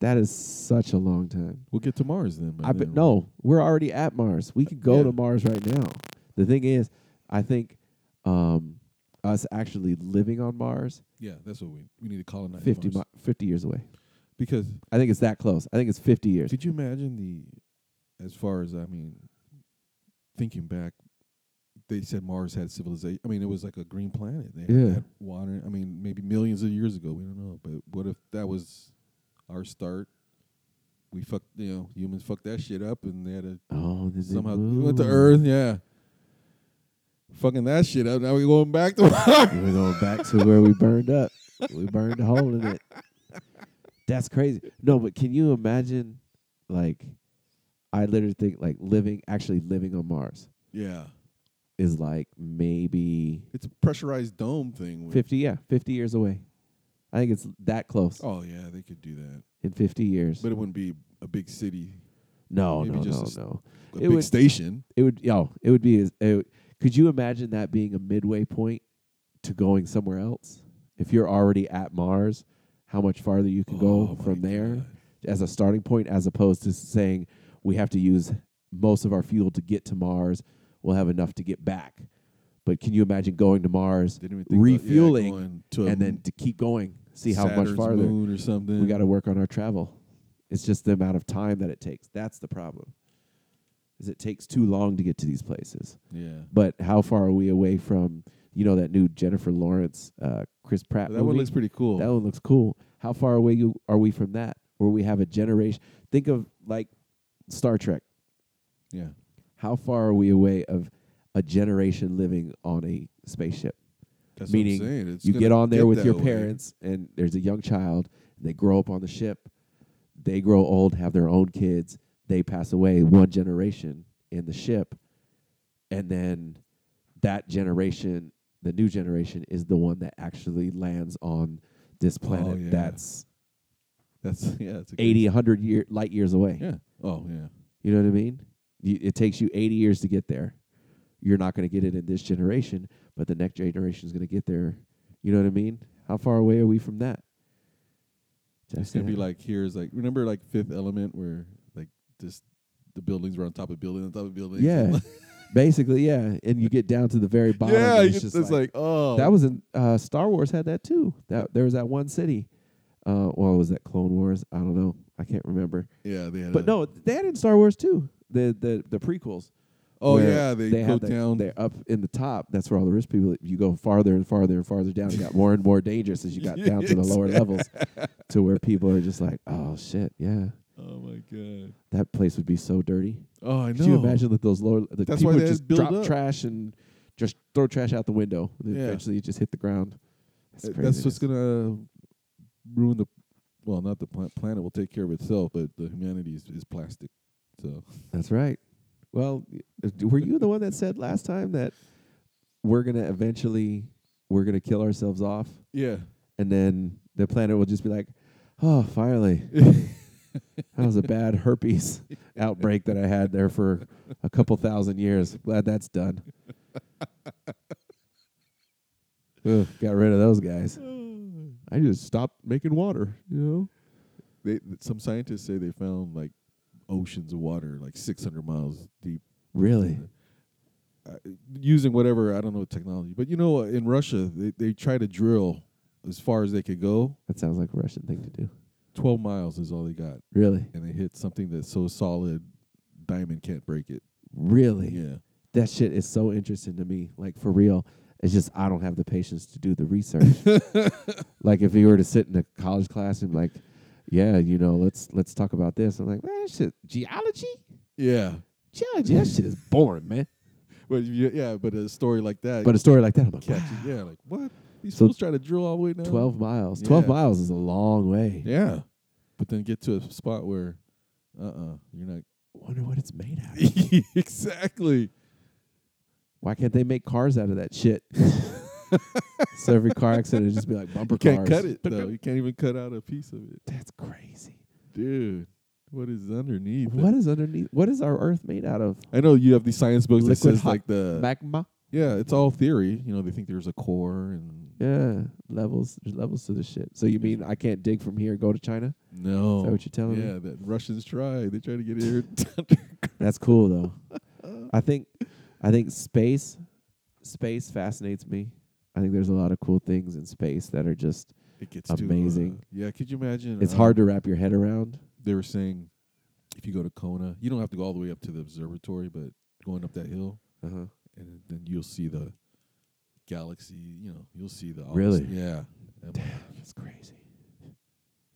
Speaker 4: That is such a long time.
Speaker 3: We'll get to Mars then. by
Speaker 4: I bet
Speaker 3: then.
Speaker 4: no, we're already at Mars. We could go
Speaker 3: Yeah.
Speaker 4: to Mars right now. The thing is, I think um, us actually living on Mars
Speaker 3: Yeah, that's what we we need to colonize.
Speaker 4: 50,
Speaker 3: Mars.
Speaker 4: mi- 50 years away.
Speaker 3: because
Speaker 4: I think it's that close. I think it's 50 years.
Speaker 3: Could you imagine the, as far as I mean, thinking back, they said Mars had civilization. I mean, it was like a green planet. They had,
Speaker 4: Yeah.
Speaker 3: had water. I mean, maybe millions of years ago. We don't know. But what if that was our start? We fucked, you know, humans fucked that shit up, and they had to
Speaker 4: Oh, did they
Speaker 3: somehow we went to
Speaker 4: move?
Speaker 3: Earth. Yeah, fucking that shit up. Now we're going back to Mars.
Speaker 4: We're going back to where we burned up. We burned a hole in it. That's crazy. No, but can you imagine, like, I literally think, like, living, actually living on Mars
Speaker 3: yeah,
Speaker 4: is like maybe
Speaker 3: it's a pressurized dome thing. with-
Speaker 4: 50, yeah, 50 years away. I think it's that close
Speaker 3: Oh yeah, they could do that,
Speaker 4: in 50 years.
Speaker 3: but it wouldn't be a big city.
Speaker 4: no,
Speaker 3: maybe
Speaker 4: no,
Speaker 3: just
Speaker 4: no,
Speaker 3: a s-
Speaker 4: no.
Speaker 3: a
Speaker 4: It
Speaker 3: big
Speaker 4: would-
Speaker 3: station.
Speaker 4: It would, yo, it would be, as- it, would- could you imagine that being a midway point to going somewhere else? If you're already at Mars, how much farther you can
Speaker 3: Oh,
Speaker 4: go
Speaker 3: my
Speaker 4: from there as a starting point, as opposed to saying we have to use most of our fuel to get to Mars, we'll have enough to get back. But can you imagine going to Mars,
Speaker 3: Didn't even think about- yeah,
Speaker 4: refueling,
Speaker 3: going to a
Speaker 4: and then
Speaker 3: m-
Speaker 4: to keep going, see how much
Speaker 3: Saturn's
Speaker 4: farther
Speaker 3: moon or something.
Speaker 4: We got to work on our travel. It's just the amount of time that it takes. That's the problem. Is it takes too long to get to these places.
Speaker 3: Yeah.
Speaker 4: But how far are we away from you know that new Jennifer Lawrence, uh, Chris Pratt?
Speaker 3: That one
Speaker 4: movie?
Speaker 3: looks pretty cool.
Speaker 4: That one looks cool. How far away you are we from that? Where we have a generation. Think of like Star Trek.
Speaker 3: Yeah.
Speaker 4: How far are we away of a generation living on a spaceship?
Speaker 3: That's what I'm
Speaker 4: Meaning,
Speaker 3: saying. It's
Speaker 4: you
Speaker 3: gonna
Speaker 4: get on there
Speaker 3: get
Speaker 4: with
Speaker 3: that
Speaker 4: your
Speaker 3: way.
Speaker 4: parents, and there's a young child. They grow up on the ship. They grow old, have their own kids. They pass away one generation in the ship, and then that generation, the new generation, is the one that actually lands on this planet
Speaker 3: Oh, yeah.
Speaker 4: that's
Speaker 3: That's yeah. That's a good-
Speaker 4: 80, 100 year, light years away.
Speaker 3: Yeah. Oh yeah.
Speaker 4: You know what I mean? You, it takes you 80 years to get there. You're not going to get it in this generation, but the next generation is going to get there. You know what I mean? How far away are we from that? Did I
Speaker 3: It's
Speaker 4: say
Speaker 3: gonna be
Speaker 4: that?
Speaker 3: like here's like remember like Fifth Element where like just the buildings were on top of building on top of buildings.
Speaker 4: yeah, basically, yeah. And you get down to the very bottom.
Speaker 3: yeah.
Speaker 4: and
Speaker 3: you
Speaker 4: it's
Speaker 3: get-
Speaker 4: just
Speaker 3: it's like, oh,
Speaker 4: that was in uh, Star Wars had that too. That there was that one city. Uh, well, was that Clone Wars? I don't know. I can't remember.
Speaker 3: Yeah, they had
Speaker 4: But
Speaker 3: a-
Speaker 4: no, they had it in Star Wars too. The the the prequels.
Speaker 3: Oh,
Speaker 4: where
Speaker 3: yeah, they
Speaker 4: had
Speaker 3: go
Speaker 4: the-
Speaker 3: down.
Speaker 4: They're up in the top. That's where all the rich people. You go farther and farther and farther down. It got more and more dangerous as you got down to the lower
Speaker 3: Yes.
Speaker 4: levels, to where people are just like, "Oh shit, yeah."
Speaker 3: Oh my god.
Speaker 4: That place would be so dirty.
Speaker 3: Oh, I
Speaker 4: Could you
Speaker 3: know.
Speaker 4: imagine that those lower the
Speaker 3: That's
Speaker 4: people
Speaker 3: why
Speaker 4: would
Speaker 3: they had
Speaker 4: just
Speaker 3: it built
Speaker 4: drop
Speaker 3: up.
Speaker 4: trash and just throw trash out the window. And then
Speaker 3: Yeah.
Speaker 4: Eventually, it just hit the ground. That's
Speaker 3: Uh,
Speaker 4: crazy.
Speaker 3: That's what's gonna ruin the. Well, not the pla- planet will take care of itself, but the humanity is, is plastic. So
Speaker 4: That's right. Well, y- uh, d- were you the one that said last time that we're gonna eventually we're gonna kill ourselves off?
Speaker 3: Yeah.
Speaker 4: And then the planet will just be like, oh, finally. that was a bad herpes outbreak that I had there for a couple thousand years. Glad that's done. Ugh, got rid of those guys. I just stopped making water.
Speaker 3: you know, they th- some scientists say they found like oceans of water, like 600 miles deep.
Speaker 4: Really?
Speaker 3: Uh, using whatever I don't know technology, but you know, uh, in Russia they they try to drill as far as they could go.
Speaker 4: That sounds like a Russian thing to do.
Speaker 3: 12 miles is all they got.
Speaker 4: Really?
Speaker 3: And they hit something that's so solid, diamond can't break it.
Speaker 4: Really?
Speaker 3: Yeah.
Speaker 4: That shit is so interesting to me. Like for real. It's just I don't have the patience to do the research. like if you were to sit in a college class and like, yeah, you know, let's let's talk about this. I'm like, man, that shit geology?
Speaker 3: Yeah.
Speaker 4: Geology, that shit is boring, man.
Speaker 3: But you, yeah, but a story like that.
Speaker 4: But a story like that, I'm like,
Speaker 3: catches- yeah, like what? These
Speaker 4: So
Speaker 3: fools try to drill all the way down.
Speaker 4: Twelve miles. Twelve
Speaker 3: Yeah.
Speaker 4: miles is a long way.
Speaker 3: Yeah. But then get to a spot where, uh uh-uh, uh, you are not.
Speaker 4: Wonder what it's made out of.
Speaker 3: exactly.
Speaker 4: Why can't they make cars out of that shit? so every car accident would just be like bumper
Speaker 3: You can't
Speaker 4: cars.
Speaker 3: cut it, though. You can't even cut out a piece of it.
Speaker 4: That's crazy.
Speaker 3: Dude, what is underneath? it?
Speaker 4: What is underneath? What is our Earth made out of?
Speaker 3: I know you have these science books that
Speaker 4: Liquid
Speaker 3: says
Speaker 4: hot
Speaker 3: like the
Speaker 4: magma?
Speaker 3: Yeah, it's all theory. You know, they think there's a core and
Speaker 4: Yeah, levels. There's levels to this shit. So you mean I can't dig from here, go to China?
Speaker 3: no.
Speaker 4: Is that what you're telling me?
Speaker 3: Yeah, that Russians try. They try to get here.
Speaker 4: That's cool though. I think I think space space fascinates me. I think there's a lot of cool things in space that are just
Speaker 3: It gets too, uh,
Speaker 4: amazing.
Speaker 3: yeah, could you imagine,
Speaker 4: It's
Speaker 3: uh,
Speaker 4: hard to wrap your head around.
Speaker 3: they were saying if you go to Kona, you don't have to go all the way up to the observatory, but going up that hill,
Speaker 4: uh-huh.
Speaker 3: and then you'll see the galaxy. You know, you'll see the all
Speaker 4: Really?
Speaker 3: this- yeah.
Speaker 4: Damn, that's crazy.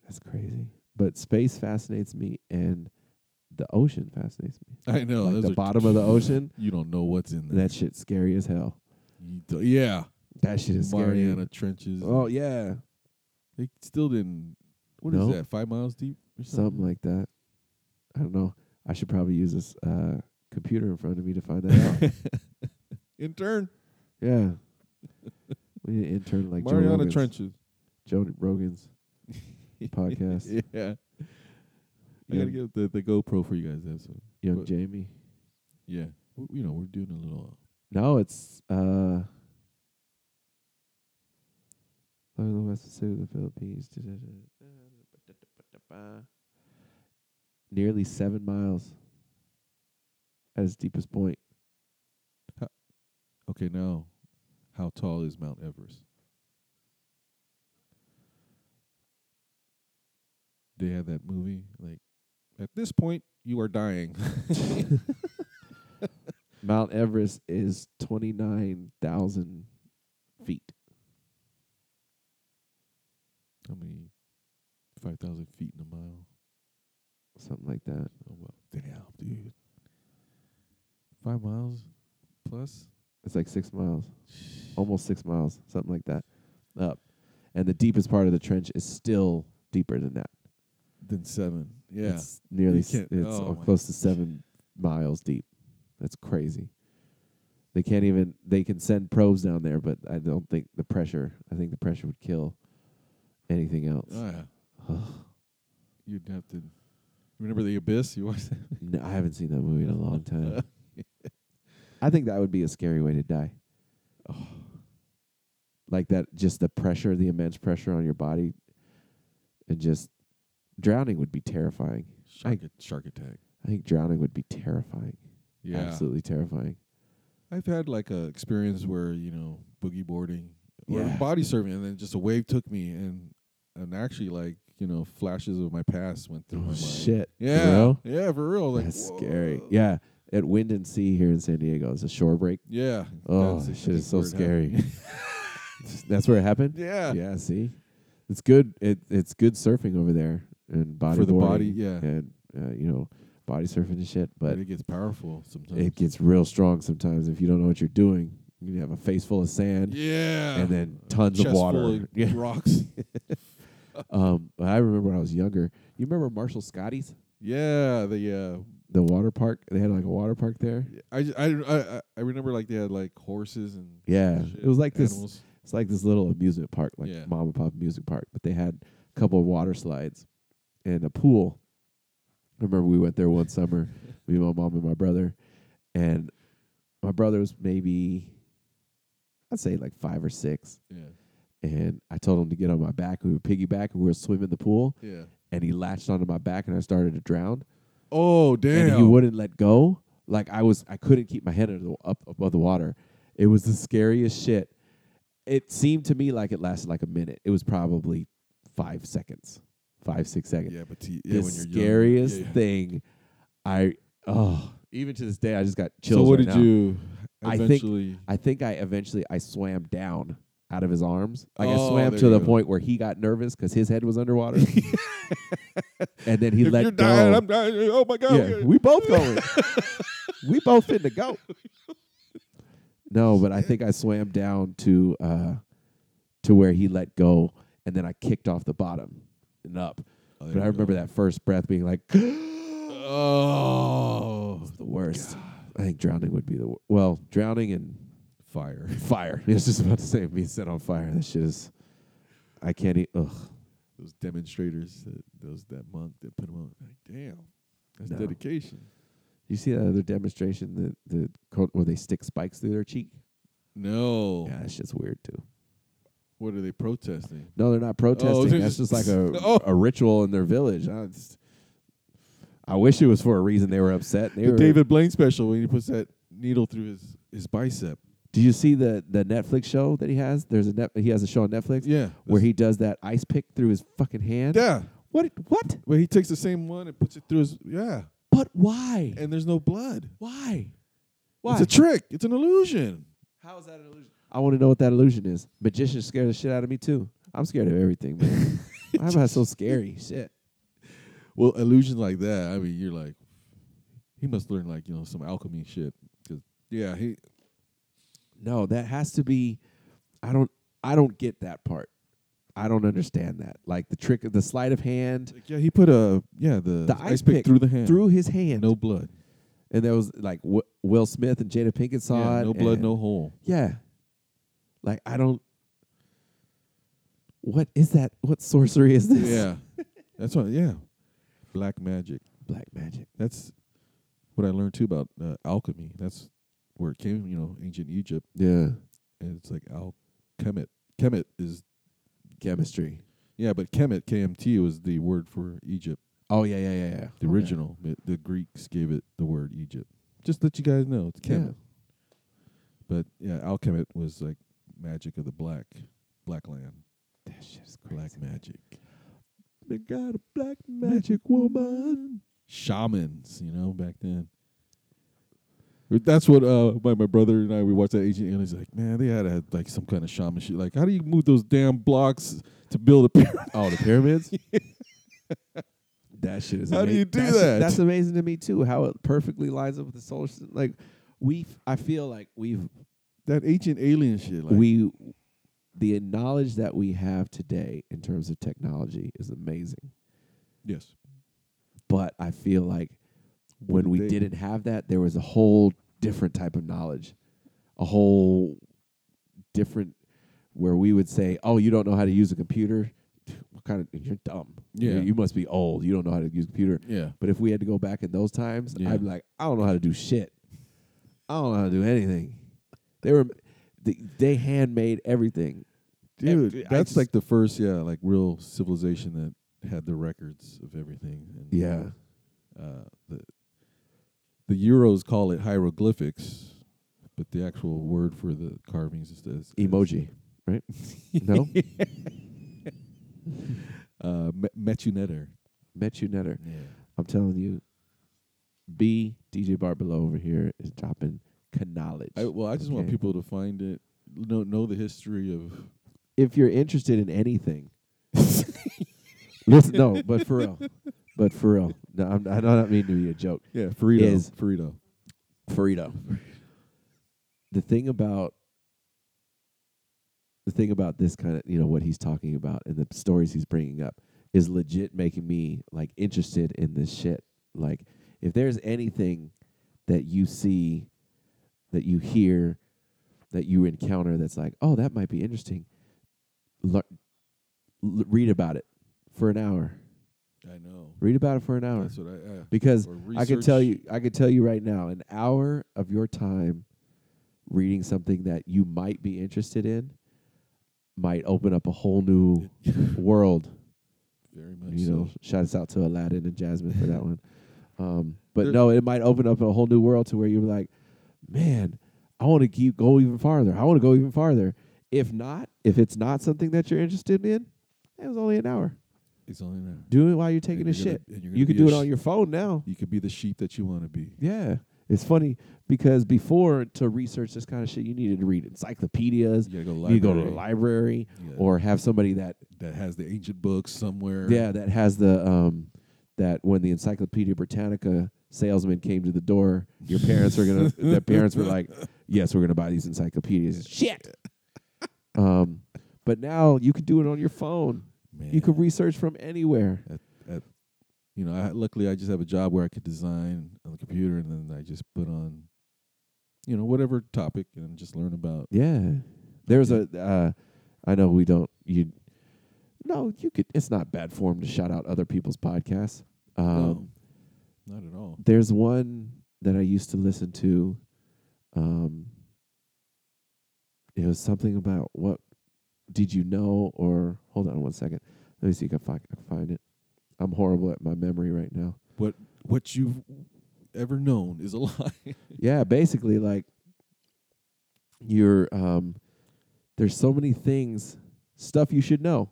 Speaker 4: That's crazy. But space fascinates me and the ocean fascinates me.
Speaker 3: I know
Speaker 4: Like
Speaker 3: those
Speaker 4: the
Speaker 3: are-
Speaker 4: bottom of the ocean.
Speaker 3: You don't know what's in there.
Speaker 4: That shit's scary as hell.
Speaker 3: You do- yeah,
Speaker 4: That shit is scary.
Speaker 3: Mariana Trenches.
Speaker 4: Oh yeah.
Speaker 3: They still didn't. What is
Speaker 4: Nope.
Speaker 3: that? Five miles deep or something?
Speaker 4: something like that. I don't know. I should probably use this uh, computer in front of me to find that out.
Speaker 3: Intern.
Speaker 4: yeah, we need an intern like Joe
Speaker 3: Mariana
Speaker 4: Rogan's-
Speaker 3: Trenches.
Speaker 4: Joe Rogan's podcast.
Speaker 3: yeah. I
Speaker 4: Yeah.
Speaker 3: gotta get the, the GoPro for you guys. That's it.
Speaker 4: Young
Speaker 3: But,
Speaker 4: Jamie.
Speaker 3: yeah. w- You know, we're doing a little.
Speaker 4: No, it's uh. Over the western city of the Philippines. Nearly seven miles at its deepest point.
Speaker 3: Okay, now, how tall is Mount Everest? They had that movie like, at this point you are dying.
Speaker 4: Mount Everest is 29,000 feet.
Speaker 3: How many? Five thousand feet in a mile.
Speaker 4: Something like that.
Speaker 3: Oh well, damn, dude. Five miles plus.
Speaker 4: It's like six miles, almost six miles, something like that, up. And the deepest part of the trench is still deeper than that.
Speaker 3: Then seven. Yeah.
Speaker 4: It's nearly,
Speaker 3: You
Speaker 4: s-
Speaker 3: can't-
Speaker 4: it's
Speaker 3: oh
Speaker 4: uh,
Speaker 3: my
Speaker 4: close to seven miles deep. That's crazy. They can't even, they can send probes down there, but I don't think the pressure, I think the pressure would kill anything else.
Speaker 3: Oh, yeah. You'd have to remember the abyss. You watched that?
Speaker 4: No, I haven't seen that movie in a long time. I think that would be a scary way to die.
Speaker 3: Oh.
Speaker 4: Like that, just the pressure, the immense pressure on your body, and just drowning would be terrifying.
Speaker 3: Shark, a- shark attack.
Speaker 4: I think drowning would be terrifying.
Speaker 3: Yeah.
Speaker 4: absolutely terrifying.
Speaker 3: I've had like a experience where you know boogie boarding or
Speaker 4: Yeah.
Speaker 3: body surfing, and then just a wave took me, and and actually like you know flashes of my past went through Oh my mind.
Speaker 4: Oh, Shit.
Speaker 3: Yeah.
Speaker 4: For real?
Speaker 3: Yeah, for real. Like
Speaker 4: That's
Speaker 3: whoa.
Speaker 4: scary. Yeah. At Wind and Sea here in San Diego. It's a shore break.
Speaker 3: Yeah,
Speaker 4: Oh,
Speaker 3: that's
Speaker 4: that
Speaker 3: a-
Speaker 4: shit is
Speaker 3: that's
Speaker 4: so
Speaker 3: where it
Speaker 4: scary.
Speaker 3: happened.
Speaker 4: that's where it happened?
Speaker 3: Yeah.
Speaker 4: Yeah, see? It's good. It, it's good surfing over there and body
Speaker 3: For the body, yeah.
Speaker 4: And, uh, you know, body surfing and shit. But
Speaker 3: But it gets powerful sometimes.
Speaker 4: it gets real strong sometimes if you don't know what you're doing. You have a face full of sand,
Speaker 3: Yeah.
Speaker 4: and then
Speaker 3: A
Speaker 4: tons
Speaker 3: chest
Speaker 4: of
Speaker 3: full
Speaker 4: water,
Speaker 3: of rocks.
Speaker 4: um, but I remember when I was younger. You remember Marshall Scotty's?
Speaker 3: Yeah, the uh,
Speaker 4: the water park. They had like a water park there.
Speaker 3: I, j- I, I I remember like they had like horses and
Speaker 4: Yeah,
Speaker 3: shit,
Speaker 4: it was like this.
Speaker 3: animals.
Speaker 4: It's like this little amusement park, like
Speaker 3: Yeah.
Speaker 4: mom and pop music park. But they had a couple of water slides and a pool. I remember we went there one summer, me, my mom, and my brother. And my brother was maybe, I'd say like five or six.
Speaker 3: Yeah.
Speaker 4: And I told him to get on my back. We were piggyback and we were swimming in the pool.
Speaker 3: Yeah.
Speaker 4: And he latched onto my back and I started to drown.
Speaker 3: Oh damn!
Speaker 4: And he wouldn't let go. Like I was, I couldn't keep my head under the, up above the water. It was the scariest shit. It seemed to me like it lasted like a minute. It was probably five seconds, five six seconds.
Speaker 3: Yeah, but to- yeah,
Speaker 4: the
Speaker 3: when you're young, yeah,
Speaker 4: scariest
Speaker 3: yeah.
Speaker 4: thing. I oh, even to this day, I just got chills.
Speaker 3: So what
Speaker 4: right
Speaker 3: did
Speaker 4: now.
Speaker 3: you
Speaker 4: I
Speaker 3: eventually-
Speaker 4: think I think I eventually I swam down out of his arms. Like I
Speaker 3: Oh,
Speaker 4: swam
Speaker 3: there
Speaker 4: to
Speaker 3: you
Speaker 4: the
Speaker 3: go.
Speaker 4: point where he got nervous because his head was underwater. and then he
Speaker 3: If
Speaker 4: let
Speaker 3: you're
Speaker 4: go.
Speaker 3: dying, I'm dying. Oh my God.
Speaker 4: Yeah, we both going. we both fit to go. No, but I think I swam down to uh, to where he let go, and then I kicked off the bottom and up. but I remember that first breath being like, "Oh, it's the worst." I think drowning would be the wor- well, drowning and
Speaker 3: fire,
Speaker 4: fire. It's just about the same. Being set on fire. That shit is. I can't. eat. Ugh.
Speaker 3: those demonstrators, that, those that monk that put him on. Like, damn, that's
Speaker 4: No.
Speaker 3: dedication.
Speaker 4: You see that other demonstration that the co- where they stick spikes through their cheek?
Speaker 3: No.
Speaker 4: Yeah, that shit's weird too.
Speaker 3: What are they protesting?
Speaker 4: No, they're not protesting.
Speaker 3: they're
Speaker 4: That's just like
Speaker 3: just-
Speaker 4: a
Speaker 3: Oh.
Speaker 4: a ritual in their village. I, just- I wish it was for a reason they were upset. They
Speaker 3: the
Speaker 4: were,
Speaker 3: David Blaine special when he puts that needle through his his bicep.
Speaker 4: Do you see the the Netflix show that he has? There's a net, he has a show on Netflix.
Speaker 3: Yeah,
Speaker 4: where he does that ice pick through his fucking hand.
Speaker 3: Yeah.
Speaker 4: What? What?
Speaker 3: But he takes the same one and puts it through his yeah.
Speaker 4: But why?
Speaker 3: And there's no blood.
Speaker 4: Why?
Speaker 3: It's a trick. It's an illusion.
Speaker 15: How is that an illusion?
Speaker 4: I want to know what that illusion is. Magicians scare the shit out of me too. I'm scared of everything, man. Why am I so scary? Shit.
Speaker 3: Well, illusions like that. I mean, you're like, he must learn like you know some alchemy shit. 'Cause, yeah, he
Speaker 4: No, that has to be. I don't. I don't get that part. I don't understand that. Like the trick, of the sleight of hand.
Speaker 3: yeah he put a yeah the,
Speaker 4: the ice
Speaker 3: pick,
Speaker 4: pick
Speaker 3: through the hand
Speaker 4: through his hand.
Speaker 3: No blood.
Speaker 4: And there was like w- Will Smith and Jada Pinkett saw
Speaker 3: Yeah,
Speaker 4: it.
Speaker 3: no blood,
Speaker 4: and-
Speaker 3: no hole.
Speaker 4: Yeah. Like I don't. What is that? What sorcery is this?
Speaker 3: Yeah, that's what. Yeah, black magic.
Speaker 4: Black magic.
Speaker 3: That's what I learned too about uh, alchemy. That's where it came. You know, ancient Egypt.
Speaker 4: Yeah.
Speaker 3: and it's like alchemet. Kemet is
Speaker 4: chemistry.
Speaker 3: Yeah, but kemet, KMT, was the word for Egypt.
Speaker 4: Oh yeah, yeah, yeah, yeah.
Speaker 3: The
Speaker 4: Okay.
Speaker 3: original, the, the Greeks gave it the word Egypt. Just let you guys know, it's kemet. But yeah, alchemet was like magic of the black, black land.
Speaker 4: That shit is
Speaker 3: Black magic.
Speaker 4: They got a black magic woman.
Speaker 3: Shamans, you know, back then. But That's what uh my, my brother and I we watched that ancient aliens like, man, they had a, like some kind of shaman shit. Like, how do you move those damn blocks to build a pyramid?
Speaker 4: Oh, the pyramids? That shit is.
Speaker 3: How do
Speaker 4: amaz-
Speaker 3: you do
Speaker 4: that's,
Speaker 3: that?
Speaker 4: That's amazing to me too. How it perfectly lines up with the solar system. Like we, I feel like we've
Speaker 3: that ancient alien shit. Like,
Speaker 4: we the knowledge that we have today in terms of technology is amazing.
Speaker 3: Yes.
Speaker 4: But I feel like when we
Speaker 3: they-
Speaker 4: didn't have that, there was a whole different type of knowledge, a whole different where we would say, "Oh, you don't know how to use a computer." What kind of you're dumb. You-
Speaker 3: Yeah.
Speaker 4: You must be old. You don't know how to use a computer.
Speaker 3: Yeah.
Speaker 4: But if we had to go back in those times,
Speaker 3: Yeah.
Speaker 4: I'd be like, I don't know how to do shit. I don't know how to do anything. They were, they, they handmade everything.
Speaker 3: Dude,
Speaker 4: Ev- I
Speaker 3: that's
Speaker 4: just-
Speaker 3: like the first, yeah, like real civilization that had the records of everything. And
Speaker 4: Yeah.
Speaker 3: uh, the the Euros call it hieroglyphics, but the actual word for the carvings is, is
Speaker 4: emoji, right? No,
Speaker 3: uh, ma- Metu Netter.
Speaker 4: Metu Netter.
Speaker 3: Yeah.
Speaker 4: I'm telling you, B DJ Barbelo over here is dropping knowledge.
Speaker 3: I, well, I just want
Speaker 4: Okay.
Speaker 3: people to find it, know know the history of.
Speaker 4: If you're interested in anything, listen. No, but for real, but for real. No, I'm, I don't mean to be a joke.
Speaker 3: Yeah, Frito,
Speaker 4: Is
Speaker 3: Frito,
Speaker 4: Frito. The thing about the thing about this kind of you know what he's talking about and the stories he's bringing up is legit making me like interested in this shit like if there's anything that you see that you hear that you encounter that's like oh that might be interesting lear- l- read about it for an hour
Speaker 3: I know.
Speaker 4: read about it for an hour
Speaker 3: That's what I- yeah.
Speaker 4: because
Speaker 3: Or
Speaker 4: i could
Speaker 3: research.
Speaker 4: tell you i could tell you right now an hour of your time reading something that you might be interested in might open up a whole new world.
Speaker 3: Very much
Speaker 4: You know, shout us out to Aladdin and Jasmine for that one. Um, but
Speaker 3: There-
Speaker 4: no, it might open up a whole new world to where you're like, man, I want to keep go even farther. I want to go even farther. If not, if it's not something that you're interested in, it was only an hour.
Speaker 3: It's only an hour.
Speaker 4: Do it while you're taking
Speaker 3: And
Speaker 4: a
Speaker 3: you're gonna-
Speaker 4: shit.
Speaker 3: and you're gonna
Speaker 4: you could
Speaker 3: be a
Speaker 4: do it
Speaker 3: sh-
Speaker 4: on your phone now.
Speaker 3: You could be the sheep that you want to be.
Speaker 4: Yeah. It's funny because before to research this kind of shit, you needed to read encyclopedias. You,
Speaker 3: gotta go to
Speaker 4: you go to the
Speaker 3: library.
Speaker 4: library
Speaker 3: Yeah.
Speaker 4: or have somebody that
Speaker 3: That has the ancient books somewhere.
Speaker 4: yeah that has the um that when the Encyclopedia Britannica salesman came to the door, your parents are gonna their parents were like, yes, we're gonna buy these encyclopedias. Shit. Um, but now you can do it on your phone. You can research from anywhere.
Speaker 3: at, you know, I, luckily I just have a job where I could design on the computer, and then I just put on, you know, whatever topic, and just learn about.
Speaker 4: Yeah. There's a uh I know we don't you No, you could it's not bad form to shout out other people's podcasts. Um
Speaker 3: No, not at all.
Speaker 4: There's one that I used to listen to um it was something about what did you know or hold on one second. Let me see if I can find, I can find it. I'm horrible at my memory right now.
Speaker 3: What what you've ever known is a lie.
Speaker 4: yeah, basically like you're um there's so many things stuff you should know.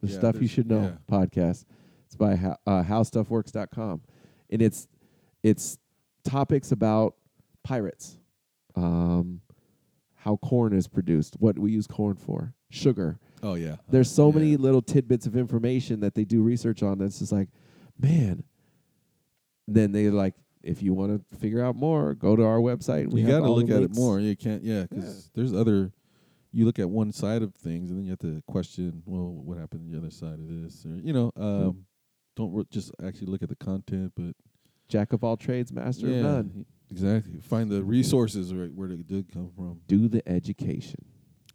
Speaker 4: The
Speaker 3: Yeah,
Speaker 4: stuff you
Speaker 3: there's-
Speaker 4: should know
Speaker 3: yeah.
Speaker 4: podcast. It's by how, uh, howstuffworks.com and it's it's topics about pirates. Um how corn is produced, what we use corn for, sugar.
Speaker 3: Oh, yeah.
Speaker 4: There's so many little tidbits of information that they do research on that's just like, man, then they like if you want to figure out more go to our website we
Speaker 3: you
Speaker 4: got to
Speaker 3: look at it more. You can't, yeah, because there's other. You look at one side of things, and then you have to question, well, what happened to the other side of this, or you know,
Speaker 4: Hmm.
Speaker 3: um, don't re- just actually look at the content, but
Speaker 4: jack of all trades master
Speaker 3: yeah,
Speaker 4: of none
Speaker 3: exactly. Find the resources where, where they did come from.
Speaker 4: do the education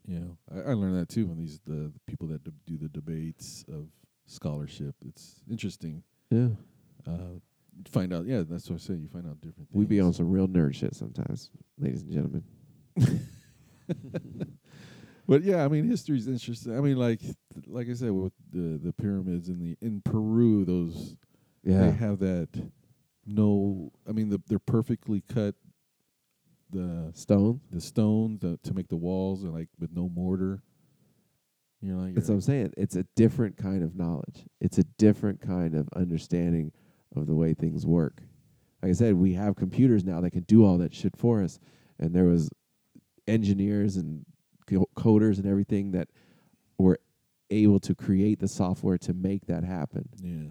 Speaker 3: Yeah, I, I learned that too from these the people that d- do the debates of scholarship. It's interesting.
Speaker 4: Yeah.
Speaker 3: Uh, find out. Yeah, that's what I say. You find out different.
Speaker 4: we be on some real nerd shit sometimes ladies and gentlemen
Speaker 3: But yeah, I mean, history's interesting. I mean, like, like I said, with the the pyramids in the in Peru, those
Speaker 4: Yeah.
Speaker 3: they have that no. I mean, the, they're perfectly cut. The
Speaker 4: stone,
Speaker 3: the stone the, to make the walls, and like with no mortar. You know, like
Speaker 4: that's what i'm saying it's a different kind of knowledge it's a different kind of understanding of the way things work like i said we have computers now that can do all that shit for us and there was engineers and co- coders and everything that were able to create the software to make that happen
Speaker 3: yeah.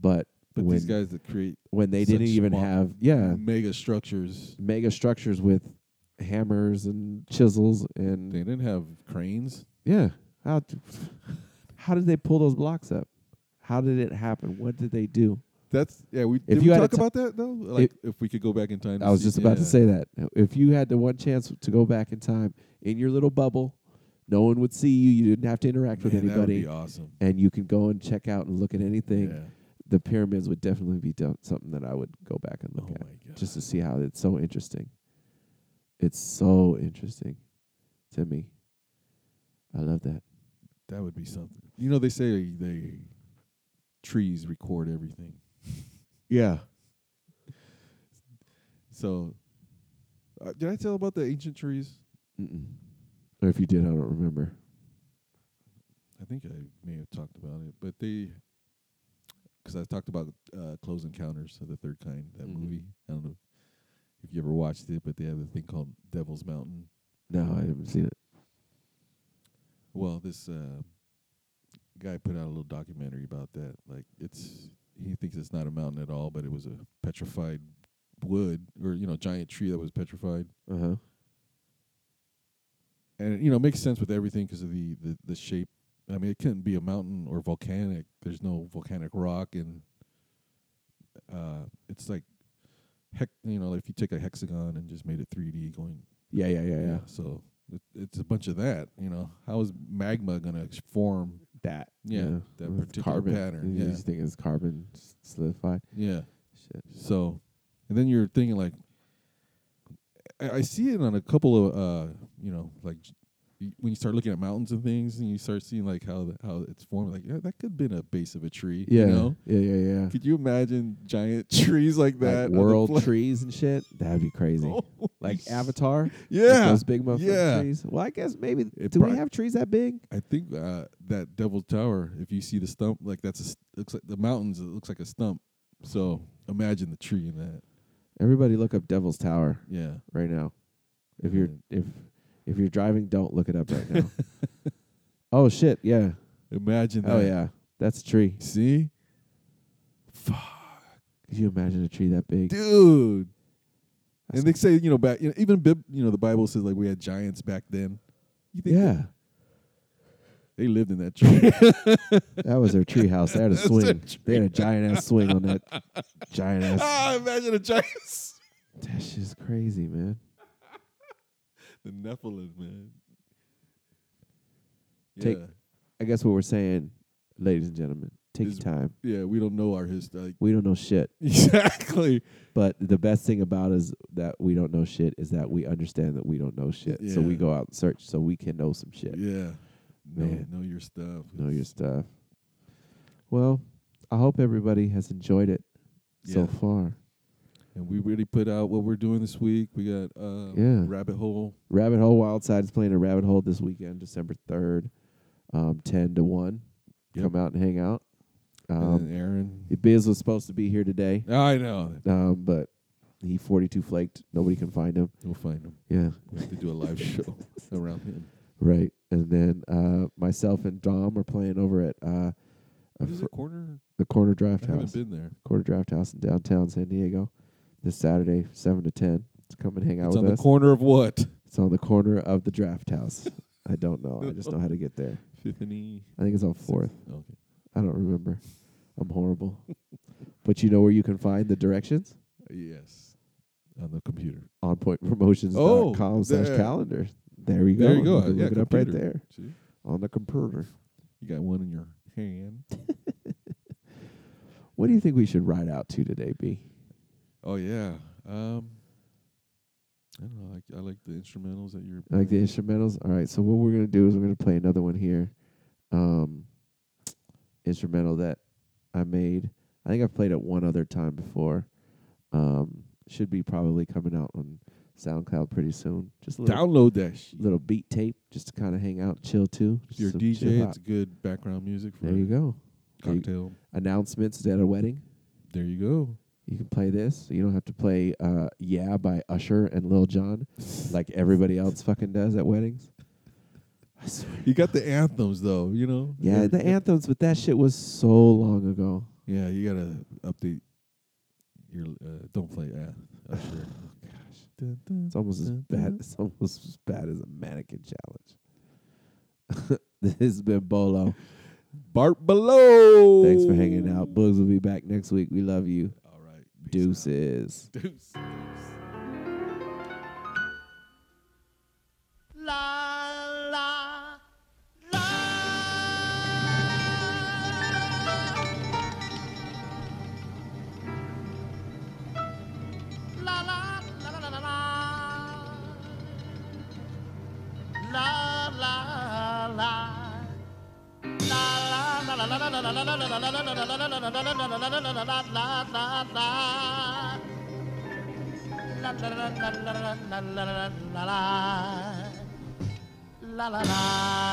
Speaker 4: but
Speaker 3: But
Speaker 4: when
Speaker 3: these guys that create
Speaker 4: when they didn't
Speaker 3: such
Speaker 4: even
Speaker 3: small-
Speaker 4: have yeah
Speaker 3: mega structures
Speaker 4: mega structures with hammers and chisels and
Speaker 3: they didn't have cranes
Speaker 4: yeah how d- how did they pull those blocks up how did it happen what did they do
Speaker 3: That's yeah. We
Speaker 4: If
Speaker 3: did
Speaker 4: you
Speaker 3: we
Speaker 4: had a
Speaker 3: talk
Speaker 4: t-
Speaker 3: about that though. Like
Speaker 4: It-
Speaker 3: if we could go back in time. To
Speaker 4: I was
Speaker 3: see-
Speaker 4: just about to
Speaker 3: yeah.
Speaker 4: say that. If you had the one chance to go back in time in your little bubble, no one would see you. You didn't have to interact with
Speaker 3: Man, that would
Speaker 4: anybody.
Speaker 3: be awesome.
Speaker 4: And you can go and check out and look at anything.
Speaker 3: Yeah.
Speaker 4: The pyramids would definitely be do- something that I would go back and look
Speaker 3: Oh
Speaker 4: at just to see how it's so interesting. It's so interesting to me. I love that.
Speaker 3: That would be something. You know, they say they trees record everything.
Speaker 4: Yeah.
Speaker 3: So, uh, did I tell about the ancient trees?
Speaker 4: Mm-mm. Or if you did, I don't remember.
Speaker 3: I think I may have talked about it, but they because I talked about uh, Close Encounters of the Third Kind, that movie. I don't know if you ever watched it, but they have a thing called Devil's Mountain.
Speaker 4: No, I haven't seen it.
Speaker 3: Well, this uh, guy put out a little documentary about that. Like, it's he thinks it's not a mountain at all, but it was a petrified wood or you know giant tree that was petrified.
Speaker 4: Uh huh.
Speaker 3: and you know it makes sense with everything because of the, the the shape. I mean, it couldn't be a mountain or volcanic. There's no volcanic rock, and uh, it's like heck, you know, if you take a hexagon and just made it 3D, going
Speaker 4: Yeah, yeah, yeah, yeah.
Speaker 3: So it, it's a bunch of that. You know, how is magma gonna ex- form
Speaker 4: that?
Speaker 3: Yeah, that
Speaker 4: with
Speaker 3: particular
Speaker 4: carbon.
Speaker 3: pattern.
Speaker 4: You
Speaker 3: Yeah,
Speaker 4: just think it's carbon s- solidified.
Speaker 3: yeah.
Speaker 4: Shit.
Speaker 3: So, and then you're thinking like, I, I see it on a couple of uh, you know, like j- y- when you start looking at mountains and things, and you start seeing like how the, how it's formed. Like, yeah, that could have been a base of a tree.
Speaker 4: Yeah,
Speaker 3: You know?
Speaker 4: yeah, yeah, yeah.
Speaker 3: Could you imagine giant trees like that? on the
Speaker 4: like world
Speaker 3: planet?
Speaker 4: trees and shit. That'd be crazy. like Avatar. like
Speaker 3: Yeah.
Speaker 4: those big motherfucking
Speaker 3: yeah.
Speaker 4: trees. Well, I guess maybe.
Speaker 3: It
Speaker 4: do we
Speaker 3: prob-
Speaker 4: have trees that big?
Speaker 3: I think uh, that Devil's Tower. If you see the stump, like that's a, st- looks like the mountains. It looks like a stump. So imagine the tree in that.
Speaker 4: Everybody, look up Devil's Tower.
Speaker 3: Yeah.
Speaker 4: Right now, if you're
Speaker 3: Mm.
Speaker 4: if if you're driving, don't look it up right now. oh shit! Yeah.
Speaker 3: Imagine
Speaker 4: Oh
Speaker 3: that.
Speaker 4: yeah, that's a tree.
Speaker 3: See.
Speaker 4: Could you imagine a tree that big?
Speaker 3: dude. and they say, you know, back you know, even Bib, you know, the Bible says like we had giants back then. You think
Speaker 4: yeah,
Speaker 3: they lived in that tree?
Speaker 4: that was their tree house. They had a
Speaker 3: That's their
Speaker 4: swing. They had a giant ass swing on that giant ass.
Speaker 3: ah, imagine a giant.
Speaker 4: That shit's crazy, man.
Speaker 3: the Nephilim, man.
Speaker 4: Take, I guess what we're saying, ladies and gentlemen, take
Speaker 3: Is-
Speaker 4: your time.
Speaker 3: Yeah, we don't know our history.
Speaker 4: We don't know shit.
Speaker 3: Exactly.
Speaker 4: But the best thing about is that we don't know shit is that we understand that we don't know shit. So we
Speaker 3: Yeah.
Speaker 4: go out and search so we can know some shit.
Speaker 3: yeah, know,
Speaker 4: Man.
Speaker 3: know your stuff.
Speaker 4: Know your stuff. Well, I hope everybody has enjoyed it so
Speaker 3: Yeah.
Speaker 4: far.
Speaker 3: And we really put out what we're doing this week. We got uh,
Speaker 4: Yeah.
Speaker 3: Rabbit Hole.
Speaker 4: Rabbit Hole Wild Side is playing at Rabbit Hole this weekend, December third, um, ten to one.
Speaker 3: Yep.
Speaker 4: Come out and hang out.
Speaker 3: And
Speaker 4: Um,
Speaker 3: then Aaron.
Speaker 4: Biz was supposed to be here today,
Speaker 3: I know.
Speaker 4: um, but he forty two flaked. Nobody can find him.
Speaker 3: We'll find him.
Speaker 4: Yeah,
Speaker 3: We have to do a live show around him.
Speaker 4: right. And then uh, myself and Dom are playing over at uh, a
Speaker 3: What is
Speaker 4: fr-
Speaker 3: it, Corner?
Speaker 4: the Corner Draft
Speaker 3: I
Speaker 4: House.
Speaker 3: haven't been there.
Speaker 4: Corner Draft House in downtown San Diego this Saturday, seven to ten. So come and hang out
Speaker 3: It's
Speaker 4: with
Speaker 3: on the
Speaker 4: us.
Speaker 3: corner of what?
Speaker 4: It's on the corner of the Draft House. I don't know. I just know how to get there.
Speaker 3: Fifth and E.
Speaker 4: I think it's on fourth.
Speaker 3: Okay.
Speaker 4: I don't remember. I'm horrible. but you know where you can find the directions?
Speaker 3: Yes. On the computer. Oh,
Speaker 4: OnPointPromotions.com slash
Speaker 3: there.
Speaker 4: calendar. There you go.
Speaker 3: There you go.
Speaker 4: can
Speaker 3: Yeah,
Speaker 4: look it up right
Speaker 3: computer.
Speaker 4: there
Speaker 3: See?
Speaker 4: on the computer.
Speaker 3: You got one in your hand.
Speaker 4: What do you think we should ride out to today, B?
Speaker 3: Oh yeah. Um I don't know. I like, I like the instrumentals that you're
Speaker 4: I like the instrumentals. All right. So what we're gonna do is we're gonna play another one here. Um, instrumental that I made. I think I've played it one other time before. Um, should be probably coming out on SoundCloud pretty soon. Just a little,
Speaker 3: download that shit.
Speaker 4: little beat tape, just to kind of hang out, chill too.
Speaker 3: If you're a
Speaker 4: Some chill
Speaker 3: DJ,
Speaker 4: hop.
Speaker 3: it's good background music for
Speaker 4: There you go. There you-
Speaker 3: cocktail.
Speaker 4: announcements at a wedding.
Speaker 3: There you go.
Speaker 4: You can play this. You don't have to play uh, "Yeah" by Usher and Lil Jon, like everybody else fucking does at weddings. I swear.
Speaker 3: You got the anthems though, you know?
Speaker 4: Yeah,
Speaker 3: They're-
Speaker 4: the anthems, but that shit was so long ago.
Speaker 3: Yeah, you gotta update your uh, don't play uh, Usher. Dun, dun,
Speaker 4: It's almost as
Speaker 3: dun,
Speaker 4: bad.
Speaker 3: dun.
Speaker 4: It's almost as bad as a mannequin challenge. this has been Bolo.
Speaker 3: Bart below.
Speaker 4: Thanks for hanging out. Bugs will be back next week. We love you.
Speaker 3: All right.
Speaker 4: Deuces.
Speaker 3: Deuce. deuce.
Speaker 10: La la la la la la la la la la la la la la